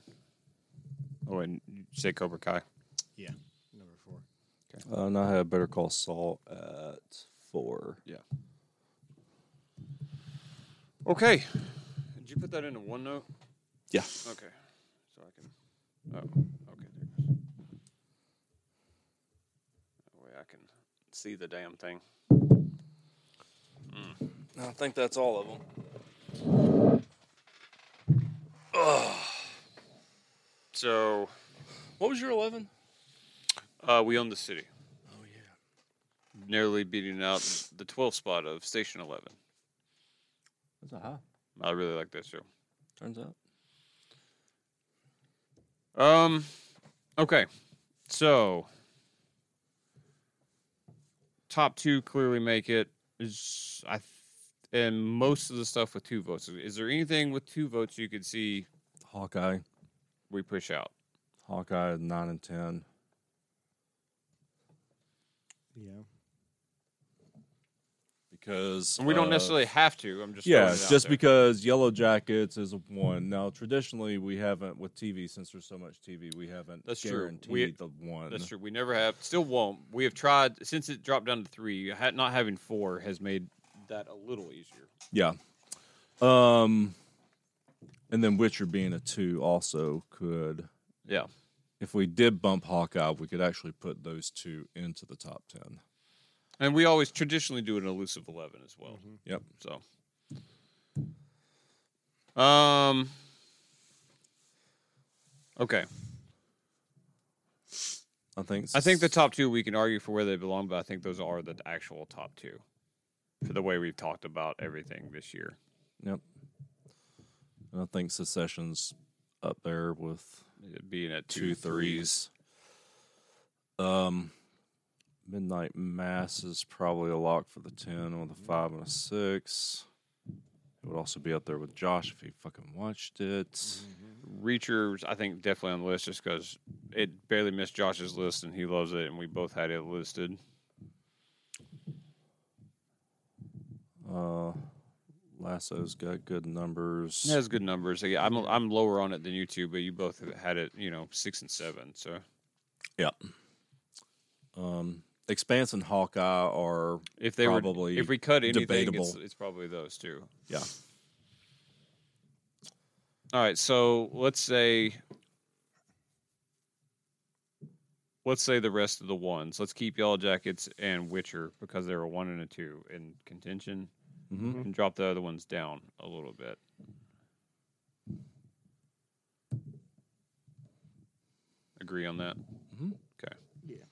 Oh, and you say Cobra Kai. Yeah, number four. Uh, and I had Better Call Saul at four. Okay. Did you put that into OneNote? Yeah. Okay. So I can. Oh, okay. There it goes. That way I can see the damn thing. I think that's all of them. So What was your eleven? uh, we own the city, Oh yeah. narrowly beating out the 12th spot of Station 11. That's a high. I really like that show. Turns out. Um, okay. So, top two clearly make it. Is I th- and most of the stuff with two votes. Is there anything with two votes you could see Hawkeye. we push out? Hawkeye at nine and ten. Yeah. Because And we don't uh, necessarily have to. I'm just Yeah, throwing it out just there. because Yellow Jackets is one. Now, traditionally, we haven't with TV since there's so much TV, we haven't That's true. guaranteed We- the one. that's true. We never have, still won't. We have tried since it dropped down to three. ha- Not having four has made that a little easier. Yeah. Um, and then Witcher being a two also could, Yeah. if we did bump Hawkeye, we could actually put those two into the top ten. And we always traditionally do an elusive eleven as well. Yep. So, um, okay. I think. I think the top two we can argue for where they belong, but I think those are the actual top two for the way we've talked about everything this year. Yep. And I think Secession's up there with It being at two threes. Um, Midnight Mass is probably a lock for the ten with a five and a six. It would also be up there with Josh if he fucking watched it. Reacher's, I think, definitely on the list just because it barely missed Josh's list and he loves it, and we both had it listed. Uh, Lasso's got good numbers. It has good numbers. Yeah, I'm I'm lower on it than you two, but you both had it, you know, six and seven. So Yep. Um, Expanse and Hawkeye are If they Probably were, if we cut anything, it's, debatable. it's probably those two. yeah. All right, so let's say, let's say the rest of the ones. Let's keep Yellow Jackets and Witcher because they were one and a two in contention, Mhm. and drop the other ones down a little bit. Agree on that? Mhm. Okay. Yeah.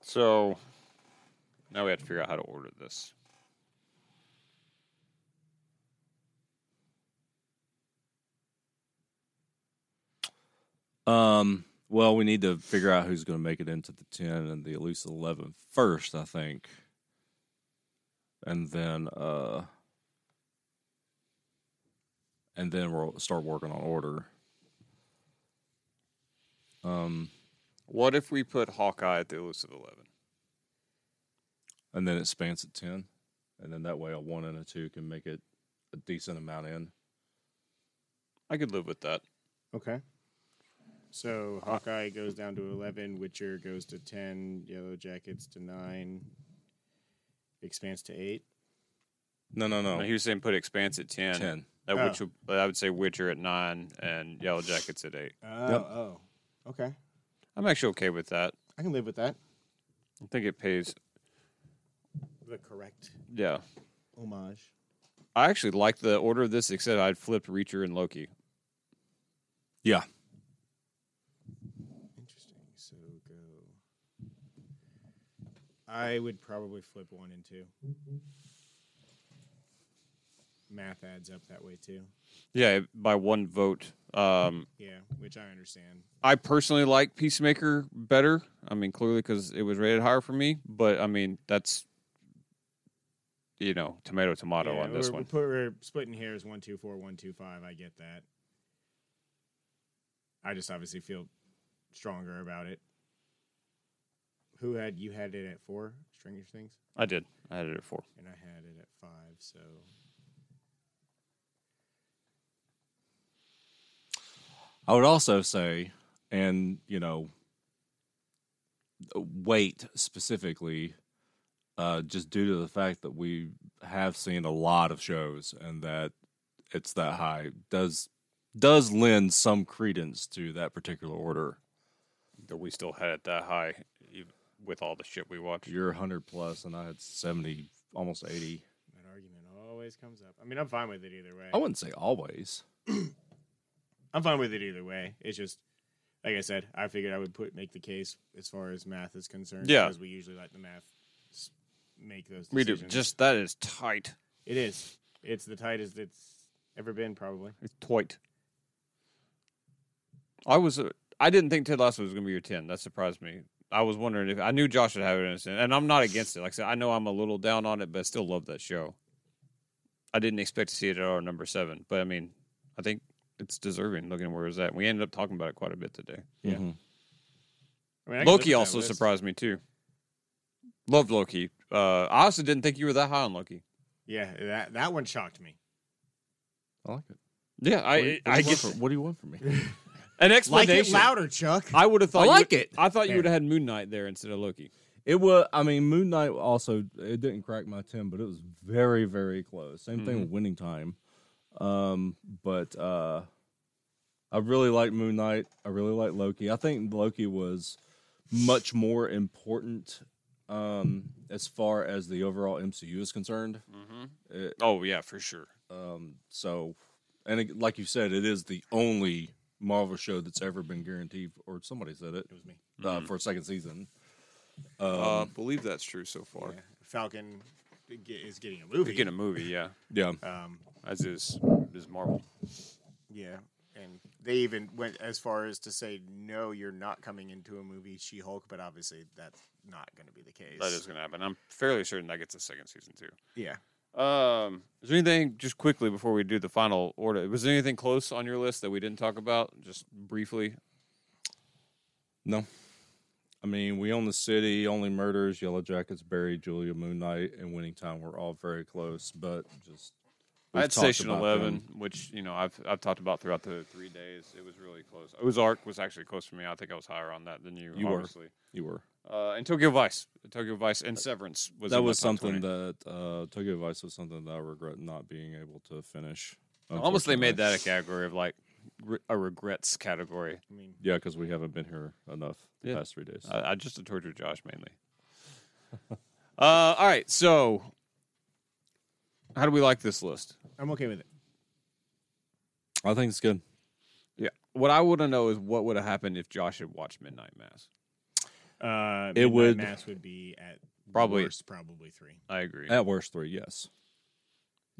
So now we have to figure out how to order this. Um, well, we need to figure out who's going to make it into the 10 and the at least 11 first, I think. And then, uh, and then we'll start working on order. Um, What if we put Hawkeye at the elusive eleven? and then it spans at 10. And then that way a one and a two can make it a decent amount in. I could live with that. Okay. So Hawkeye goes down to eleven. Witcher goes to ten. Yellow Jackets to nine. Expanse to eight. No, no, no. No, He was saying put Expanse at ten. 10. That Oh. which would, I would say Witcher at nine and Yellow Jackets at eight. Oh, oh, okay. I'm actually okay with that. I can live with that. I think it pays. The correct Yeah, homage. I actually like the order of this, except I'd flipped Reacher and Loki. Yeah. Interesting. So go. I would probably flip one and two. Math adds up that way too. Yeah, by one vote. Um, Yeah, which I understand. I personally like Peacemaker better. I mean, clearly because it was rated higher for me, but I mean that's you know, tomato tomato Yeah, on this we're, one. We're, put- we're splitting hairs one two four one two five. I get that. I just obviously feel stronger about it. Who had you had it at four? Stranger Things, I did. I had it at four. and I had it at five. So I would also say, and you know, weight specifically, uh, just due to the fact that we have seen a lot of shows and that it's that high does does lend some credence to that particular order. That we still had it that high ev- with all the shit we watched. You're 100 plus, and I had 70, almost 80. that argument always comes up. I mean, I'm fine with it either way. I wouldn't say always. I'm fine with it either way. It's just like I said, I figured I would put make the case as far as math is concerned. Yeah. because we usually let the math s- make those. We do. decisions. Just that is tight. it is. It's the tightest it's ever been, probably. It's tight. I was. Uh, I didn't think Ted Lasso was going to be your ten. That surprised me. I was wondering if I knew Josh would have it in his 10, and I'm not against it. Like I said, I know I'm a little down on it, but I still love that show. I didn't expect to see it at our number seven, but I mean, I think it's deserving looking where it's at. We ended up talking about it quite a bit today. Yeah. Mhm. I mean, I can live with Loki that also list. surprised me too. Loved Loki. Uh, I also didn't think you were that high on Loki. Yeah, that that one shocked me. I like it. Yeah, I What do you- what I do you want get from- what do you want from me? an Like it explanation. louder, Chuck. I would have thought. I you like would- it. I thought you Yeah. would have had Moon Knight there instead of Loki. It was. I mean, Moon Knight also it didn't crack my ten, but it was very, very close. Same Mm-hmm. thing with Winning Time. Um, but uh, I really like Moon Knight. I really like Loki. I think Loki was much more important um, as far as the overall MCU is concerned. Mm-hmm. Oh yeah, for sure. Um, so, and it, like you said, it is the only Marvel show that's ever been guaranteed, or somebody said it, It was Mm-hmm. me. uh, for a second season. uh, Um, believe that's true so far. Yeah. Falcon ge- is getting a movie. We get a movie, yeah. Yeah. um, As is is Marvel. yeah, and they even went as far as to say, "No, you're not coming into a movie, She Hulk." But obviously, that's not going to be the case. That is going to happen. I'm fairly certain that gets a second season too. Yeah. Um, is there anything just quickly before we do the final order? Was there anything close on your list that we didn't talk about? Just briefly. No. I mean, We Own the City, Only Murders, Yellow Jackets, Barry, Julia, Moon Knight, and Winning Time were all very close, but just. I we've had talked Station about Eleven, them. which you know I've I've talked about throughout the three days. It was really close. Ozark was actually close for me. I think I was higher on that than you. You were. obviously. You were. Uh, and Tokyo Vice, Tokyo Vice, and Severance was that in my was top something 20. that uh, Tokyo Vice was something that I regret not being able to finish. I Almost they made unfortunately. that a category of like re- a regrets category. I mean, Yeah, because we haven't been here enough the Yeah. Uh, past three days. I, I just to torture Josh mainly. uh, all right, so how do we like this list? I'm okay with it. I think it's good. Yeah, what I want to know is what would have happened if Josh had watched Midnight Mass. Uh, It Midnight would- Mass would be at Probably- worst, probably three. I agree At worst, three, yes.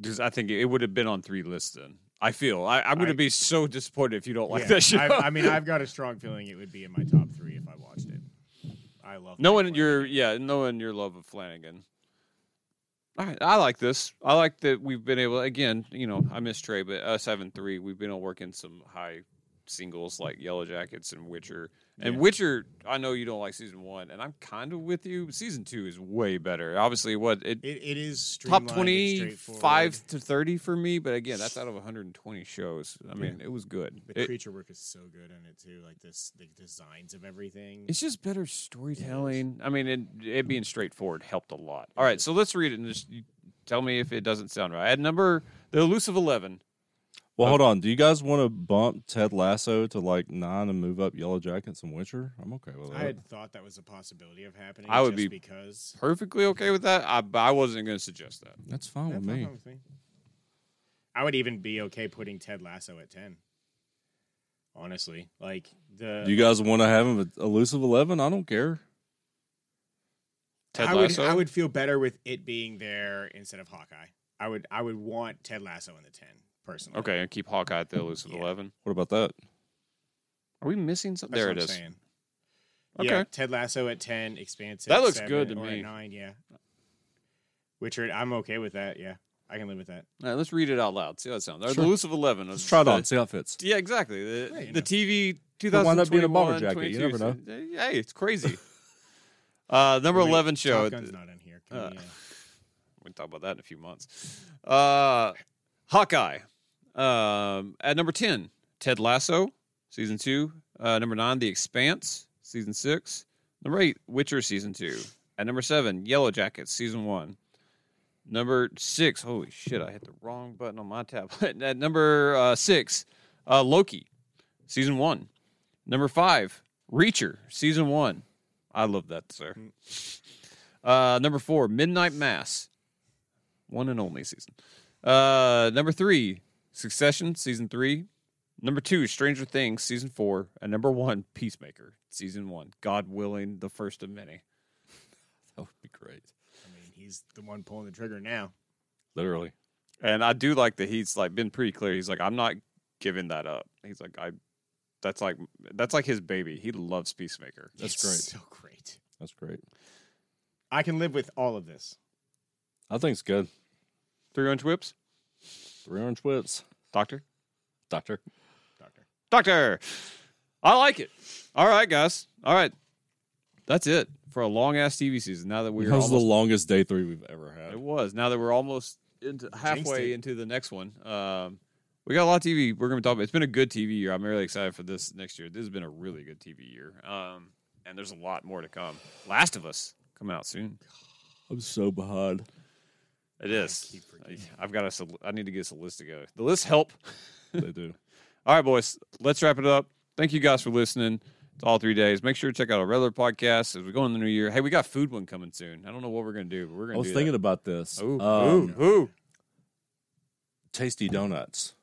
because I think it would have been on three lists. Then I feel I, I'm going to I- be so disappointed if you don't like Yeah, that show. I've- I mean, I've got a strong feeling it would be in my top three if I watched it. I love Knowing Blake your yeah, knowing your love of Flanagan. All right, I like this. I like that we've been able again. You know, I miss Trey, but us having three, we've been able to work in some high singles like Yellow Jackets and Witcher. And Witcher, I know you don't like season one, and I'm kind of with you. Season two is way better. Obviously, what it, It, it is top twenty twenty five to thirty for me, but again, that's out of 120 shows. I mean, it was good. The It- creature work is so good in it too. Like this, the designs of everything. It's just better storytelling. I mean, it, it being straightforward helped a lot. All right, so let's read it and just you tell me if it doesn't sound right. I had number the elusive eleven. Well, hold on. Do you guys want to bump Ted Lasso to like nine and move up Yellow Jackets and Witcher? I'm okay with that. I had thought that was a possibility of happening. I would just be- because. Perfectly okay with that. I but I wasn't going to suggest that. That's fine That's with me. fine with me. I would even be okay putting Ted Lasso at ten. Honestly, like the Do you guys want to have him at elusive eleven? I don't care. Ted I Lasso. would I would feel better with it being there instead of Hawkeye. I would I would want Ted Lasso in the ten personally. okay, and keep Hawkeye at the elusive Yeah. eleven. What about that? Are we missing something? That's There what it I'm is. saying. Okay. Yeah, Ted Lasso at ten, Expanse. That at looks seven, good to or at me. nine, yeah. which are I'm okay with that. Yeah, I can live with that. All right, let's read it out loud. See how it sounds. Or The Elusive 11. Let's try it on. See how it fits. Yeah, exactly. The, you the know. TV Could wind up being a 2021, bomber jacket. You 22. never know. Hey, it's crazy. uh, number Wait, 11 Top show. Gun's not in here. Can uh, we, uh, we can talk about that in a few months. Uh, Hawkeye. Um, at number 10, Ted Lasso, season two. Uh, number nine, The Expanse, season six. Number eight, Witcher, season two. At number seven, Yellow Jackets, season one. Number six, holy shit, I hit the wrong button on my tab. At number uh, six, uh, Loki, season one. Number five, Reacher, season one. I love that, sir. Uh, number four, Midnight Mass, one and only season. Uh, number three, Succession, season three. Number two, Stranger Things, season four. And number one, Peacemaker, season one. God willing, the first of many. That would be great. I mean, he's the one pulling the trigger now. Literally. And I do like that he's like been pretty clear. He's like, I'm not giving that up. He's like, I. That's like that's like his baby. He loves Peacemaker. That's It's great. So great. That's great. I can live with all of this. I think it's good. Three inch whips, Three orange whips. doctor, Doctor. Doctor. doctor. I like it. All right, guys. All right, that's it for a long ass TV season. Now that we're that was almost the longest day three we've ever had. It was. Now that we're almost into halfway it. into the next one, um, we got a lot of TV. We're going to talk about. It's been a good TV year. I'm really excited for this next year. This has been a really good TV year, um, and there's a lot more to come. Last of Us coming out soon. I'm so behind. It is. I, have got a. sol- I need to get us a list together. The list help. they do. All right, boys. Let's wrap it up. Thank you guys for listening. It's all three days. Make sure to check out our regular podcast as we go in the new year. Hey, we got food one coming soon. I don't know what we're going to do, but we're going I to. was do thinking about this. That. Ooh, Um, ooh, ooh. Tasty donuts.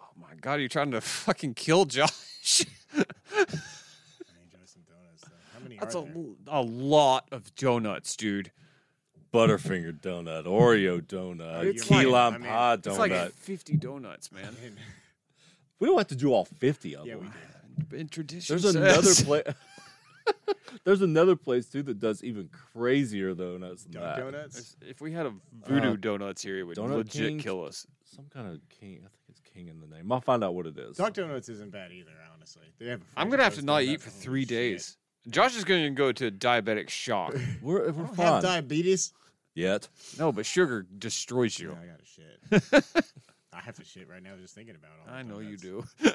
Oh my god, you're trying to fucking kill Josh. I enjoy some donuts. Though. How many That's are a, there? a lot of donuts, dude. Butterfinger donut, Oreo donut, It's key like- lime I mean, pie donut. It's like 50 donuts, man. we don't have to do all fifty of yeah, we them. do. In tradition. There's another place. There's another place too that does even crazier donuts than Dunk that. donuts. If we had a voodoo donuts here, it would Uh, Donut legit King? kill us. Some kind of king. I think it's king in the name. I'll find out what it is. Dunk donuts isn't bad either, honestly. They have. a I'm French gonna have to toast not donut. eat for Holy three shit. days. Josh is gonna go to diabetic shock. We're we're I don't have fine diabetes. yet. no, but sugar destroys you. No, I got to shit. I have to shit right now just thinking about all. the I know you donuts. do.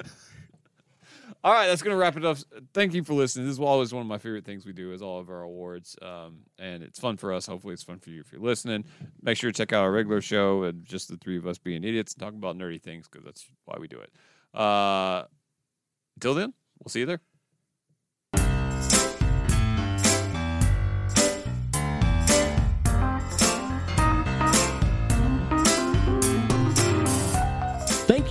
all right, that's going to wrap it up. Thank you for listening. This is always one of my favorite things we do is all of our awards, um, and it's fun for us. Hopefully, it's fun for you if you're listening. Make sure to check out our regular show and just the three of us being idiots and talking about nerdy things because that's why we do it. Uh, till then, we'll see you there. Thank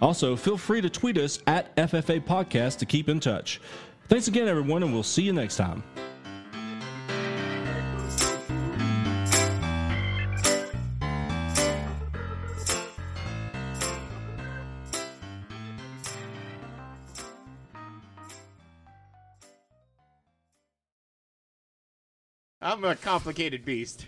Also, feel free to tweet us at FFA Podcast to keep in touch. Thanks again, everyone, and we'll see you next time. I'm a complicated beast.